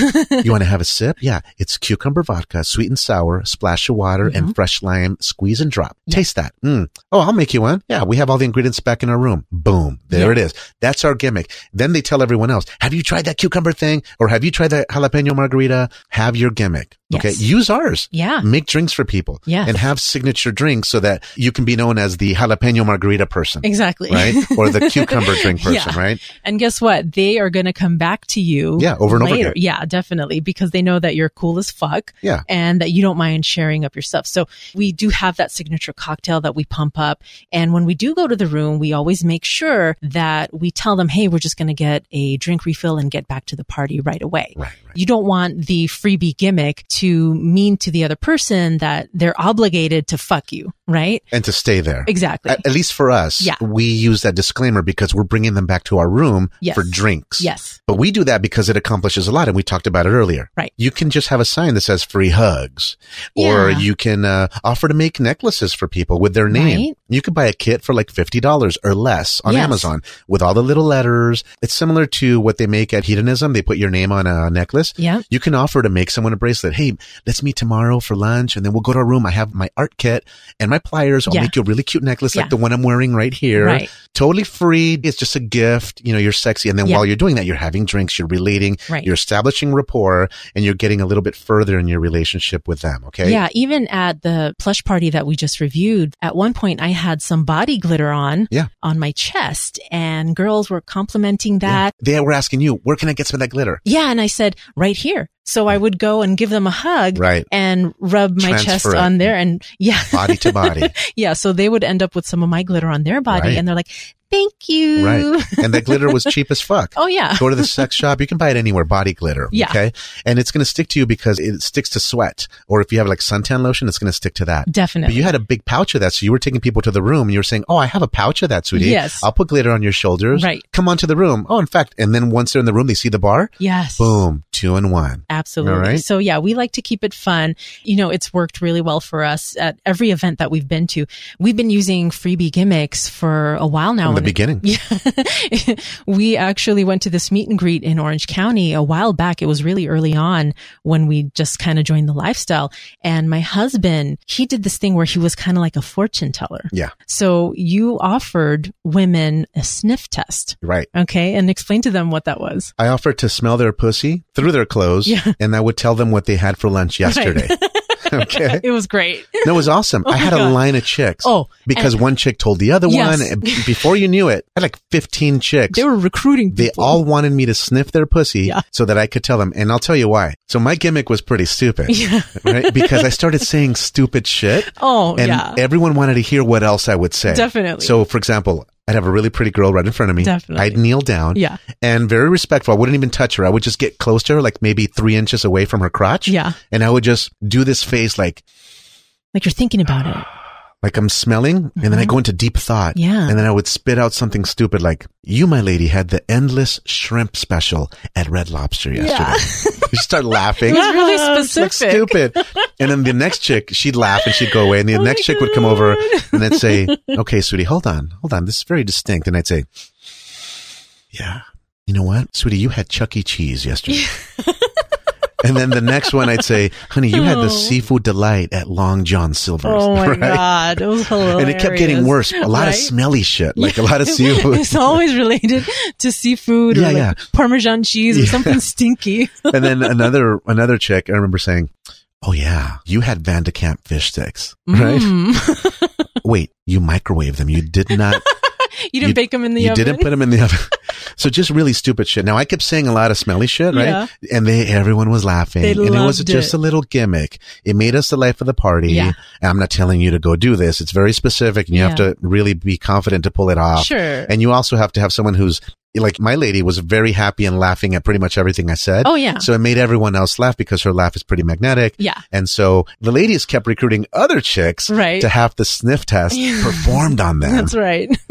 S2: You want to have a sip? Yeah. It's cucumber vodka, sweet and sour, splash of water, and fresh lime, squeeze and drop.
S1: Mm-hmm. Yeah.
S2: Taste that. Mm. Oh, I'll make you one. Yeah. We have all the ingredients back in our room. Boom. There it is. That's our gimmick. Then they tell everyone else, have you tried that cucumber thing? Or have you tried that jalapeno margarita? Have your gimmick. Okay.
S1: Yes.
S2: Use ours.
S1: yeah.
S2: Make drinks for people
S1: Yes.
S2: and have signature drinks so that you can be known as the jalapeno margarita person,
S1: Exactly.
S2: right? Or the cucumber drink
S1: Yeah.
S2: person, right?
S1: And guess what? They are going to come back to you.
S2: Yeah, over and over
S1: later.
S2: again.
S1: Yeah, definitely. Because they know that you're cool as fuck
S2: Yeah.
S1: and that you don't mind sharing up your stuff. So we do have that signature cocktail that we pump up. And when we do go to the room, we always make sure that we tell them, Hey, we're just going to get a drink refill and get back to the party right away.
S2: Right. right.
S1: You don't want the freebie gimmick to mean to the other person that they're obligated to fuck you, right?
S2: And to stay there.
S1: Exactly.
S2: At, at least for us,
S1: Yeah.
S2: we use that disclaimer because we're bringing them back to our room
S1: Yes.
S2: for drinks.
S1: yes.
S2: But we do that because it accomplishes a lot, and we talked about it earlier.
S1: Right.
S2: You can just have a sign that says "free hugs," or
S1: Yeah.
S2: you can uh, offer to make necklaces for people with their name.
S1: Right.
S2: You could buy a kit for like fifty dollars or less on
S1: Yes.
S2: Amazon with all the little letters. It's similar to what they make at Hedonism. They put your name on a necklace.
S1: Yeah.
S2: You can offer to make someone a bracelet. Hey, let's meet tomorrow for lunch and then we'll go to our room. I have my art kit and my pliers. I'll
S1: Yeah.
S2: make you a really cute necklace
S1: Yeah.
S2: like the one I'm wearing right here.
S1: Right.
S2: Totally free. It's just a gift. You know, you're sexy. And then
S1: Yeah.
S2: while you're doing that, you're having drinks, you're relating,
S1: Right.
S2: you're establishing rapport and you're getting a little bit further in your relationship with them. Okay.
S1: Yeah, even at the plush party that we just reviewed, at one point I had some body glitter on
S2: Yeah.
S1: on my chest and girls were complimenting that.
S2: They were asking you, where can I get some of that glitter?
S1: Yeah. and I said, right here. So I would go and give them a hug
S2: Right.
S1: and rub my
S2: Transfer
S1: chest
S2: it.
S1: on there and yeah.
S2: Body to body.
S1: yeah. So they would end up with some of my glitter on their body
S2: Right.
S1: and they're like, Thank you.
S2: right. And that glitter was cheap as fuck.
S1: Oh yeah.
S2: go to the sex shop. You can buy it anywhere. Body glitter.
S1: Yeah.
S2: Okay. And it's going to stick to you because it sticks to sweat. Or if you have like suntan lotion, it's going to stick to that. But
S1: Definitely.
S2: you had a big pouch of that. So you were taking people to the room and you were saying, Oh, I have a pouch of that, sweetie.
S1: Yes.
S2: I'll put glitter on your shoulders.
S1: Right.
S2: Come on to the room. Oh, in fact. And then once they're in the room, they see the bar.
S1: yes.
S2: Boom. Two and one.
S1: Absolutely.
S2: All right.
S1: So yeah, we like to keep it fun. You know, it's worked really well for us at every event that we've been to. We've been using freebie gimmicks for a while now.
S2: From the
S1: and it-
S2: beginning.
S1: yeah. we actually went to this meet and greet in Orange County a while back. It was really early on when we just kind of joined the lifestyle. And my husband, he did this thing where he was kind of like a fortune teller.
S2: Yeah.
S1: So you offered women a sniff test.
S2: Right.
S1: Okay. And explain to them what that was.
S2: I offered to smell their pussy through their clothes
S1: Yeah.
S2: and I would tell them what they had for lunch yesterday. okay.
S1: It was great.
S2: That was awesome. I
S1: Oh my
S2: had a
S1: God.
S2: line of chicks.
S1: Oh,
S2: because one chick told the other
S1: Yes.
S2: one. And b- before you knew it, I had like 15 chicks.
S1: They were recruiting
S2: They
S1: people.
S2: all wanted me to sniff their pussy
S1: Yeah.
S2: so that I could tell them. And I'll tell you why. So my gimmick was pretty stupid,
S1: Yeah.
S2: right? Because I started saying stupid shit.
S1: Oh,
S2: And
S1: yeah.
S2: everyone wanted to hear what else I would say.
S1: Definitely.
S2: So, for example, I'd have a really pretty girl right in front of me.
S1: Definitely.
S2: I'd kneel down.
S1: Yeah.
S2: And very respectful. I wouldn't even touch her. I would just get close to her, like maybe three inches away from her crotch.
S1: Yeah.
S2: And I would just do this face like,
S1: Like you're thinking about it.
S2: like I'm smelling and
S3: Uh-huh.
S2: then I go into deep thought.
S1: Yeah.
S2: And then I would spit out something stupid like, you, my lady, had the endless shrimp special at Red Lobster yesterday. you start laughing.
S3: It was really
S2: It's like
S3: specific.
S2: stupid. And then the next chick, she'd laugh and she'd go away.
S3: Oh
S2: And the next chick would come over and then say, okay, sweetie, hold on, hold on. This is very distinct. And I'd say, yeah, you know what? Sweetie, you had Chuck E. Cheese yesterday. and then the next one, I'd say, honey, you had
S3: Oh.
S2: the seafood delight at Long John Silver's.
S3: Oh my
S2: Right?
S3: god, it was hilarious.
S2: And it kept getting worse. A lot of
S3: right?
S2: smelly shit, like a lot of seafood.
S3: It's always related to seafood or
S2: Yeah,
S3: like
S2: yeah.
S3: Parmesan cheese or
S2: Yeah.
S3: something stinky.
S2: and then another another chick, I remember saying, "Oh yeah, you had Van de Kamp fish sticks, right?
S3: Mm.
S2: Wait, you microwaved them. You did not.
S3: You didn't
S2: You-
S3: bake them in the
S2: you
S3: oven.
S2: didn't put them in the oven." So just really stupid shit. Now I kept saying a lot of smelly shit, right?
S3: Yeah.
S2: And they everyone was laughing,
S3: They
S2: and it was
S3: loved
S2: just
S3: it.
S2: a little gimmick. It made us the life of the party.
S1: Yeah.
S2: And I'm not telling you to go do this. It's very specific, and you have
S3: Yeah.
S2: to really be confident to pull it off.
S3: Sure.
S2: And you also have to have someone who's like my lady was very happy and laughing at pretty much everything I said.
S1: Oh, yeah.
S2: So it made everyone else laugh because her laugh is pretty magnetic.
S1: Yeah.
S2: And so the ladies kept recruiting other chicks
S3: Right.
S2: to have the sniff test performed on them.
S3: That's right.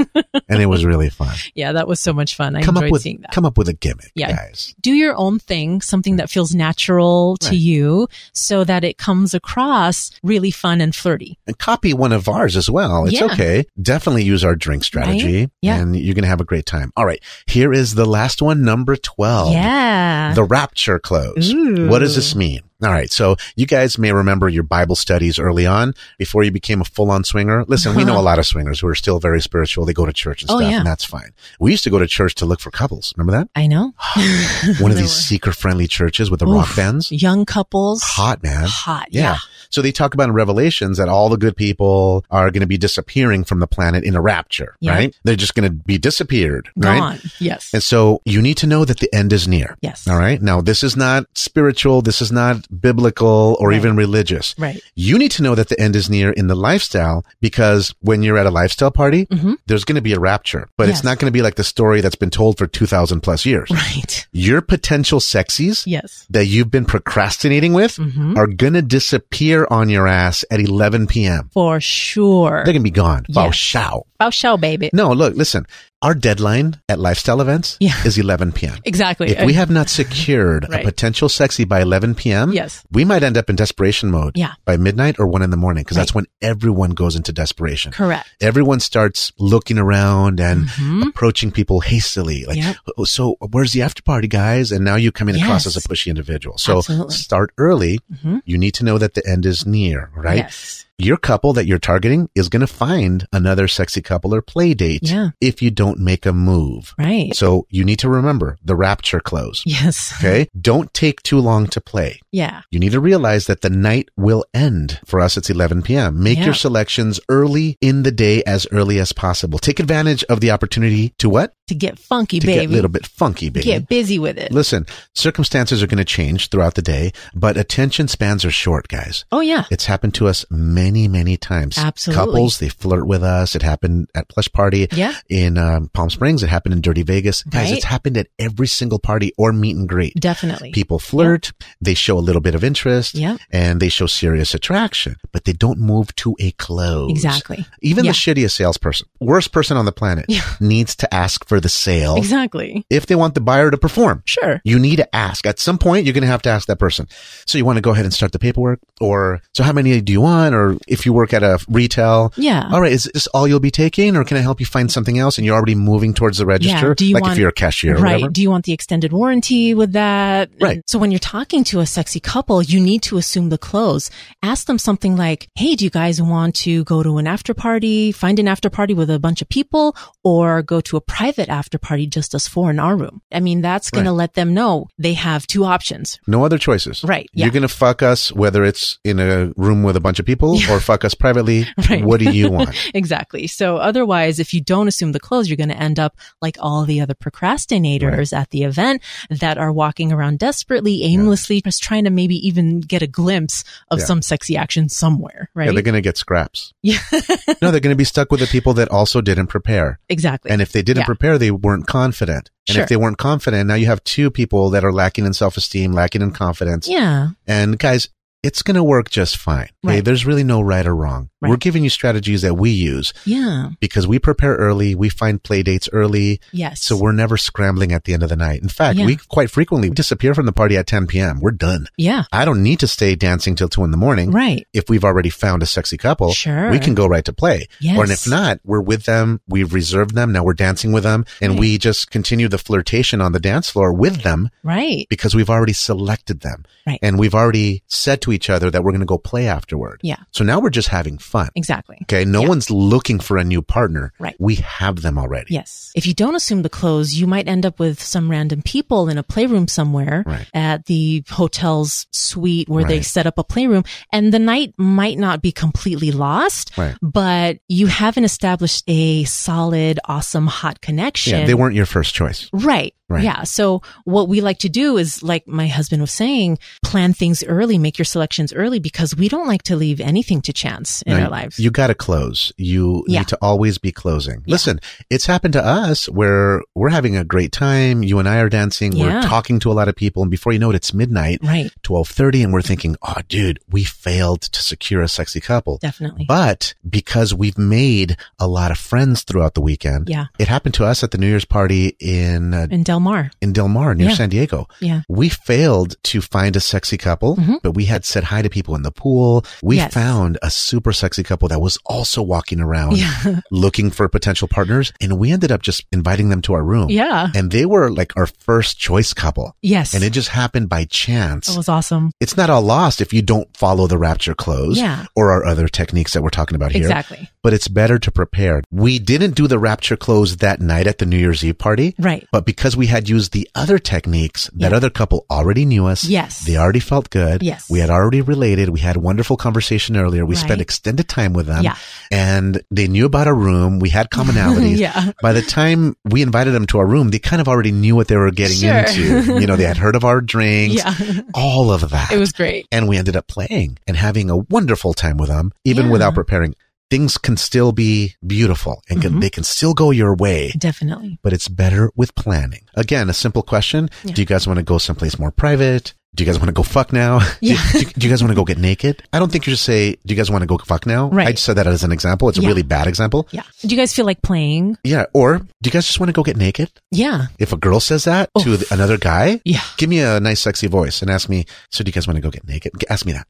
S2: And it was really fun.
S3: Yeah, that was so much fun. I
S2: come
S3: enjoyed
S2: up with
S3: seeing that.
S2: come up with a gimmick,
S1: Yeah.
S2: guys.
S1: do your own thing, something that feels natural to
S2: Right.
S1: you so that it comes across really fun and flirty.
S2: And copy one of ours as well. It's
S1: Yeah.
S2: okay. Definitely use our drink strategy.
S1: Yeah.
S2: And you're gonna have a great time. All right. Here is the last one, number twelve.
S1: yeah.
S2: Oh, The rapture close.
S1: Ooh.
S2: What does this mean? All right. So you guys may remember your Bible studies early on before you became a full on swinger. Listen, we know a lot of swingers who are still very spiritual. They go to church and
S1: Oh,
S2: stuff
S1: yeah.
S2: and that's fine. We used to go to church to look for couples. Remember
S1: I know.
S2: that? One of
S1: There
S2: these
S1: were.
S2: seeker friendly churches with the rock
S1: Oof.
S2: bands.
S1: Young couples.
S2: Hot man.
S1: Hot.
S2: Yeah. So they talk about in Revelations that all the good people are going to be disappearing from the planet in a rapture,
S1: Yeah.
S2: right? They're just going to be disappeared, right?
S1: Gone. Yes.
S2: And so you need to know that the end is near.
S1: Yes.
S2: All right. Now, this is not spiritual. This is not biblical or
S1: Right.
S2: even religious.
S1: Right.
S2: You need to know that the end is near in the lifestyle because when you're at a lifestyle party,
S1: Mhm.
S2: there's going to be a rapture, but
S1: Yes. Mm-hmm.
S2: it's not going to be like the story that's been told for 2000 plus years.
S1: Right.
S2: Your potential sexies
S1: Yes.
S2: that you've been procrastinating with
S1: Mhm.
S2: are going to disappear on your ass at 11 p.m.
S1: For sure.
S2: They're going to be gone. Wow,
S1: Yes.
S2: show.
S1: Bao shao, baby.
S2: No, look, listen. Our deadline at lifestyle events
S1: Yeah.
S2: is 11 p.m.
S1: Exactly.
S2: If we have not secured
S1: Right.
S2: a potential sexy by 11 p.m.,
S1: Yes.
S2: we might end up in desperation mode
S1: Yeah.
S2: by midnight or one in the morning because that's
S1: Right.
S2: when everyone goes into desperation.
S1: Correct.
S2: Everyone starts looking around and
S1: Mhm.
S2: approaching people hastily. Like,
S1: Yep.
S2: "Oh, so where's the after party, guys? And now you're coming across
S1: Yes.
S2: as a pushy individual. So
S1: Absolutely.
S2: start early.
S1: Mhm.
S2: You need to know that the end is near, right?
S1: Yes.
S2: Your couple that you're targeting is going to find another sexy couple or play date
S1: Yeah.
S2: if you don't make a move.
S1: Right.
S2: So you need to remember the rapture close.
S1: yes.
S2: Okay. Don't take too long to play.
S1: Yeah.
S2: You need to realize that the night will end. For us, it's 11 p.m. Make
S1: Yeah.
S2: your selections early in the day as early as possible. Take advantage of the opportunity to what?
S1: To get funky,
S2: To
S1: baby.
S2: get a little bit funky, baby.
S1: Get busy with it.
S2: Listen, circumstances are going to change throughout the day, but attention spans are short, guys.
S1: oh, yeah.
S2: It's happened to us many, many times.
S1: Absolutely.
S2: Couples, they flirt with us. It happened at Plush Party
S1: Yeah.
S2: in um, Palm Springs. It happened in Dirty Vegas. Guys,
S1: Right.
S2: it's happened at every single party or meet and greet.
S1: Definitely.
S2: People flirt, they show a little bit of interest,
S1: Yeah.
S2: and they show serious attraction, but they don't move to a close.
S1: Exactly.
S2: Even
S1: Yeah.
S2: the shittiest salesperson, worst person on the planet,
S1: Yeah.
S2: needs to ask for the sale
S1: Exactly.
S2: if they want the buyer to perform.
S1: Sure.
S2: You need to ask. At some point, you're going to have to ask that person. So you want to go ahead and start the paperwork or so how many do you want? Or if you work at a retail,
S1: Yeah.
S2: all right, is this all you'll be taking or can I help you find something else? And you're already moving towards the register.
S1: Do you
S2: like
S1: want-
S2: if you're a cashier or
S1: right.
S2: whatever.
S1: Do you want the extended warranty with that?
S2: Right.
S1: So when you're talking to a sexy couple, you need to assume the clothes. Ask them something like, Hey, do you guys want to go to an after party, find an after party with a bunch of people or go to a private after party just us four in our room? I mean, that's going to let them know they have two options.
S2: No other choices.
S1: Right, yeah.
S2: You're going to fuck us, whether it's in a room with a bunch of people or fuck us privately.
S1: Right.
S2: What do you want?
S1: Exactly. So otherwise, if you don't assume the clothes, you're going to end up like all the other procrastinators at the event that are walking around desperately, aimlessly, just trying to maybe even get a glimpse of
S2: Yeah.
S1: some sexy action somewhere,
S2: Yeah, they're
S1: right?
S2: going to get scraps.
S1: Yeah,
S2: No, they're going to be stuck with the people that also didn't prepare.
S1: exactly.
S2: And if they didn't
S1: Yeah.
S2: prepare, they weren't confident. And
S1: Sure.
S2: if they weren't confident, now you have two people that are lacking in self esteem, lacking in confidence.
S1: yeah.
S2: And guys, it's going to work just fine. Okay,
S1: Right.
S2: there's really no right or wrong.
S1: Right.
S2: We're giving you strategies that we use
S1: Yeah.
S2: because we prepare early, we find play dates early,
S1: Yes.
S2: so we're never scrambling at the end of the night. In fact,
S1: Yeah.
S2: we quite frequently disappear from the party at 10 p.m. We're done.
S1: yeah.
S2: I don't need to stay dancing till two in the morning.
S1: Right.
S2: If we've already found a sexy couple,
S1: Sure.
S2: we can go right to play.
S1: Yes.
S2: Or and if not, we're with them, we've reserved them, now we're dancing with them, and
S1: Right.
S2: we just continue the flirtation on the dance floor with them
S1: Right.
S2: because we've already selected them.
S1: Right.
S2: And we've already said to each other that we're going to go play afterward.
S1: Yeah.
S2: So now we're just having fun.
S1: Exactly.
S2: Okay. No one's looking for a new partner.
S1: Right.
S2: We have them already.
S1: Yes. If you don't assume the clothes, you might end up with some random people in a playroom somewhere
S2: Right.
S1: at the hotel's suite where they
S2: Right.
S1: set up a playroom and the night might not be completely lost,
S2: Right.
S1: but you haven't established a solid, awesome, hot connection.
S2: Yeah. They weren't your first choice.
S1: Right.
S2: Right.
S1: Yeah. So what we like to do is like my husband was saying, plan things early, make your selections early because we don't like to leave anything to chance in
S2: No,
S1: our lives.
S2: You got to close. You
S1: Yeah.
S2: need to always be closing.
S1: Yeah.
S2: Listen, it's happened to us where we're having a great time. You and I are dancing.
S1: Yeah.
S2: We're talking to a lot of people. And before you know it, it's midnight,
S1: right.
S2: 1230. And we're thinking, oh, dude, we failed to secure a sexy couple.
S1: Definitely.
S2: But because we've made a lot of friends throughout the weekend,
S1: Yeah.
S2: it happened to us at the New Year's party in uh,
S1: in Del Mar.
S2: in Del Mar near
S1: Yeah.
S2: San Diego.
S1: Yeah.
S2: We failed to find a sexy couple,
S1: Mhm.
S2: but we had said hi to people in the pool. We
S1: Yes.
S2: found a super sexy couple that was also walking around
S1: Yeah.
S2: looking for potential partners, and we ended up just inviting them to our room.
S1: yeah.
S2: And they were like our first choice couple.
S1: Yes.
S2: And it just happened by chance.
S1: that was awesome.
S2: it's not all lost if you don't follow the rapture close
S1: Yeah.
S2: or our other techniques that we're talking about here
S1: Exactly.
S2: but it's better to prepare. We didn't do the rapture close that night at the New Year's Eve party.
S1: Right.
S2: But because we had used the other techniques, that
S1: Yeah.
S2: other couple already knew us.
S1: Yes.
S2: They already felt good.
S1: Yes.
S2: We had already related. We had wonderful conversation earlier. We
S1: Right.
S2: spent extended time with them.
S1: Yeah.
S2: And they knew about our room. We had commonalities.
S1: Yeah.
S2: By the time we invited them to our room, they kind of already knew what they were getting
S1: Sure.
S2: into. You know, they had heard of our drinks,
S1: Yeah.
S2: all of that
S3: It was great.
S2: and we ended up playing and having a wonderful time with them, even
S1: Yeah.
S2: without preparing. Things can still be beautiful and can,
S1: Mhm.
S2: they can still go your way,
S1: Definitely.
S2: but it's better with planning. Again, a simple question.
S1: Yeah.
S2: Do you guys want to go someplace more private? Do you guys want to go fuck now? Do-
S1: Yeah.
S2: do, do you guys want to go get naked? I don't think you should say, do you guys want to go fuck now?
S1: Right.
S2: I just said that as an example. It's
S1: Yeah.
S2: a really bad example.
S1: Yeah. Do you guys feel like playing?
S2: Yeah. Or do you guys just want to go get naked?
S1: Yeah.
S2: If a girl says that to
S1: Oh.
S2: the, another guy,
S1: Yeah.
S2: give me a nice sexy voice and ask me, so do you guys want to go get naked? Ask me that.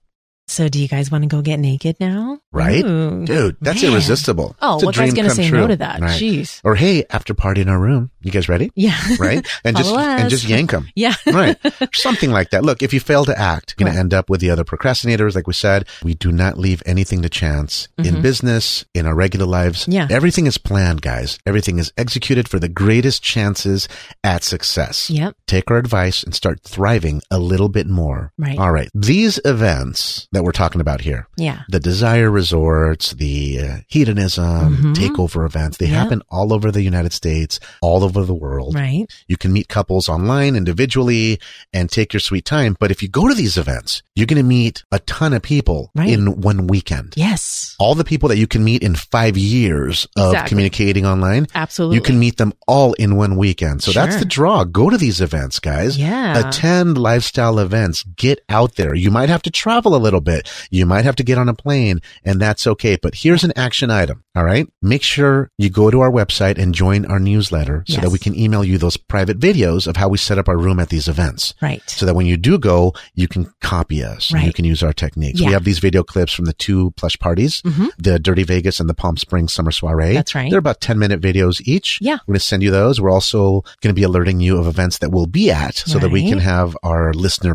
S1: So do you guys want to go get naked now?
S2: Right?
S1: Ooh,
S2: Dude, that's
S1: man.
S2: irresistible.
S1: Oh,
S2: It's a
S1: what guy's
S2: dream
S1: going to
S2: come
S1: say
S2: true.
S1: no to that?
S2: Right.
S1: Jeez.
S2: Or hey, after party in our room. You guys ready?
S1: Yeah.
S2: Right? And just
S1: Follow us.
S2: and just yank them.
S1: Yeah.
S2: right. Something like that. Look, if you fail to act, you're going
S1: Right.
S2: to end up with the other procrastinators. Like we said, we do not leave anything to chance in business, in our regular lives.
S1: Mm-hmm. Yeah.
S2: Everything is planned, guys. Everything is executed for the greatest chances at success.
S1: Yep.
S2: Take our advice and start thriving a little bit more.
S1: Right.
S2: All right. These events that we're talking about here,
S1: Yeah.
S2: the desire resorts, the uh, hedonism
S1: Mhm.
S2: takeover events. They
S1: Yeah.
S2: happen all over the United States, all over the world.
S1: Right.
S2: You can meet couples online individually and take your sweet time. But if you go to these events, you're going to meet a ton of people
S1: Right.
S2: in one weekend.
S1: Yes.
S2: All the people that you can meet in five years of
S1: Exactly.
S2: communicating online,
S1: Absolutely.
S2: you can meet them all in one weekend. So that's
S1: Sure.
S2: the draw. Go to these events, guys.
S1: Yeah.
S2: Attend lifestyle events. Get out there. You might have to travel a little bit. You might have to get on a plane and that's okay. But here's an action item. All right. Make sure you go to our website and join our newsletter so that
S1: Yes.
S2: we can email you those private videos of how we set up our room at these events.
S1: right.
S2: So that when you do go, you can copy us and you
S1: Right.
S2: can use our techniques.
S1: Yeah.
S2: We have these video clips from the two plush parties,
S1: Mhm.
S2: the Dirty Vegas and the Palm Springs Summer Soiree.
S1: That's right.
S2: They're about 10 minute videos each.
S1: Yeah.
S2: We're going to send you those. We're also going to be alerting you of events that we'll be at so that we
S1: Right.
S2: can have our listener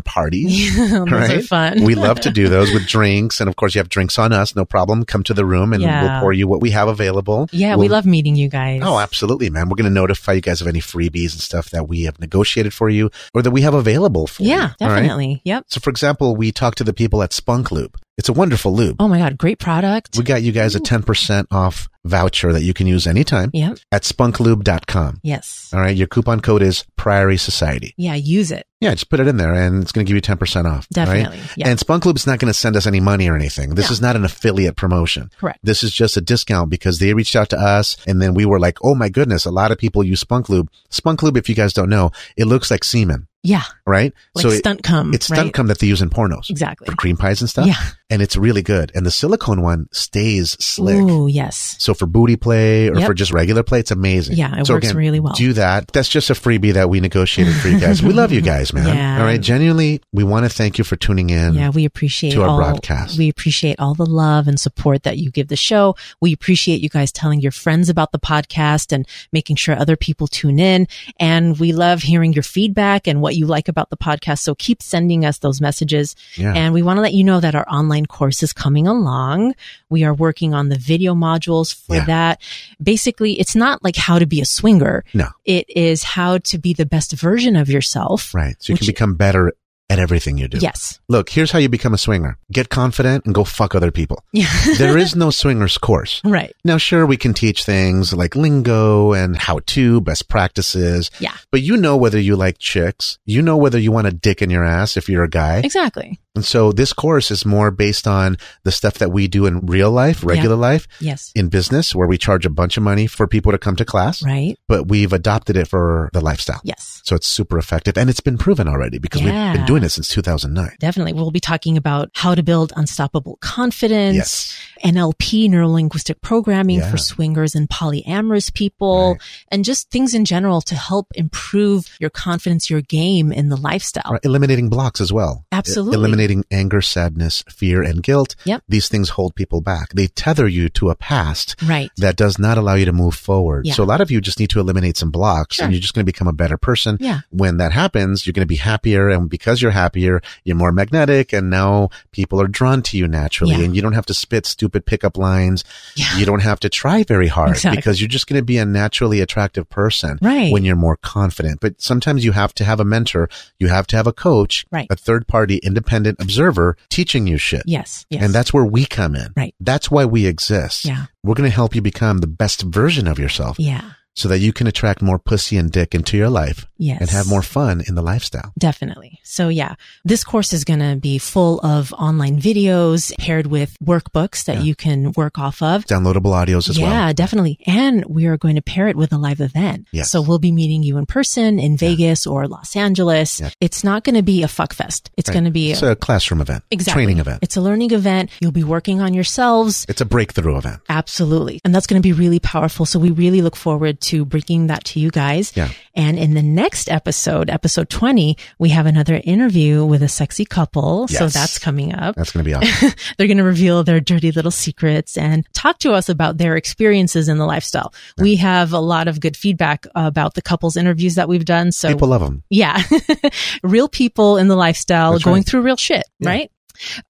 S2: parties.
S1: Those are
S2: Right?
S1: fun.
S2: we love to do those with drinks. And of course, you have drinks on us. No problem. Come to the room and
S1: Yeah.
S2: we'll pour you what we have available.
S1: Yeah, we
S2: We'll-
S1: love meeting you guys.
S2: Oh, absolutely, man. We're going to notify you guys of any freebies and stuff that we have negotiated for you or that we have available for you.
S1: Yeah,
S2: All right?
S1: definitely. Yep.
S2: So, for example, we talked to the people at Spunk Loop. It's a wonderful loop.
S1: Oh my God, great product.
S2: We got you guys a 10% off voucher that you can use anytime
S1: Yep.
S2: at spunklube.com.
S1: Yes.
S2: All right. Your coupon code is Priory Society.
S1: Yeah, use it.
S2: Yeah, just put it in there and it's going to give you 10% off.
S1: Definitely.
S2: Right?
S1: Yeah.
S2: And Spunk Loop is not going to send us any money or anything. This
S1: No.
S2: is not an affiliate promotion.
S1: Correct.
S2: This is just a discount because they reached out to us and then we were like, oh my goodness, a lot of people use Spunk Lube. Spunk Lube, if you guys don't know, it looks like semen.
S1: Yeah.
S2: right?
S1: Like
S2: so it-
S1: stunt cum.
S2: it's stunt
S1: right?
S2: cum that they use in pornos
S1: Exactly.
S2: for cream pies and stuff.
S1: Yeah.
S2: And it's really good. And the silicone one stays slick.
S1: Ooh, yes.
S2: So for booty play or
S1: Yep.
S2: for just regular play, it's amazing.
S1: Yeah, it
S2: so
S1: works
S2: again,
S1: really well.
S2: Do that. That's just a freebie that we negotiated for you guys. we love you guys, man.
S1: Yeah.
S2: All right. Genuinely, we want to thank you for tuning in.
S1: Yeah, we appreciate
S2: to our
S1: all,
S2: broadcast.
S1: We appreciate all the love and support that you give the show. We appreciate you guys telling your friends about the podcast and making sure other people tune in. And we love hearing your feedback and what you like about the podcast. So keep sending us those messages.
S2: Yeah.
S1: And we want to let you know that our online course is coming along. We are working on the video modules for
S2: Yeah.
S1: that. Basically, it's not like how to be a swinger.
S2: No.
S1: It is how to be the best version of yourself.
S2: Right. So you can
S1: Which-
S2: become better at everything you do.
S1: Yes.
S2: Look, here's how you become a swinger. Get confident and go fuck other people.
S1: Yeah.
S2: There is no swingers course.
S1: right.
S2: Now, sure, we can teach things like lingo and how to, best practices.
S1: Yeah.
S2: But you know whether you like chicks. You know whether you want a dick in your ass if you're a guy.
S1: Exactly.
S2: And so this course is more based on the stuff that we do in real life, regular life,
S1: Yes.
S2: in business, where we charge a bunch of money for people to come to class.
S1: Right.
S2: But we've adopted it for the lifestyle.
S1: Yes.
S2: So it's super effective and it's been proven already because
S1: Yeah.
S2: we've been doing it since 2009.
S1: Definitely. We'll be talking about how to build unstoppable confidence,
S2: Yes.
S1: NLP, neuro linguistic programming
S2: Yeah.
S1: for swingers and polyamorous people,
S2: Right.
S1: and just things in general to help improve your confidence, your game in the lifestyle.
S2: Right, Eliminating blocks as well.
S1: oh. Absolutely.
S2: E- Eliminating anger, sadness, fear, and guilt.
S1: Yep.
S2: These things hold people back. They tether you to a past
S1: Right.
S2: that does not allow you to move forward.
S1: Yeah.
S2: So a lot of you just need to eliminate some blocks
S1: Sure.
S2: and you're just going to become a better person.
S1: Yeah.
S2: When that happens, you're going to be happier. And because you're happier, you're more magnetic and now people are drawn to you naturally
S1: Yeah.
S2: and you don't have to spit stupid pickup lines.
S1: Yeah.
S2: You don't have to try very hard
S1: Exactly.
S2: because you're just going to be a naturally attractive person
S1: Right.
S2: when you're more confident. But sometimes you have to have a mentor. You have to have a coach,
S1: Right.
S2: a third party independent observer teaching you shit.
S1: Yes. Yes.
S2: And that's where we come in.
S1: Right.
S2: That's why we exist.
S1: Yeah.
S2: We're going to help you become the best version of yourself
S1: yeah.
S2: so that you can attract more pussy and dick into your life
S1: Yes.
S2: and have more fun in the lifestyle.
S1: Definitely. So yeah, this course is going to be full of online videos paired with workbooks that
S2: Yeah.
S1: you can work off of.
S2: Downloadable audios as
S1: yeah,
S2: well.
S1: definitely. And we are going to pair it with a live event.
S2: Yes.
S1: So we'll be meeting you in person in Vegas or Los Angeles.
S2: Yeah.
S1: It's not going to be a fuck fest. It's going to be
S2: It's a classroom event,
S1: exactly
S2: training event.
S1: It's a learning event. You'll be working on yourselves.
S2: It's a breakthrough event.
S1: Absolutely. And that's going to be really powerful. So we really look forward to bringing that to you guys.
S2: Yeah.
S1: And in the next episode, episode 20, we have another interview with a sexy couple. So
S2: Yes.
S1: that's coming up.
S2: That's going to be awesome.
S1: They're going to reveal their dirty little secrets and talk to us about their experiences in the lifestyle. We have a lot of good feedback about the couples interviews that we've done. So
S2: People love them.
S1: yeah, real people in the lifestyle
S2: That's
S1: going
S2: right.
S1: through real shit,
S2: Yeah.
S1: right?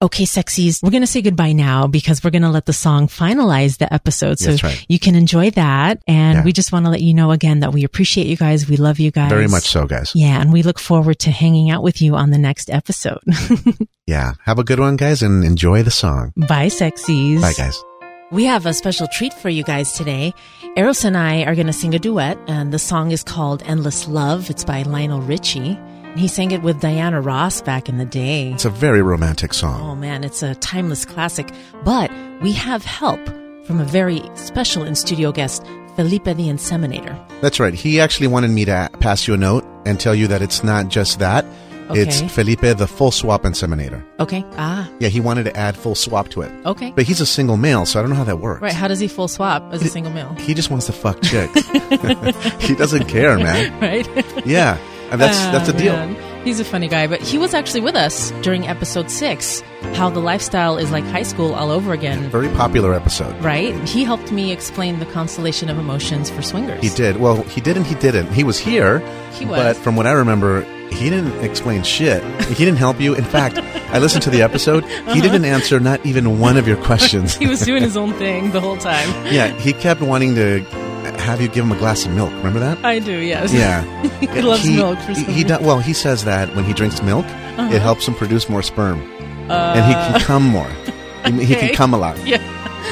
S1: Okay, sexies, we're going to say goodbye now because we're going to let the song finalize the episode. So
S2: That's right.
S1: you can enjoy that. And
S2: Yeah.
S1: we just want to let you know again that we appreciate you guys. We love you guys.
S2: Very much so, guys.
S1: Yeah. And we look forward to hanging out with you on the next episode.
S2: Yeah. Have a good one, guys, and enjoy the song.
S1: Bye, sexies.
S2: Bye, guys.
S1: We have a special treat for you guys today. Eros and I are going to sing a duet, and the song is called Endless Love. It's by Lionel Richie. He sang it with Diana Ross back in the day.
S2: It's a very romantic song.
S1: Oh man, it's a timeless classic. But we have help from a very special in studio guest, Felipe the Inseminator.
S2: That's right. He actually wanted me to pass you a note and tell you that it's not just that. It's
S1: Okay.
S2: Felipe, the full swap inseminator.
S1: Okay. Ah,
S2: Yeah, he wanted to add full swap to it.
S1: okay.
S2: But he's a single male, so I don't know how that works.
S1: Right. How does he full swap as a single male?
S2: He just wants to fuck chicks. he doesn't care, man.
S1: Right.
S2: Yeah. And that's
S1: Ah,
S2: that's a deal.
S1: man. He's a funny guy, but he was actually with us during episode six How the Lifestyle is Like High School All Over Again.
S2: Very popular episode.
S1: Right? He helped me explain the constellation of emotions for swingers.
S2: He did. Well, he did and he didn't. He was here.
S1: He was.
S2: But from what I remember, he didn't explain shit. He didn't help you. In fact, I listened to the episode. He didn't answer not even one of your questions.
S1: Uh-huh. He was doing his own thing the whole time.
S2: Yeah, he kept wanting to have you give him a glass of milk. Remember that?
S1: I do, yes.
S2: Yeah,
S1: He loves milk for some Uh-huh.
S2: he, do- well, he says that when he drinks milk, it helps him produce more sperm,
S1: Uh,
S2: and he can come more. He, he
S1: okay.
S2: can come a lot.
S1: yeah.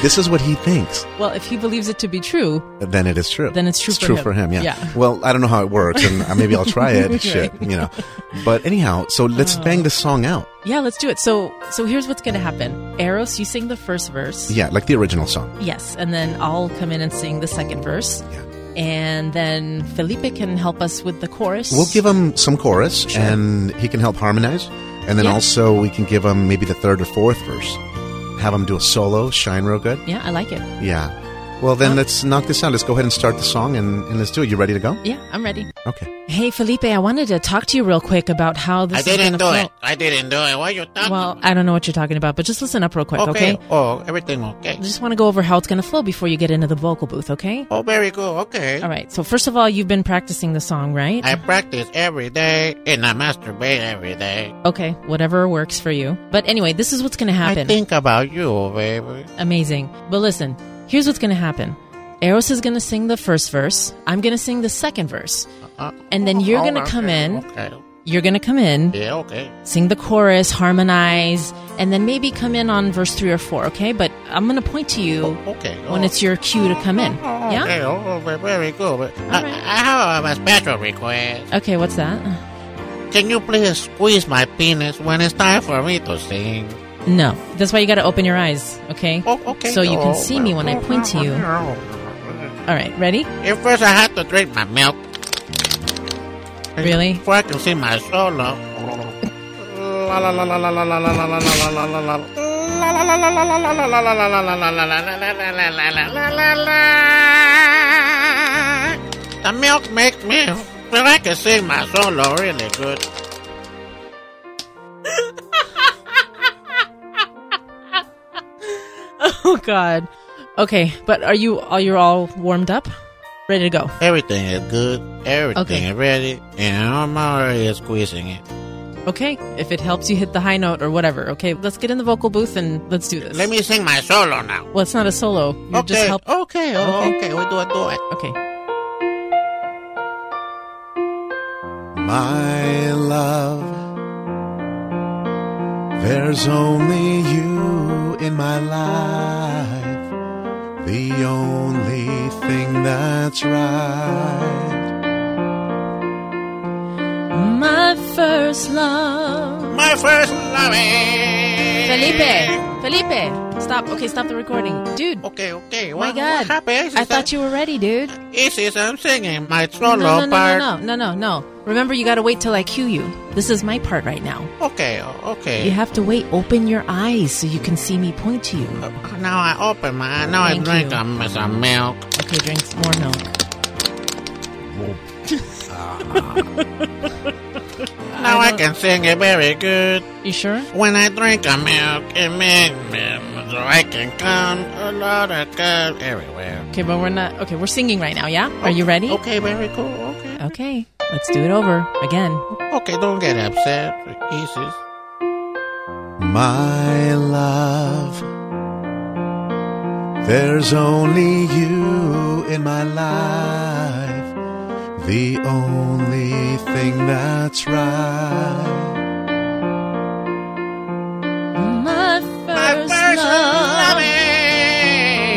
S2: This is what he thinks.
S1: Well, if he believes it to be true,
S2: Then it is true.
S1: Then it's true
S2: It's
S1: for
S2: true
S1: him.
S2: for him. Yeah.
S1: Yeah.
S2: Well, I don't know how it works, and uh, maybe I'll try it. and Shit, you know. But anyhow, so let's
S1: Oh.
S2: bang this song out.
S1: yeah, let's do it. So, so here's what's going to happen. Eros, you sing the first verse.
S2: Yeah, like the original song.
S1: Yes, and then I'll come in and sing the second verse.
S2: Yeah.
S1: And then Felipe can help us with the chorus.
S2: We'll give him some chorus and he can help harmonize. And then
S1: Yeah.
S2: also we can give him maybe the third or fourth verse. Have him do a solo, shine real good.
S1: Yeah, I like it.
S2: Yeah. Well, then
S1: Huh?
S2: let's knock this out. Let's go ahead and start the song and, and let's do it. You ready to go?
S1: Yeah, I'm ready.
S2: Okay.
S1: Hey, Felipe, I wanted to talk to you real quick about how this.
S4: I
S1: is gonna
S4: didn't do
S1: flow.
S4: it. I didn't do it. Why you talking?
S1: Well, I don't know what you're talking about, but just listen up real quick, okay?
S4: Oh, everything okay.
S1: I just want to go over how it's going to flow before you get into the vocal booth, okay?
S4: Oh, very good. Okay.
S1: All right. So first of all, you've been practicing the song, right?
S4: I practice every day and I masturbate every day.
S1: okay, whatever works for you. But anyway, this is what's going to happen.
S4: I think about you, baby.
S1: Amazing. But listen, here's what's going to happen. Eros is going to sing the first verse. I'm going to sing the second verse.
S4: Uh,
S1: And then you're
S4: oh,
S1: gonna
S4: okay,
S1: come in.
S4: Okay.
S1: You're going to come in,
S4: Yeah. Okay.
S1: sing the chorus, harmonize, and then maybe come in on verse 3 or 4, okay? But I'm going to point to you
S4: Okay.
S1: when
S4: oh.
S1: it's your cue to come in.
S4: Oh,
S1: Yeah?
S4: Okay. Oh, ve- very good. But I,
S1: right.
S4: I have a special request.
S1: Okay, what's that?
S4: Can you please squeeze my penis when it's time for me to sing?
S1: No. That's why you got to open your eyes, okay?
S4: Oh, okay.
S1: So you can
S4: Oh,
S1: see me when I point to you. All right, ready?
S4: At first, I had to drink my milk.
S1: Really?
S4: Before I can see my solo. La la la la la la la la la la la la la la la. La la la la la la la la la la la la la la la la la. The milk makes me feel I can sing my solo really good.
S1: Oh god. Okay, but are you are you all warmed up? Ready to go?
S4: Everything is good. Everything
S1: Okay.
S4: is ready, and I'm already squeezing it.
S1: Okay, if it helps you hit the high note or whatever. Okay, let's get in the vocal booth and let's do this.
S4: Let me sing my solo now.
S1: Well, it's not a solo. You
S4: okay.
S1: just help.
S4: Okay. Oh,
S1: Okay.
S4: okay. We do it. Do it.
S1: Okay.
S2: My love, there's only you in my life. The only thing that's right.
S1: My first love.
S4: My first loving.
S1: Felipe, Felipe, stop. Okay, stop the recording, dude.
S4: Okay, okay.
S1: Oh my
S4: Oh, What,
S1: God,
S4: what happened?
S1: I thought you were ready, dude.
S4: This is I'm singing my
S1: No,
S4: solo
S1: no, no, no,
S4: part.
S1: no, no, no, no. Remember, you got to wait till I cue you. This is my part right now.
S4: Okay, okay.
S1: You have to wait. Open your eyes so you can see me point to you.
S4: Uh, Now I open my. Now
S1: Thank
S4: I drink
S1: you.
S4: um, some milk.
S1: Okay, drink some more milk.
S4: Now I, can sing it very good.
S1: You sure?
S4: When I drink a milk, it makes me so I can come a lot of come everywhere.
S1: Okay, but we're not. Okay, we're singing right now. Yeah. Are you ready?
S4: Okay, very cool. Okay.
S1: Okay. Let's do it over again.
S4: Okay, don't get upset. Easy.
S2: My love, there's only you in my life. The only thing that's right.
S1: My first,
S4: My first loving.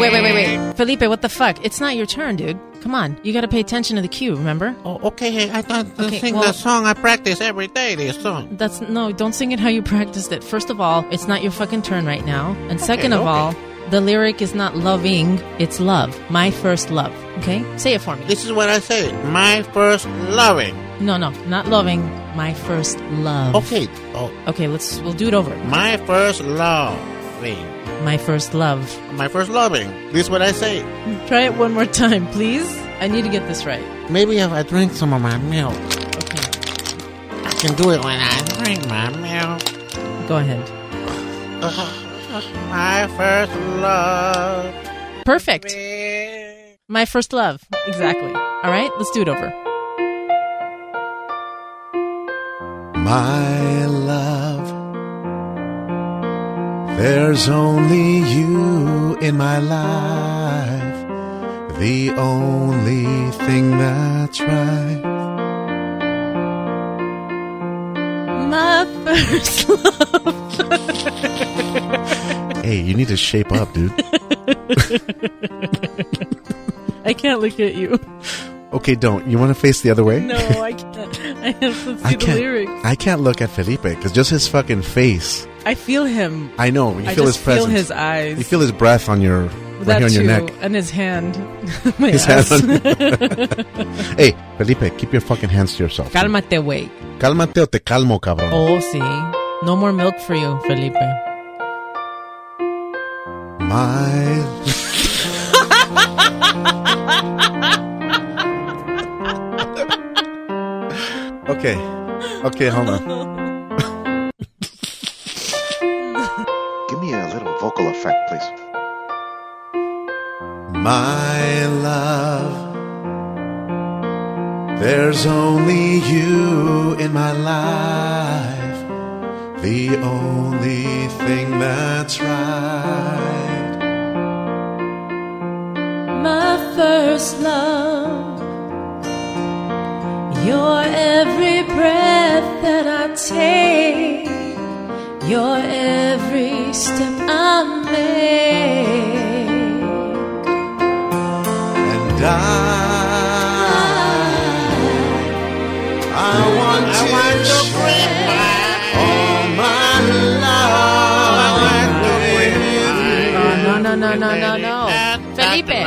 S1: Wait, wait, wait, wait. Felipe, what the fuck? It's not your turn, dude. Come on. You gotta pay attention to the cue, remember?
S4: Oh, okay, I don't
S1: Okay,
S4: sing
S1: well-
S4: the song. I practice every day. This song.
S1: That's no, don't sing it how you practiced it. First of all, it's not your fucking turn right now. And second of
S4: okay.
S1: all, the lyric is not loving, it's love. My first love. Okay? Say it for me.
S4: This is what I say. My first loving.
S1: No, no, not loving. My first love.
S4: Okay. Oh,
S1: Okay, let's we'll do it over.
S4: my first loving.
S1: My first love.
S4: My first loving. This is what I say.
S1: Try it one more time, please. I need to get this right.
S4: Maybe if I drink some of my milk,
S1: Okay.
S4: I can do it when I drink my milk.
S1: Go ahead.
S4: My first love.
S1: Perfect. My first love. Exactly. All right, let's do it over.
S2: My love, there's only you in my life. The only thing that's right.
S1: My first love.
S2: Hey, you need to shape up, dude.
S1: I can't look at you.
S2: Okay, don't. You want to face the other way?
S1: No, I can't. I have to see
S2: I
S1: the
S2: can't.
S1: lyrics.
S2: I can't look at Felipe because just his fucking face.
S1: I feel him.
S2: I know you
S1: I
S2: feel
S1: just
S2: his
S1: feel
S2: presence.
S1: his
S2: you
S1: eyes.
S2: feel his breath on your right here on your neck.
S1: and his hand. My
S2: His
S1: ass.
S2: hand Hey, Felipe, keep your fucking hands to yourself.
S1: Cálmate, wait.
S2: Cálmate o te calmo, cabrón.
S1: Oh, see, no more milk for you, Felipe.
S2: My. okay. Okay, hold on.
S5: Give me a little vocal effect, please.
S2: My love, there's only you in my life, the only thing that's right.
S1: My first love, your every breath that I take, your every step I make.
S2: And I, I want to, share all my love.
S1: No, no, no, no, no, no. Felipe,
S4: Oh,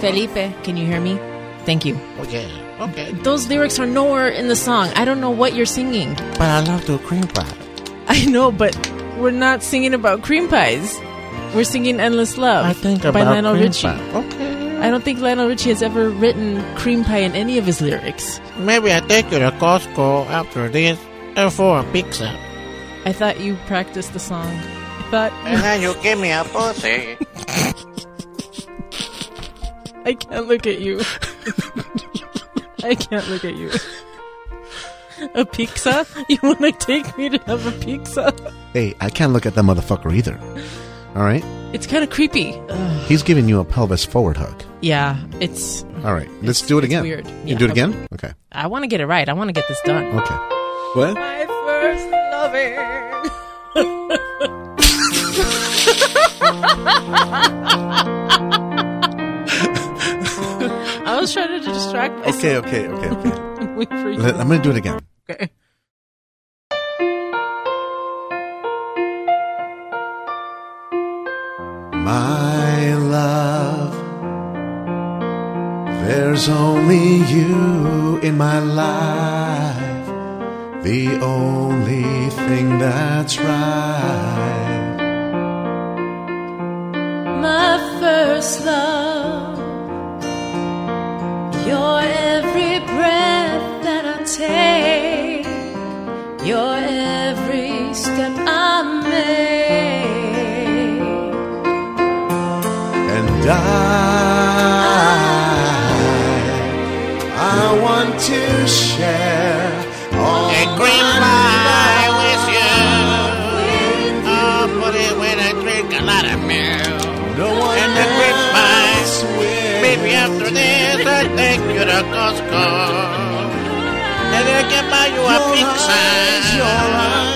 S1: Felipe, can you hear me? Thank you.
S4: yeah. Okay.
S1: Those lyrics are nowhere in the song. I don't know what you're singing.
S2: But I love to cream pie.
S1: I know, but we're not singing about cream pies. We're singing "Endless Love" by Lionel Richie.
S4: Okay.
S1: I don't think Lionel Richie has ever written cream pie in any of his lyrics.
S4: Maybe I take you to Costco after this and for a pizza.
S1: I thought you practiced the song. I thought
S4: And then you give me a pussy.
S1: I can't look at you. I can't look at you. A pizza? You want to take me to have a pizza?
S2: Hey, I can't look at that motherfucker either. All right?
S1: It's kind of creepy. Ugh.
S2: He's giving you a pelvis forward hug.
S1: Yeah, it's.
S2: All right, let's do it again.
S1: weird.
S2: You
S1: Yeah,
S2: do it
S1: okay.
S2: again? Okay.
S1: I want to get it right. I want to get this done.
S2: Okay. What?
S1: My first loving. I was trying to distract myself.
S2: Okay, okay, okay, okay.
S1: Wait for you.
S2: Let- I'm going to do it again.
S1: Okay.
S2: My love, there's only you in my life, the only thing that's right.
S1: My first love, your every breath that I take, your every step I make.
S2: And I, I want to share all
S4: A green pie with you. Oh, put it when I drink a lot of milk.
S2: no one
S4: And the green pie.
S2: else will.
S4: Maybe after this I take you to Costco. And I can buy you a
S2: Your eyes, your
S4: pizza.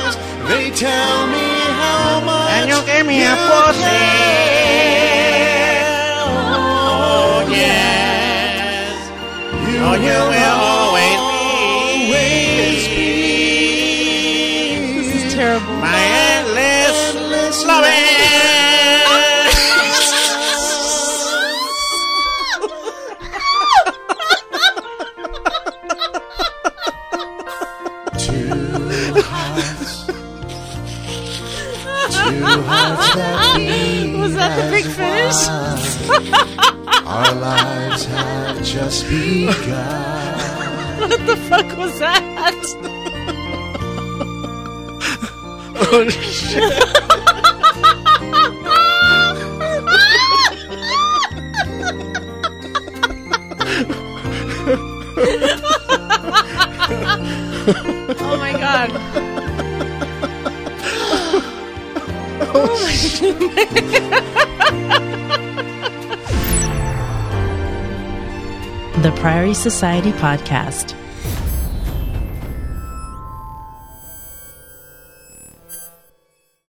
S2: eyes, they tell me how much.
S4: And you give me a pussy. Oh, yes.
S2: You
S4: Oh, you will always be
S1: This is terrible.
S4: my endless loving.
S2: Two hearts. Two hearts that beat
S1: Was that the big
S2: as
S1: finish?
S2: one. Our lives have just begun.
S1: What the fuck was that? Oh, Oh my god. The Priory Society Podcast.